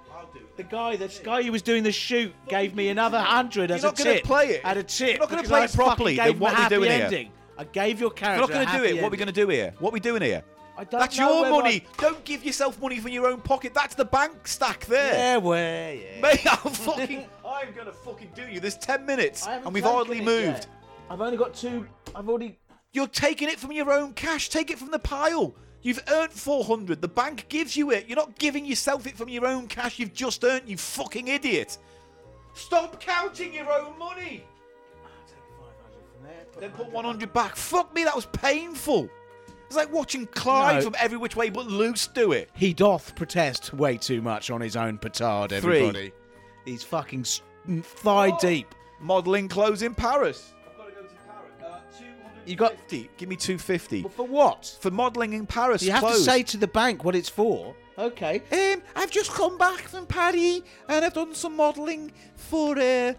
Speaker 1: The guy, the guy who was doing the shoot, gave me another hundred as
Speaker 2: You're not
Speaker 1: a
Speaker 2: gonna
Speaker 1: tip.
Speaker 2: play it.
Speaker 1: At a tip.
Speaker 2: You're not gonna
Speaker 1: because
Speaker 2: play
Speaker 1: I
Speaker 2: it properly,
Speaker 1: fucking
Speaker 2: then
Speaker 1: gave
Speaker 2: what
Speaker 1: him
Speaker 2: are we
Speaker 1: a happy
Speaker 2: doing here?
Speaker 1: ending. I gave your
Speaker 2: We're
Speaker 1: character.
Speaker 2: not going to do it. What are we going to do here? What are we doing here?
Speaker 1: to?
Speaker 2: That's your money. Don't give yourself money from your own pocket. That's the bank stack there.
Speaker 1: Yeah, where? Yeah.
Speaker 2: Mate, I'm fucking. I'm gonna fucking do you. There's ten minutes,
Speaker 1: I haven't
Speaker 2: and we've
Speaker 1: taken
Speaker 2: hardly
Speaker 1: it
Speaker 2: moved.
Speaker 1: yet. I've only got two. I've already.
Speaker 2: You're taking it from your own cash. Take it from the pile. You've earned 400. The bank gives you it. You're not giving yourself it from your own cash. You've just earned, you fucking idiot. Stop counting your own money. Then put 100 back. Fuck me, that was painful. It's like watching Clive
Speaker 1: No.
Speaker 2: from Every Which Way But Loose do it.
Speaker 1: He doth protest way too much on his own petard,
Speaker 2: Three.
Speaker 1: everybody. He's fucking s- thigh deep.
Speaker 2: Modelling clothes in Paris. I've got to go to Paris.
Speaker 1: Uh, You got.
Speaker 2: 50. Give me 250.
Speaker 1: For what?
Speaker 2: For modelling in Paris
Speaker 1: You have
Speaker 2: clothes.
Speaker 1: to say to the bank what it's for. Okay.
Speaker 2: Um, I've just come back from Paris and I've done some modelling for uh,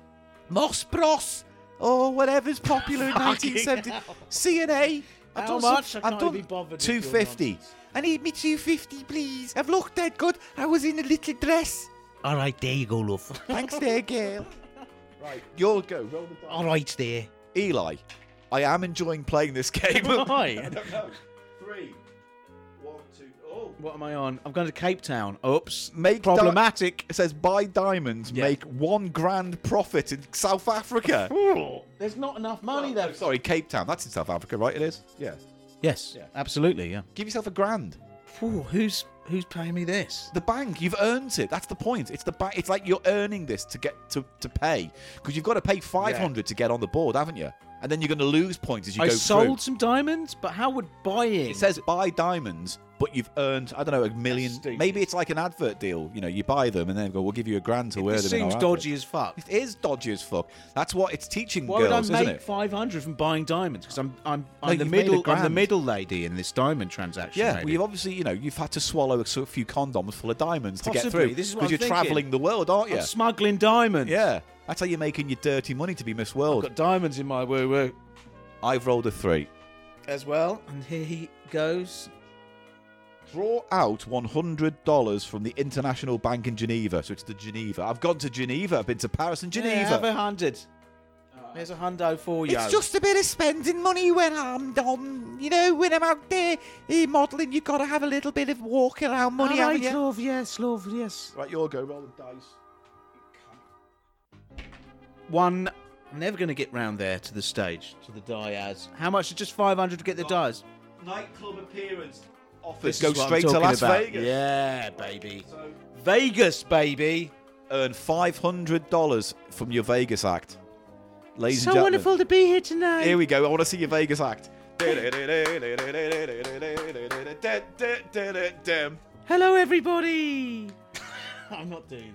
Speaker 2: Moss Bros or whatever's popular in
Speaker 1: Fucking
Speaker 2: 1970. CNA. I've
Speaker 1: How
Speaker 2: done some-
Speaker 1: much? I
Speaker 2: I've
Speaker 1: can't
Speaker 2: done
Speaker 1: be bothered with your
Speaker 2: 250.
Speaker 1: nonsense.
Speaker 2: I need me 250, please. I've looked that good. I was in a little dress.
Speaker 1: All right, there you go, love.
Speaker 2: Thanks there, girl. Oh, right, you'll go. Roll the
Speaker 1: All right, there.
Speaker 2: Eli, I am enjoying playing this game.
Speaker 1: Why?
Speaker 2: don't know. Three, one, two, oh.
Speaker 1: What am I on? I'm going to Cape Town. Oops.
Speaker 2: Make di-
Speaker 1: Problematic.
Speaker 2: It says buy diamonds,
Speaker 1: Yeah.
Speaker 2: make one grand profit in South Africa.
Speaker 1: There's not enough money there.
Speaker 2: Sorry, Cape Town. That's in South Africa, right? It is. Yeah.
Speaker 1: Yes, absolutely. Yeah.
Speaker 2: Give yourself a grand.
Speaker 1: Phew, who's who's paying me this?
Speaker 2: The bank, you've earned it. That's the point. It's the bank. It's like you're earning this to get to, to pay because you've got to pay 500 to get on the board, haven't you? And then you're going to lose points as you
Speaker 1: I
Speaker 2: go
Speaker 1: sold
Speaker 2: through.
Speaker 1: some diamonds, but how would buying?
Speaker 2: It says buy diamonds, but you've earned I don't know a million.
Speaker 1: stupid.
Speaker 2: Maybe it's like an advert deal. You know, you buy them and then go, we'll give you a grand to wear
Speaker 1: this
Speaker 2: them. in our
Speaker 1: seems
Speaker 2: advert."
Speaker 1: dodgy as fuck.
Speaker 2: It is dodgy as fuck. That's what it's teaching
Speaker 1: Why
Speaker 2: girls,
Speaker 1: would I
Speaker 2: isn't
Speaker 1: make
Speaker 2: it?
Speaker 1: five hundred from buying diamonds? Because I'm I'm, I'm
Speaker 2: No,
Speaker 1: the
Speaker 2: you've made a
Speaker 1: middle I'm the
Speaker 2: grand.
Speaker 1: middle lady in this diamond transaction.
Speaker 2: Yeah, well,
Speaker 1: lady.
Speaker 2: you've obviously, you know, you've had to swallow a sort of few condoms full of diamonds to get
Speaker 1: Possibly.
Speaker 2: through.
Speaker 1: This is what
Speaker 2: because
Speaker 1: I'm
Speaker 2: you're
Speaker 1: thinking.
Speaker 2: traveling the world, aren't you?
Speaker 1: I'm smuggling diamonds.
Speaker 2: yeah, that's how you're making your dirty money to be Miss
Speaker 1: I've
Speaker 2: World.
Speaker 1: got diamonds in my woo woo
Speaker 2: I've rolled a three.
Speaker 1: as well. And here he goes.
Speaker 2: Draw out one hundred dollars from the international bank in Geneva. So it's the Geneva. I've gone to Geneva. I've been to Paris and Geneva.
Speaker 1: Yeah, have a hundred. There's a hundo for you.
Speaker 2: It's just a bit of spending money when I'm done. You know, when I'm out there eh, modelling, you've got to have a little bit of walk around money, haven't you?
Speaker 1: love, yes, love, yes.
Speaker 2: Right, you'll go. Roll the dice.
Speaker 1: One I'm never going to get round there to the stage, to the Diaz. How much? Just 500 to get the Diaz.
Speaker 2: Nightclub appearance
Speaker 1: This is
Speaker 2: office. Go
Speaker 1: what I'm
Speaker 2: straight to
Speaker 1: talking
Speaker 2: Las
Speaker 1: about.
Speaker 2: Vegas.
Speaker 1: Yeah, baby.
Speaker 2: So
Speaker 1: Vegas, baby.
Speaker 2: earn five hundred dollars from your Vegas act, ladies
Speaker 1: So
Speaker 2: and gentlemen.
Speaker 1: wonderful to be here tonight.
Speaker 2: Here we go. I want to see your Vegas act. Show
Speaker 1: Hello, everybody. I'm not doing this.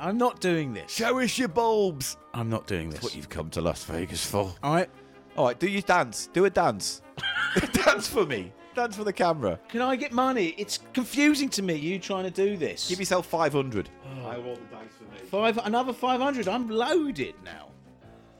Speaker 1: I'm not doing this.
Speaker 2: us your bulbs.
Speaker 1: I'm not doing
Speaker 2: That's what
Speaker 1: this.
Speaker 2: you've come to Las Vegas for.
Speaker 1: All right.
Speaker 2: All right, do your dance. Do a dance. dance for me. Dance for the camera.
Speaker 1: Can I get money? It's confusing to me. You trying to do this?
Speaker 2: Give yourself 500. I roll the dice for me.
Speaker 1: five, another 500. I'm loaded now.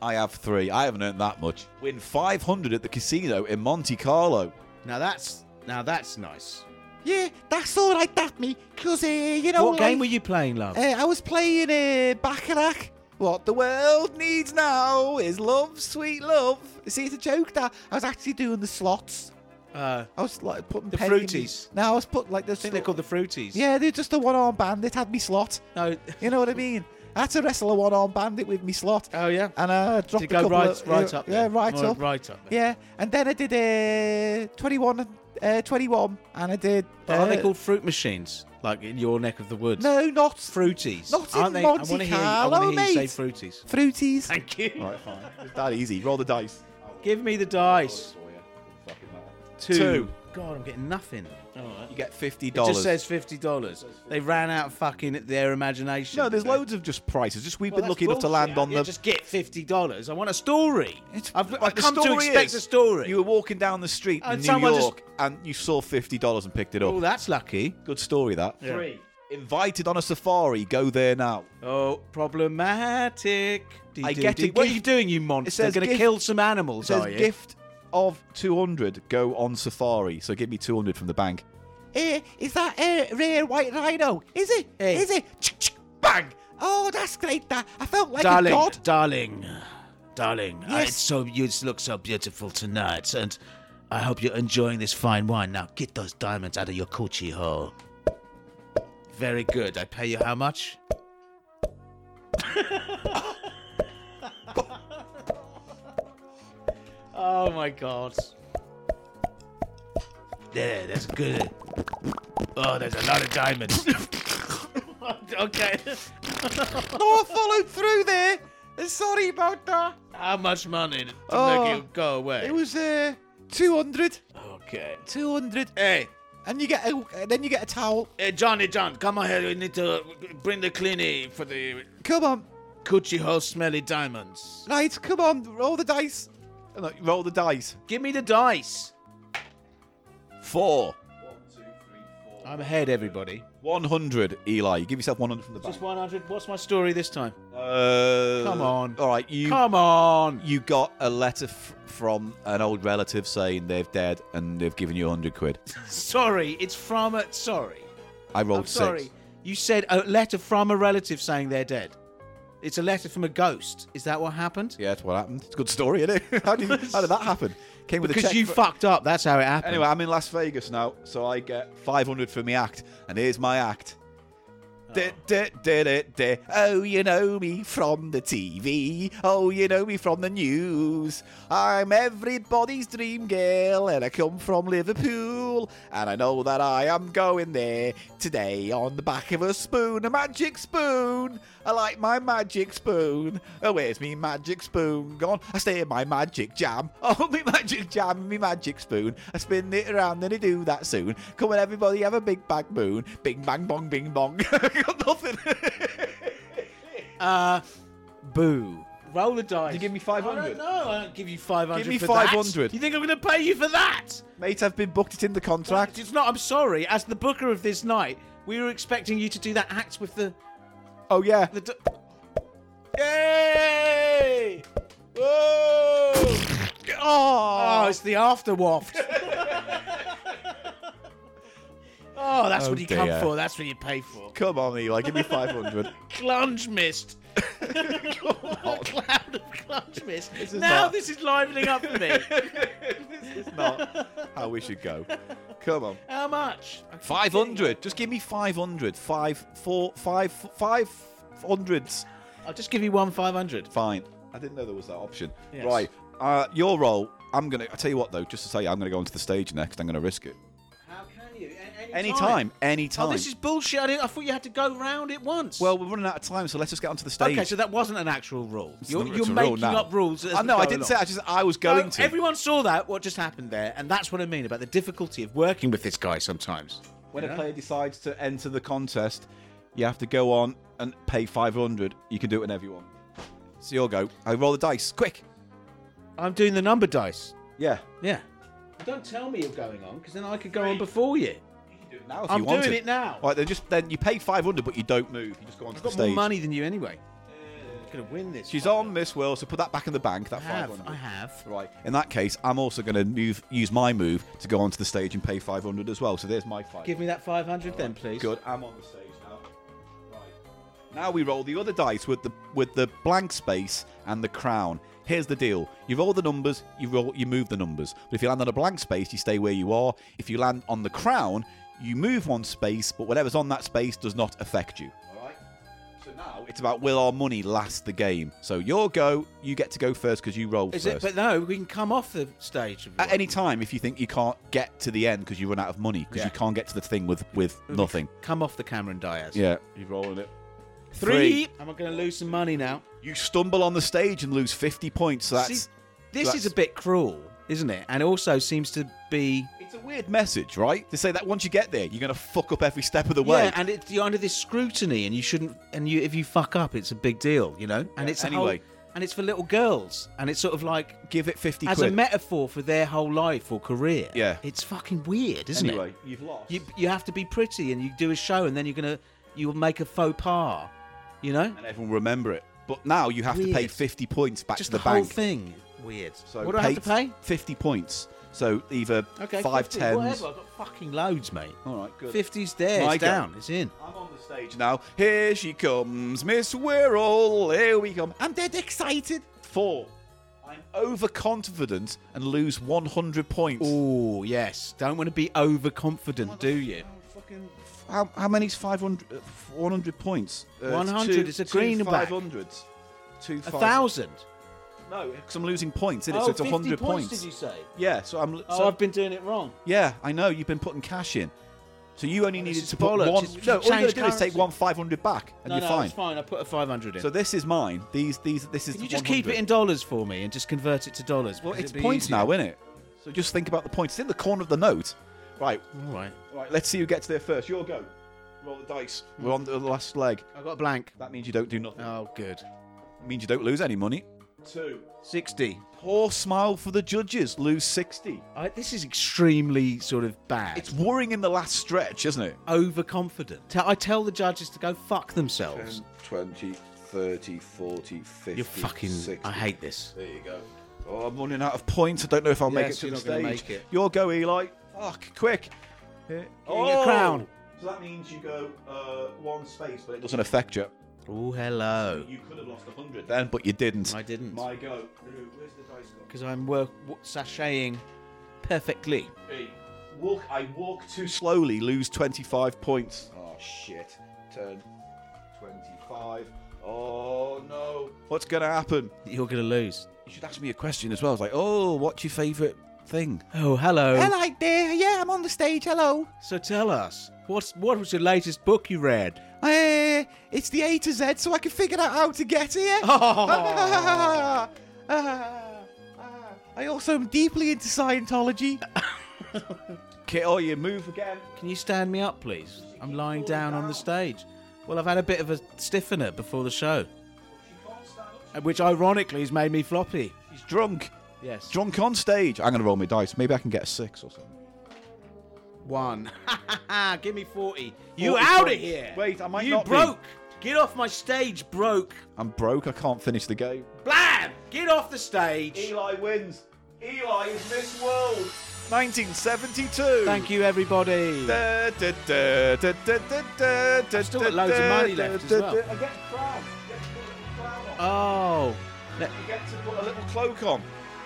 Speaker 2: I have three. I haven't earned that much. Win 500 at the casino in Monte Carlo.
Speaker 1: Now that's now that's nice.
Speaker 2: Yeah, that's all right, that me. Because, uh, you know
Speaker 1: what game were you playing, love?
Speaker 2: Uh, I was playing uh, Bacharach. What the world needs now is love, sweet love. See, it's a joke that I was actually doing the slots.
Speaker 1: Uh,
Speaker 2: I was like putting
Speaker 1: The
Speaker 2: pennies-
Speaker 1: Fruities.
Speaker 2: No, I was putting like the.
Speaker 1: I think they're called the Fruities.
Speaker 2: Yeah, they're just a one-arm bandit had me slot.
Speaker 1: No.
Speaker 2: You know what I mean? I had to wrestle a one-arm bandit with me slot,
Speaker 1: Oh yeah.
Speaker 2: and I dropped
Speaker 1: Did it
Speaker 2: a
Speaker 1: go
Speaker 2: couple
Speaker 1: right,
Speaker 2: of
Speaker 1: right up?
Speaker 2: yeah,
Speaker 1: there?
Speaker 2: right
Speaker 1: Right-
Speaker 2: up,
Speaker 1: Right up. There.
Speaker 2: yeah. And then I did uh, 21, uh, 21, and I did.
Speaker 1: But are
Speaker 2: uh,
Speaker 1: they called fruit machines, like in your neck of the woods?
Speaker 2: No, not
Speaker 1: Fruities.
Speaker 2: Not in
Speaker 1: Aren't they?
Speaker 2: Monte
Speaker 1: I want to hear, I
Speaker 2: Carlo,
Speaker 1: wanna hear you
Speaker 2: mate.
Speaker 1: say fruities.
Speaker 2: fruities.
Speaker 1: Thank you.
Speaker 2: Right, fine. It's that easy. Roll the dice.
Speaker 1: Give me the dice. Two.
Speaker 2: Two.
Speaker 1: God, I'm getting nothing. All right.
Speaker 2: You get fifty
Speaker 1: It
Speaker 2: dollars.
Speaker 1: just says fifty dollars. They ran out of fucking their imagination.
Speaker 2: no. There's
Speaker 1: They-
Speaker 2: loads of just prices. Just we've
Speaker 1: Well,
Speaker 2: been
Speaker 1: that's
Speaker 2: lucky enough to
Speaker 1: bullshit.
Speaker 2: land on
Speaker 1: Yeah,
Speaker 2: the.
Speaker 1: Just get fifty dollars. I want a story.
Speaker 2: It's-
Speaker 1: I've,
Speaker 2: like,
Speaker 1: I've
Speaker 2: the
Speaker 1: come to
Speaker 2: story
Speaker 1: expect
Speaker 2: is,
Speaker 1: a story.
Speaker 2: You were walking down the street
Speaker 1: And
Speaker 2: in New
Speaker 1: someone just-
Speaker 2: York and you saw fifty dollars and picked it up.
Speaker 1: oh, that's lucky.
Speaker 2: Good story that.
Speaker 1: Yeah. Three.
Speaker 2: Invited on a safari. Go there now.
Speaker 1: Oh, problematic. Dee,
Speaker 2: I
Speaker 1: dee,
Speaker 2: get
Speaker 1: dee.
Speaker 2: a
Speaker 1: What are
Speaker 2: gift-
Speaker 1: you doing, you monster?
Speaker 2: says
Speaker 1: You're going to
Speaker 2: gift-
Speaker 1: kill some animals,
Speaker 2: It says
Speaker 1: are you?
Speaker 2: gift of two hundred. Go on safari. So give me two hundred from the bank. Eh, is that a rare white rhino? Is it?
Speaker 1: Eh.
Speaker 2: Is it? Ch-ch-ch, Bang! Oh, that's great. That I felt like
Speaker 1: darling,
Speaker 2: a god.
Speaker 1: darling, darling. uh,
Speaker 2: Yes.
Speaker 1: It's so you look so beautiful tonight, and I hope you're enjoying this fine wine. Now get those diamonds out of your coochie hole. Very good. I pay you how much? oh my god. There, that's good. Oh, there's a lot of diamonds. okay.
Speaker 2: No, I followed through there. Uh, Sorry about that.
Speaker 1: How much money to
Speaker 2: Oh,
Speaker 1: make you go away?
Speaker 2: It was uh, 200.
Speaker 1: okay.
Speaker 2: 200.
Speaker 1: Hey,
Speaker 2: And you get a, uh, then you get a towel.
Speaker 1: hey, Johnny, John, come on here. We need to bring the cleanie for the
Speaker 2: Come on.
Speaker 1: coochie hole smelly diamonds.
Speaker 2: Right, come on. Roll the dice. Uh, no, roll the dice.
Speaker 1: Give me the dice.
Speaker 2: Four.
Speaker 1: I'm ahead, everybody.
Speaker 2: 100, Eli. You give yourself 100 from the back.
Speaker 1: Just 100. What's my story this time?
Speaker 2: Uh,
Speaker 1: Come on.
Speaker 2: All right, you
Speaker 1: Come on.
Speaker 2: you got a letter f- from an old relative saying they're dead and they've given you 100 quid.
Speaker 1: Sorry, it's from a. Sorry.
Speaker 2: I rolled
Speaker 1: I'm sorry.
Speaker 2: six.
Speaker 1: You said a letter from a relative saying they're dead. It's a letter from a ghost. Is that what happened?
Speaker 2: Yeah, that's what happened. It's a good story, isn't it? how, did, how did that happen? Came with a
Speaker 1: Because
Speaker 2: check
Speaker 1: you
Speaker 2: for-
Speaker 1: fucked up. That's how it happened.
Speaker 2: Anyway, I'm in Las Vegas now, so I get 500 for my act, and here's my act. Oh. oh, you know me from the TV. Oh, you know me from the news. I'm everybody's dream girl, and I come from Liverpool. And I know that I am going there today on the back of a spoon, a magic spoon. I like my magic spoon. Oh, where's me magic spoon gone? I stay in my magic jam. Oh, me magic jam, me magic spoon. I spin it around and I do that soon. Come on, everybody, have a big bang moon. Bing bang bong, bing bong. Got nothing.
Speaker 1: Uh, boo. Roll the dice.
Speaker 2: You give me
Speaker 1: I don't
Speaker 2: 500.
Speaker 1: know. I don't give you 500
Speaker 2: Give me
Speaker 1: for
Speaker 2: 500.
Speaker 1: That. You think I'm going to pay you for that?
Speaker 2: Mate, I've been booked. It's in the contract.
Speaker 1: It's not. I'm sorry. As the booker of this night, we were expecting you to do that act with the...
Speaker 2: Oh, yeah.
Speaker 1: the d- Yay! Whoa! Oh,
Speaker 2: Oh,
Speaker 1: it's the after waft. oh, that's
Speaker 2: Oh,
Speaker 1: what you come
Speaker 2: dear.
Speaker 1: for. That's what you pay for.
Speaker 2: come on, Eli. Give me 500.
Speaker 1: Clunge mist. a cloud of clunge mist.
Speaker 2: This is
Speaker 1: now
Speaker 2: not-
Speaker 1: this is livening up for me.
Speaker 2: It's not how we should go. Come on.
Speaker 1: How much?
Speaker 2: 500. Just give me 500. Five, four, five, five hundreds.
Speaker 1: I'll just give you one 500.
Speaker 2: Fine. I didn't know there was that option.
Speaker 1: Yes.
Speaker 2: Right. Uh, your role. I'm gonna. I tell you what though. Just to say, I'm gonna go onto the stage next. I'm gonna risk it.
Speaker 1: How can you?
Speaker 2: Anytime. Anytime.
Speaker 1: Oh, this is bullshit. I, didn't, I thought you had to go round it once.
Speaker 2: Well, we're running out of time, so let's just get onto the stage.
Speaker 1: okay, so that wasn't an actual rule.
Speaker 2: It's
Speaker 1: You're,
Speaker 2: not-
Speaker 1: you're
Speaker 2: it's a rule
Speaker 1: making
Speaker 2: now.
Speaker 1: up rules. as
Speaker 2: I
Speaker 1: we
Speaker 2: know. I
Speaker 1: go
Speaker 2: didn't
Speaker 1: along.
Speaker 2: say. I just. I was going
Speaker 1: No,
Speaker 2: to.
Speaker 1: Everyone saw that, what just happened there, and that's what I mean about the difficulty of working with this guy sometimes.
Speaker 2: When a player decides to enter the contest, you have to go on and pay 500. You can do it whenever you want. So you'll go. I roll the dice. Quick.
Speaker 1: I'm doing the number dice.
Speaker 2: Yeah.
Speaker 1: Yeah. Don't tell me you're going on, because then I could go on before you.
Speaker 2: Now, if
Speaker 1: I'm
Speaker 2: you want
Speaker 1: doing
Speaker 2: to.
Speaker 1: it now.
Speaker 2: Right. Then just then you pay 500, but you don't move. You just go onto
Speaker 1: I've
Speaker 2: the
Speaker 1: got
Speaker 2: stage. Uh,
Speaker 1: more money than you anyway. I'm gonna win this.
Speaker 2: She's
Speaker 1: fight.
Speaker 2: on Miss World, so put that back in the bank. That
Speaker 1: I have.
Speaker 2: 500.
Speaker 1: I have.
Speaker 2: Right. In that case, I'm also going to move, use my move to go onto the stage and pay 500 as well. So there's my five.
Speaker 1: Give me that 500 then, please.
Speaker 2: Good. I'm on the stage now. Right. Now we roll the other dice with the with the blank space and the crown. Here's the deal: you roll the numbers, you roll, you move the numbers. But if you land on a blank space, you stay where you are. If you land on the crown, you move one space, but whatever's on that space does not affect you. All right. So now it's about will our money last the game. So your go, you get to go first because you roll
Speaker 1: Is
Speaker 2: first.
Speaker 1: it? But no, we can come off the stage. if we
Speaker 2: At
Speaker 1: want.
Speaker 2: any time, if you think you can't get to the end because you run out of money, because
Speaker 1: Yeah.
Speaker 2: you can't get to the thing with with nothing.
Speaker 1: Come off the camera and die as.
Speaker 2: Yeah. You're rolling it.
Speaker 1: Three. Am I going to lose some money now?
Speaker 2: You stumble on the stage and lose 50 points. So that's
Speaker 1: See, this
Speaker 2: that's-
Speaker 1: is a bit cruel, isn't it? And also seems to be.
Speaker 2: it's a weird message, right? To say that once you get there, you're going to fuck up every step of the way.
Speaker 1: Yeah, and it's you're under this scrutiny, and you shouldn't. And you, if you fuck up, it's a big deal, you know. And
Speaker 2: Yeah,
Speaker 1: it's a
Speaker 2: anyway.
Speaker 1: whole- and it's for little girls, and it's sort of like
Speaker 2: Give it 50
Speaker 1: as
Speaker 2: quid.
Speaker 1: a metaphor for their whole life or career.
Speaker 2: Yeah.
Speaker 1: it's fucking weird, isn't
Speaker 2: anyway,
Speaker 1: it?
Speaker 2: you've lost.
Speaker 1: You you have to be pretty, and you do a show, and then you're gonna you'll make a faux pas, you know.
Speaker 2: and everyone will remember it. But now you have to pay
Speaker 1: Weird.
Speaker 2: 50 points back
Speaker 1: Just
Speaker 2: to the,
Speaker 1: whole
Speaker 2: bank.
Speaker 1: thing, weird.
Speaker 2: So
Speaker 1: what do I have to pay?
Speaker 2: 50 points. So either
Speaker 1: Okay,
Speaker 2: five
Speaker 1: 50,
Speaker 2: tens.
Speaker 1: Whatever, I've got fucking loads, mate.
Speaker 2: All right, good.
Speaker 1: Fifties there,
Speaker 2: My
Speaker 1: it's
Speaker 2: go.
Speaker 1: down, it's in.
Speaker 2: I'm on the stage now. Here she comes, Miss Wirral. Here we come. I'm dead excited. Four. I'm overconfident and lose 100 points.
Speaker 1: Oh yes, don't want to be overconfident, do you?
Speaker 2: How, how many's 500, uh, 400 points? Uh,
Speaker 1: 100, it's a
Speaker 2: two
Speaker 1: greenback.
Speaker 2: 500s. Two
Speaker 1: A
Speaker 2: five-
Speaker 1: thousand.
Speaker 2: No, because I'm losing points, innit?
Speaker 1: Oh,
Speaker 2: so it's
Speaker 1: 50
Speaker 2: 100 points.
Speaker 1: Did you say?
Speaker 2: Yeah, so I'm. So,
Speaker 1: Oh, I've been doing it wrong.
Speaker 2: Yeah, I know. You've been putting cash in. So you only needed
Speaker 1: is
Speaker 2: to put
Speaker 1: bollocks.
Speaker 2: one.
Speaker 1: It's-
Speaker 2: No, all you got to
Speaker 1: change
Speaker 2: do is take
Speaker 1: currency.
Speaker 2: one 500 back and
Speaker 1: no,
Speaker 2: you're
Speaker 1: no,
Speaker 2: fine.
Speaker 1: it's fine. I put a five hundred in.
Speaker 2: So this is mine. These, these, this is.
Speaker 1: Can
Speaker 2: the
Speaker 1: you just keep it
Speaker 2: 100.
Speaker 1: in dollars for me and just convert it to dollars?
Speaker 2: Well,
Speaker 1: because
Speaker 2: it's
Speaker 1: it'd be
Speaker 2: points
Speaker 1: easier.
Speaker 2: now, isn't it? So just think about the points. It's in the corner of the note. Right,
Speaker 1: All right.
Speaker 2: right. Let's see who gets there first. Your go. Roll the dice. We're on the last leg.
Speaker 1: I got a blank.
Speaker 2: That means you don't do nothing.
Speaker 1: Oh, good.
Speaker 2: It means you don't lose any money. Two.
Speaker 1: Sixty.
Speaker 2: Poor smile for the judges. Lose sixty.
Speaker 1: I, this is extremely sort of bad.
Speaker 2: It's worrying in the last stretch, isn't it?
Speaker 1: overconfident. Te- I tell the judges to go fuck themselves.
Speaker 2: 20, 30, 40, 50,
Speaker 1: You're fucking. I hate this.
Speaker 2: There you go. Oh, I'm running out of points. I don't know if I'll make it
Speaker 1: Yes,
Speaker 2: to
Speaker 1: you're
Speaker 2: the
Speaker 1: not gonna
Speaker 2: stage.
Speaker 1: make it.
Speaker 2: Your go, Eli. Fuck, quick. Oh!
Speaker 1: a crown.
Speaker 2: So that means you go uh, one space, but it doesn't affect you.
Speaker 1: Oh, hello.
Speaker 2: You could have lost 100 then, but you didn't.
Speaker 1: I didn't.
Speaker 2: My go. Where's the dice gone?
Speaker 1: Because I'm work w- sashaying perfectly.
Speaker 2: Hey, Walk, I walk too slowly, lose 25 points. Oh, shit. Turn 25. Oh, no. What's going to happen?
Speaker 1: You're gonna lose.
Speaker 2: You should ask me a question as well. It's like, oh, what's your favourite thing?
Speaker 1: Oh, hello.
Speaker 2: Hello, dear. Yeah, I'm on the stage. Hello.
Speaker 1: So tell us, what's what was your latest book you read?
Speaker 2: Uh, it's the A to Z, so I can figure out how to get here. Ah,
Speaker 1: Oh.
Speaker 2: I also am deeply into Scientology. Kit, oh, you move again.
Speaker 1: Can you stand me up, please? I'm lying down on the stage. Well, I've had a bit of a stiffener before the show, uh, which ironically has made me floppy.
Speaker 2: He's drunk.
Speaker 1: Yes.
Speaker 2: Drunk on stage. I'm going to roll my dice. Maybe I can get a six or something.
Speaker 1: One. Give me forty. You
Speaker 2: 40
Speaker 1: out of
Speaker 2: points.
Speaker 1: here.
Speaker 2: Wait, I might
Speaker 1: you
Speaker 2: not be.
Speaker 1: broke. Get off my stage, broke.
Speaker 2: I'm broke. I can't finish the game.
Speaker 1: Blam! Get off the stage.
Speaker 2: Eli wins. Eli is Miss World. 1972.
Speaker 1: Thank you, everybody.
Speaker 2: Da, da, da, da, da, da, da, da,
Speaker 1: still got loads of
Speaker 2: da,
Speaker 1: money
Speaker 2: da,
Speaker 1: left as
Speaker 2: da,
Speaker 1: well.
Speaker 2: da. I get crown. You get to put a crown on.
Speaker 1: Oh, le-
Speaker 2: You get to put a little cloak on.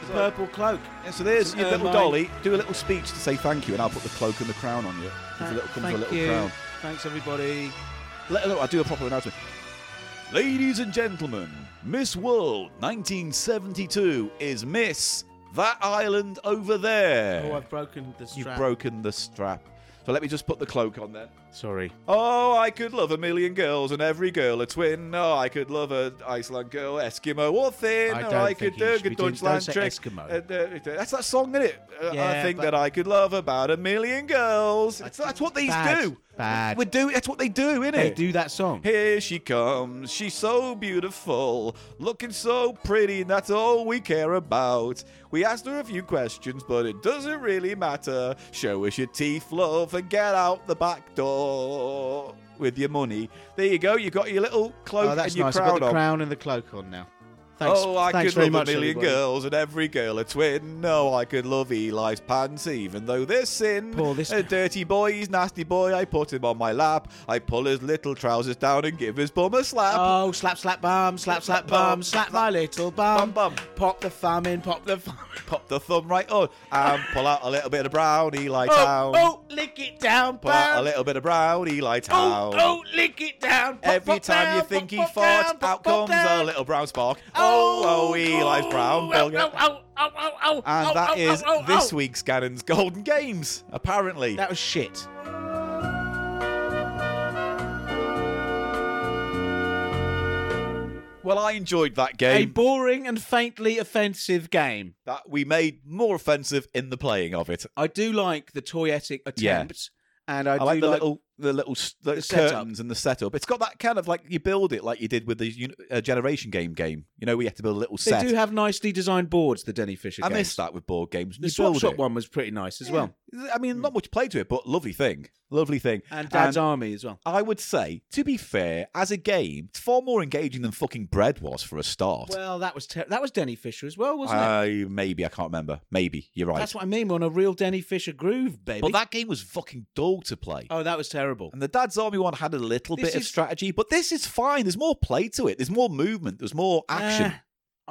Speaker 2: So-
Speaker 1: purple cloak.
Speaker 2: Yeah, so there's
Speaker 1: It's uh,
Speaker 2: your little
Speaker 1: ermine.
Speaker 2: dolly. Do a little speech to say thank you, and I'll put the cloak and the crown on you. There's a little, comes
Speaker 1: Uh, Thank
Speaker 2: a little
Speaker 1: you.
Speaker 2: crown.
Speaker 1: Thanks, everybody.
Speaker 2: Let, look, I'll do a proper announcement. Ladies and gentlemen, Miss World 1972 is Miss That Island Over There.
Speaker 1: Oh, I've broken the
Speaker 2: You've
Speaker 1: strap.
Speaker 2: broken the strap. So let me just put the cloak on then.
Speaker 1: Sorry.
Speaker 2: Oh, I could love a million girls and every girl a twin. Oh, I could love an Iceland girl, Eskimo or thin.
Speaker 1: I
Speaker 2: or
Speaker 1: don't
Speaker 2: I
Speaker 1: think
Speaker 2: could
Speaker 1: you
Speaker 2: do a
Speaker 1: should be
Speaker 2: good
Speaker 1: doing-
Speaker 2: Deutschland
Speaker 1: don't say
Speaker 2: trick.
Speaker 1: Eskimo.
Speaker 2: Uh, uh, uh, that's that song, isn't it? Uh, I
Speaker 1: Yeah,
Speaker 2: think
Speaker 1: but-
Speaker 2: that I could love about a million girls. It's, that's what these
Speaker 1: Bad.
Speaker 2: do.
Speaker 1: Bad.
Speaker 2: We do. That's what they do, innit?
Speaker 1: They do that song.
Speaker 2: Here she comes, she's so beautiful, looking so pretty, and that's all we care about. We asked her a few questions, but it doesn't really matter. Show us your teeth, love, and get out the back door with your money. There you go, you got your little cloak
Speaker 1: Oh,
Speaker 2: and
Speaker 1: that's
Speaker 2: your
Speaker 1: nice. I've
Speaker 2: crown
Speaker 1: got the
Speaker 2: on.
Speaker 1: crown and the cloak on now. Thanks.
Speaker 2: oh, I
Speaker 1: Thanks
Speaker 2: could
Speaker 1: very
Speaker 2: love
Speaker 1: much,
Speaker 2: a million
Speaker 1: everybody.
Speaker 2: girls and every girl a twin. No, I could love Eli's pants, even though they're sin.
Speaker 1: Paul, this-
Speaker 2: A dirty boy, he's nasty boy. I put him on my lap. I pull his little trousers down and give his bum a slap.
Speaker 1: Oh, slap, slap, bum, slap, slap, bum, slap my little bum,
Speaker 2: Bum, bum.
Speaker 1: Pop the thumb in, pop the thumb. in.
Speaker 2: Pop the thumb right on and pull out a little bit of brown Eli
Speaker 1: Oh,
Speaker 2: town.
Speaker 1: oh, lick it down,
Speaker 2: pull out a
Speaker 1: bum.
Speaker 2: little bit of brown Eli
Speaker 1: Oh,
Speaker 2: town.
Speaker 1: oh, lick it down. Pop,
Speaker 2: Every
Speaker 1: pop
Speaker 2: time
Speaker 1: down,
Speaker 2: you
Speaker 1: pop,
Speaker 2: think he
Speaker 1: pop down,
Speaker 2: farts,
Speaker 1: pop, pop
Speaker 2: out comes a
Speaker 1: down.
Speaker 2: little brown spark. Oh, oh, Eli's brown.
Speaker 1: Oh,
Speaker 2: belly.
Speaker 1: oh, oh, oh, oh, oh, oh,
Speaker 2: And
Speaker 1: oh,
Speaker 2: that is
Speaker 1: oh, oh,
Speaker 2: this
Speaker 1: oh.
Speaker 2: week's Gannon's Golden Games, apparently.
Speaker 1: That was shit.
Speaker 2: Well, I enjoyed that
Speaker 1: A
Speaker 2: game.
Speaker 1: boring and faintly offensive game.
Speaker 2: that we made more offensive in the playing of it.
Speaker 1: I do like the toyetic attempt, and I,
Speaker 2: I,
Speaker 1: do
Speaker 2: like the
Speaker 1: like
Speaker 2: little the little s- the curtains
Speaker 1: setup.
Speaker 2: and the setup. It's got that kind of like you build it like you did with the uni- uh, generation game game. You know, we had to build a little
Speaker 1: They
Speaker 2: set.
Speaker 1: do have nicely designed boards, the Denny Fisher
Speaker 2: I
Speaker 1: games.
Speaker 2: miss that with board games.
Speaker 1: The
Speaker 2: You
Speaker 1: Swap
Speaker 2: build
Speaker 1: Shop
Speaker 2: it.
Speaker 1: one was pretty nice as well. Hmm.
Speaker 2: I mean, not much play to it, but lovely thing, lovely thing.
Speaker 1: And Dad's Army as well.
Speaker 2: I would say, to be fair, as a game, it's far more engaging than fucking bread was for a start.
Speaker 1: Well, that was ter- that was Denny Fisher as well, wasn't it?
Speaker 2: I maybe I can't remember. Maybe you're Uh, right.
Speaker 1: That's what I mean. We're on a real Denny Fisher groove, baby.
Speaker 2: but that game was fucking dull to play.
Speaker 1: oh, that was terrible.
Speaker 2: And the Dad's Army one had a little
Speaker 1: This
Speaker 2: bit of
Speaker 1: is-
Speaker 2: strategy, but this is fine. There's more play to it. There's more movement. There's more action.
Speaker 1: Ah,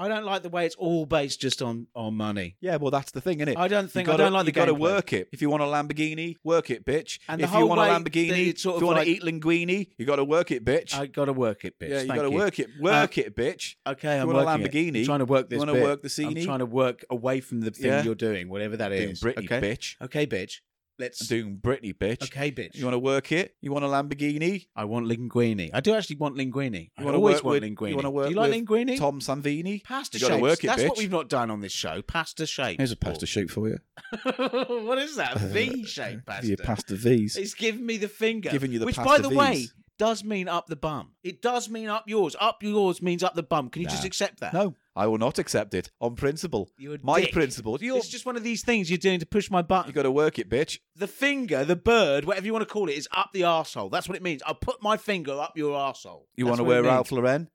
Speaker 1: I don't like the way it's all based just on on money.
Speaker 2: Yeah, well, that's the thing, innit?
Speaker 1: I don't think- I
Speaker 2: you gotta,
Speaker 1: don't like the
Speaker 2: you got to
Speaker 1: gameplay.
Speaker 2: work it. If you want a Lamborghini, work it, bitch.
Speaker 1: And the
Speaker 2: if you
Speaker 1: whole
Speaker 2: want a
Speaker 1: way
Speaker 2: Lamborghini,
Speaker 1: they sort
Speaker 2: if
Speaker 1: of
Speaker 2: you want
Speaker 1: like-
Speaker 2: to eat linguini, you got to work it, bitch.
Speaker 1: I gotta work it, bitch.
Speaker 2: yeah, you
Speaker 1: Thank Uh,
Speaker 2: got to work it, work it, bitch.
Speaker 1: Okay,
Speaker 2: If
Speaker 1: I'm
Speaker 2: you want a
Speaker 1: working it.
Speaker 2: Lamborghini,
Speaker 1: I'm trying to work
Speaker 2: you
Speaker 1: this.
Speaker 2: wanna
Speaker 1: bit.
Speaker 2: work the scene?
Speaker 1: I'm trying to work away from the thing
Speaker 2: Yeah.
Speaker 1: you're doing, whatever that
Speaker 2: Doing
Speaker 1: is.
Speaker 2: Britney,
Speaker 1: okay?
Speaker 2: bitch.
Speaker 1: Okay, bitch. Let's
Speaker 2: I'm doing Britney, bitch.
Speaker 1: Okay, bitch.
Speaker 2: You want to work it? You want a Lamborghini?
Speaker 1: I want linguini. I do actually want linguini.
Speaker 2: You
Speaker 1: I
Speaker 2: wanna
Speaker 1: always
Speaker 2: work
Speaker 1: want
Speaker 2: with,
Speaker 1: linguini.
Speaker 2: You want to work
Speaker 1: do you like
Speaker 2: with
Speaker 1: linguini?
Speaker 2: Tom Sanvini?
Speaker 1: Pasta
Speaker 2: you gotta
Speaker 1: shapes.
Speaker 2: work it,
Speaker 1: That's
Speaker 2: bitch.
Speaker 1: what we've Oh. not done on this show. Pasta shapes.
Speaker 2: Here's a pasta shape for you.
Speaker 1: Paul. what is that? V shaped pasta.
Speaker 2: Your pasta V's.
Speaker 1: It's giving me the finger.
Speaker 2: Giving you the
Speaker 1: Which,
Speaker 2: pasta
Speaker 1: by the
Speaker 2: Vs.
Speaker 1: way, does mean up the bum. It does mean up yours. Up yours means up the bum. Can you just
Speaker 2: Nah.
Speaker 1: accept that?
Speaker 2: No, I will not accept it on principle.
Speaker 1: You're a
Speaker 2: My
Speaker 1: dick.
Speaker 2: principle. You're,
Speaker 1: It's just one of these things you're doing to push my button.
Speaker 2: you got to work it, bitch.
Speaker 1: the finger, the bird, whatever you want to call it, is up the arsehole. That's what it means. I'll put my finger up your arsehole.
Speaker 2: You
Speaker 1: That's
Speaker 2: want
Speaker 1: what it
Speaker 2: to wear
Speaker 1: means.
Speaker 2: Ralph Lauren?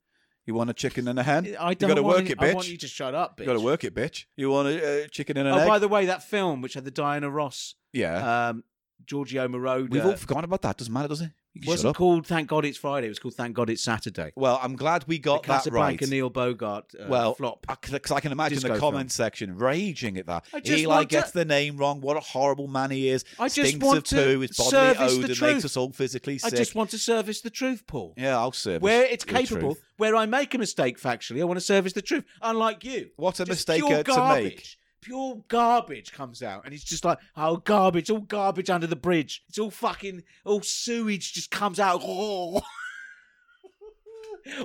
Speaker 2: You want a chicken and a hen?
Speaker 1: I
Speaker 2: you
Speaker 1: don't
Speaker 2: got to
Speaker 1: want
Speaker 2: work
Speaker 1: any-
Speaker 2: it, bitch.
Speaker 1: I want you to shut up, bitch.
Speaker 2: got to work it, bitch. You want a uh, chicken and an
Speaker 1: Oh,
Speaker 2: egg?
Speaker 1: by the way, that film which had the Diana Ross,
Speaker 2: yeah.
Speaker 1: um, Giorgio Moroder,
Speaker 2: We've all forgotten about that. Doesn't matter, does it? You can shut
Speaker 1: wasn't
Speaker 2: up.
Speaker 1: called "Thank God It's Friday." It was called "Thank God It's Saturday."
Speaker 2: Well, I'm glad we got
Speaker 1: the
Speaker 2: that
Speaker 1: Casablanca
Speaker 2: right.
Speaker 1: Neil Bogart uh,
Speaker 2: well,
Speaker 1: flop.
Speaker 2: because I, can imagine
Speaker 1: Disco
Speaker 2: the
Speaker 1: film.
Speaker 2: comment section raging at that.
Speaker 1: I just
Speaker 2: Eli
Speaker 1: want to-
Speaker 2: gets the name wrong. What a horrible man he is.
Speaker 1: I just
Speaker 2: Stinks
Speaker 1: want
Speaker 2: of
Speaker 1: to
Speaker 2: poo. His bodily
Speaker 1: service the
Speaker 2: odor
Speaker 1: truth.
Speaker 2: makes us all physically
Speaker 1: I
Speaker 2: sick.
Speaker 1: just want to service the truth, Paul.
Speaker 2: yeah, I'll service.
Speaker 1: Where it's
Speaker 2: the truth.
Speaker 1: capable, where I make a mistake factually, I want to service the truth. Unlike you,
Speaker 2: What a
Speaker 1: Just
Speaker 2: mistake,
Speaker 1: pure
Speaker 2: uh, to
Speaker 1: garbage.
Speaker 2: make.
Speaker 1: Pure garbage comes out, and it's just like, oh, garbage, all garbage under the bridge. It's all fucking, all sewage just comes out. Oh,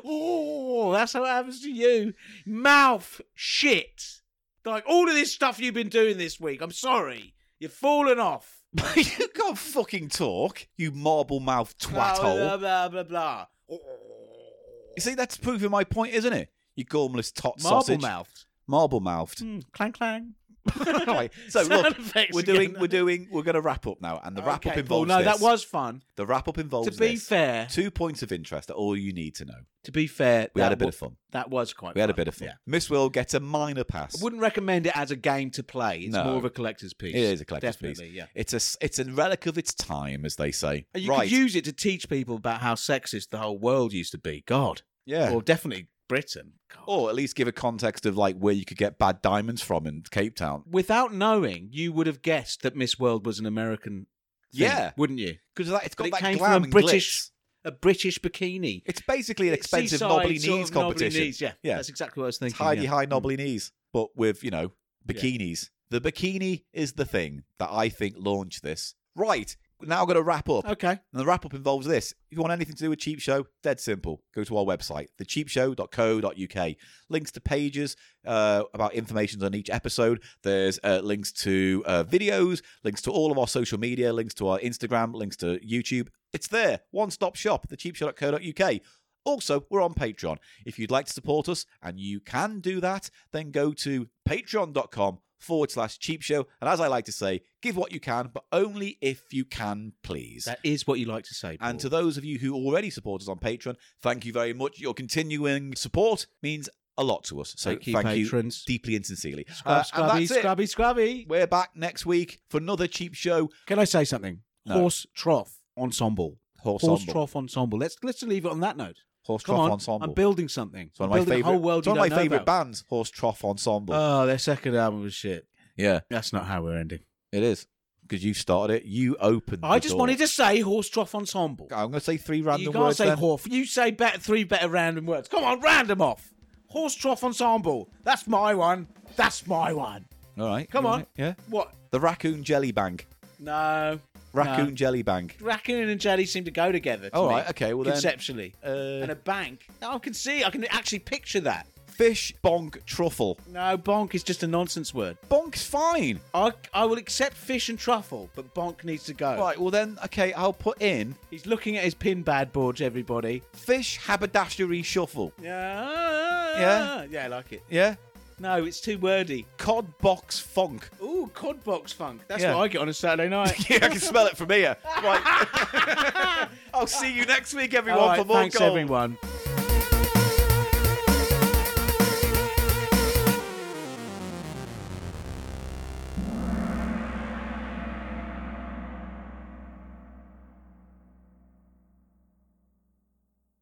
Speaker 1: oh that's how it happens to you. Mouth shit. Like all of this stuff you've been doing this week. I'm sorry, you've fallen off.
Speaker 2: you can't fucking talk, you marble mouth twat
Speaker 1: Blah, blah,
Speaker 2: hole.
Speaker 1: blah, blah, blah.
Speaker 2: You see, that's proving my point, isn't it? You gormless tot
Speaker 1: Marble
Speaker 2: sausage,
Speaker 1: mouthed.
Speaker 2: marble mouthed.
Speaker 1: Mm, clang clang.
Speaker 2: right. So
Speaker 1: Sound
Speaker 2: look,
Speaker 1: effects
Speaker 2: we're doing,
Speaker 1: again.
Speaker 2: we're doing, we're going to wrap up now, and the wrap up
Speaker 1: Okay,
Speaker 2: involves
Speaker 1: Paul, no,
Speaker 2: this.
Speaker 1: that was fun.
Speaker 2: the wrap up involves.
Speaker 1: To be
Speaker 2: this.
Speaker 1: fair,
Speaker 2: two points of interest are all you need to know.
Speaker 1: to be fair,
Speaker 2: We had
Speaker 1: that
Speaker 2: a bit
Speaker 1: wa-
Speaker 2: of fun.
Speaker 1: That was quite.
Speaker 2: We had a
Speaker 1: fun.
Speaker 2: bit of fun.
Speaker 1: Yeah.
Speaker 2: Miss Will gets a minor pass.
Speaker 1: I wouldn't recommend it as a game to play. It's
Speaker 2: No.
Speaker 1: more of a collector's piece.
Speaker 2: It is a collector's
Speaker 1: Definitely,
Speaker 2: piece.
Speaker 1: Yeah.
Speaker 2: It's a s- it's a relic of its time, as they say.
Speaker 1: And you
Speaker 2: right?
Speaker 1: could use it to teach people about how sexist the whole world used to be. God,
Speaker 2: yeah.
Speaker 1: or
Speaker 2: Or,
Speaker 1: definitely Britain. God.
Speaker 2: at least give a context of like where you could get bad diamonds from in Cape Town.
Speaker 1: without knowing, you would have guessed that Miss World was an American. thing,
Speaker 2: Yeah.
Speaker 1: wouldn't you?
Speaker 2: Because it's got
Speaker 1: But it
Speaker 2: that
Speaker 1: came
Speaker 2: glam
Speaker 1: from a
Speaker 2: and
Speaker 1: British-
Speaker 2: glitz.
Speaker 1: a British bikini.
Speaker 2: It's basically an expensive
Speaker 1: Seaside
Speaker 2: knobbly
Speaker 1: sort of
Speaker 2: knees
Speaker 1: knobbly
Speaker 2: competition.
Speaker 1: knees, Yeah,
Speaker 2: Yeah.
Speaker 1: that's exactly what I was
Speaker 2: It's
Speaker 1: thinking.
Speaker 2: Heidi
Speaker 1: yeah.
Speaker 2: High knobbly knees, but with, you know, bikinis. The bikini is the thing that I think launched this. Right. Now I'm going to wrap up.
Speaker 1: Okay.
Speaker 2: And the wrap up involves this. If you want anything to do with Cheap Show, dead simple. Go to our website, thecheapshow.co.uk. Links to pages uh, about information on each episode. There's uh, links to uh, videos, links to all of our social media, links to our Instagram, links to YouTube. It's there. One stop shop, thecheapshow.co.uk. Also, we're on Patreon. If you'd like to support us, and you can do that, then go to patreon.com forward slash cheap show. And as I like to say, give what you can, but only if you can, please.
Speaker 1: That is what you like to say.
Speaker 2: And to
Speaker 1: Paul.
Speaker 2: those of you who already support us on Patreon, thank you very much. Your continuing support means a lot to us. So
Speaker 1: Thank you, patrons.
Speaker 2: deeply and sincerely.
Speaker 1: Scrub,
Speaker 2: Uh, and
Speaker 1: scrubby,
Speaker 2: that's it.
Speaker 1: scrubby, scrubby.
Speaker 2: We're back next week for another cheap show.
Speaker 1: Can I say something?
Speaker 2: No.
Speaker 1: Horse trough ensemble.
Speaker 2: Horse,
Speaker 1: Horse
Speaker 2: ensemble.
Speaker 1: trough ensemble. Let's let's leave it on that note.
Speaker 2: Horse
Speaker 1: Come
Speaker 2: trough
Speaker 1: on,
Speaker 2: ensemble.
Speaker 1: I'm building something.
Speaker 2: it's one
Speaker 1: I'm
Speaker 2: of my
Speaker 1: building a
Speaker 2: favorite.
Speaker 1: whole world
Speaker 2: it's one
Speaker 1: you
Speaker 2: of my
Speaker 1: don't know
Speaker 2: favorite
Speaker 1: about.
Speaker 2: bands. Horse trough ensemble.
Speaker 1: Oh, their second album was shit.
Speaker 2: yeah,
Speaker 1: That's not how we're ending.
Speaker 2: it is because you started it. You opened.
Speaker 1: I
Speaker 2: the
Speaker 1: just
Speaker 2: door.
Speaker 1: wanted to say horse trough ensemble.
Speaker 2: I'm going to say three random
Speaker 1: you can't
Speaker 2: words.
Speaker 1: say
Speaker 2: then.
Speaker 1: horse. You say better three better random words. Come on, random off. Horse trough ensemble. That's my one. That's my one.
Speaker 2: All right.
Speaker 1: Come
Speaker 2: you
Speaker 1: on.
Speaker 2: want it? Yeah.
Speaker 1: What?
Speaker 2: The raccoon jelly bank.
Speaker 1: No.
Speaker 2: Raccoon
Speaker 1: No.
Speaker 2: jelly bank.
Speaker 1: Raccoon and jelly seem to go together. To
Speaker 2: All
Speaker 1: me,
Speaker 2: right, okay, well then-
Speaker 1: conceptually,
Speaker 2: Uh,
Speaker 1: and a bank. I can see. I can actually picture that.
Speaker 2: fish bonk truffle.
Speaker 1: No, bonk is just a nonsense word.
Speaker 2: Bonk's fine.
Speaker 1: I, I will accept fish and truffle, but bonk needs to go.
Speaker 2: Right, well then, okay, I'll put in
Speaker 1: He's looking at his pin bad boards, everybody.
Speaker 2: fish haberdashery shuffle.
Speaker 1: Yeah.
Speaker 2: Yeah?
Speaker 1: Yeah, I like it.
Speaker 2: Yeah?
Speaker 1: No, it's too wordy.
Speaker 2: Cod box funk.
Speaker 1: Ooh, cod box funk. That's
Speaker 2: Yeah.
Speaker 1: what I get on a Saturday night.
Speaker 2: yeah, I can smell it from here. Right. I'll see you next week, everyone,
Speaker 1: All right,
Speaker 2: for more
Speaker 1: thanks,
Speaker 2: gold.
Speaker 1: everyone.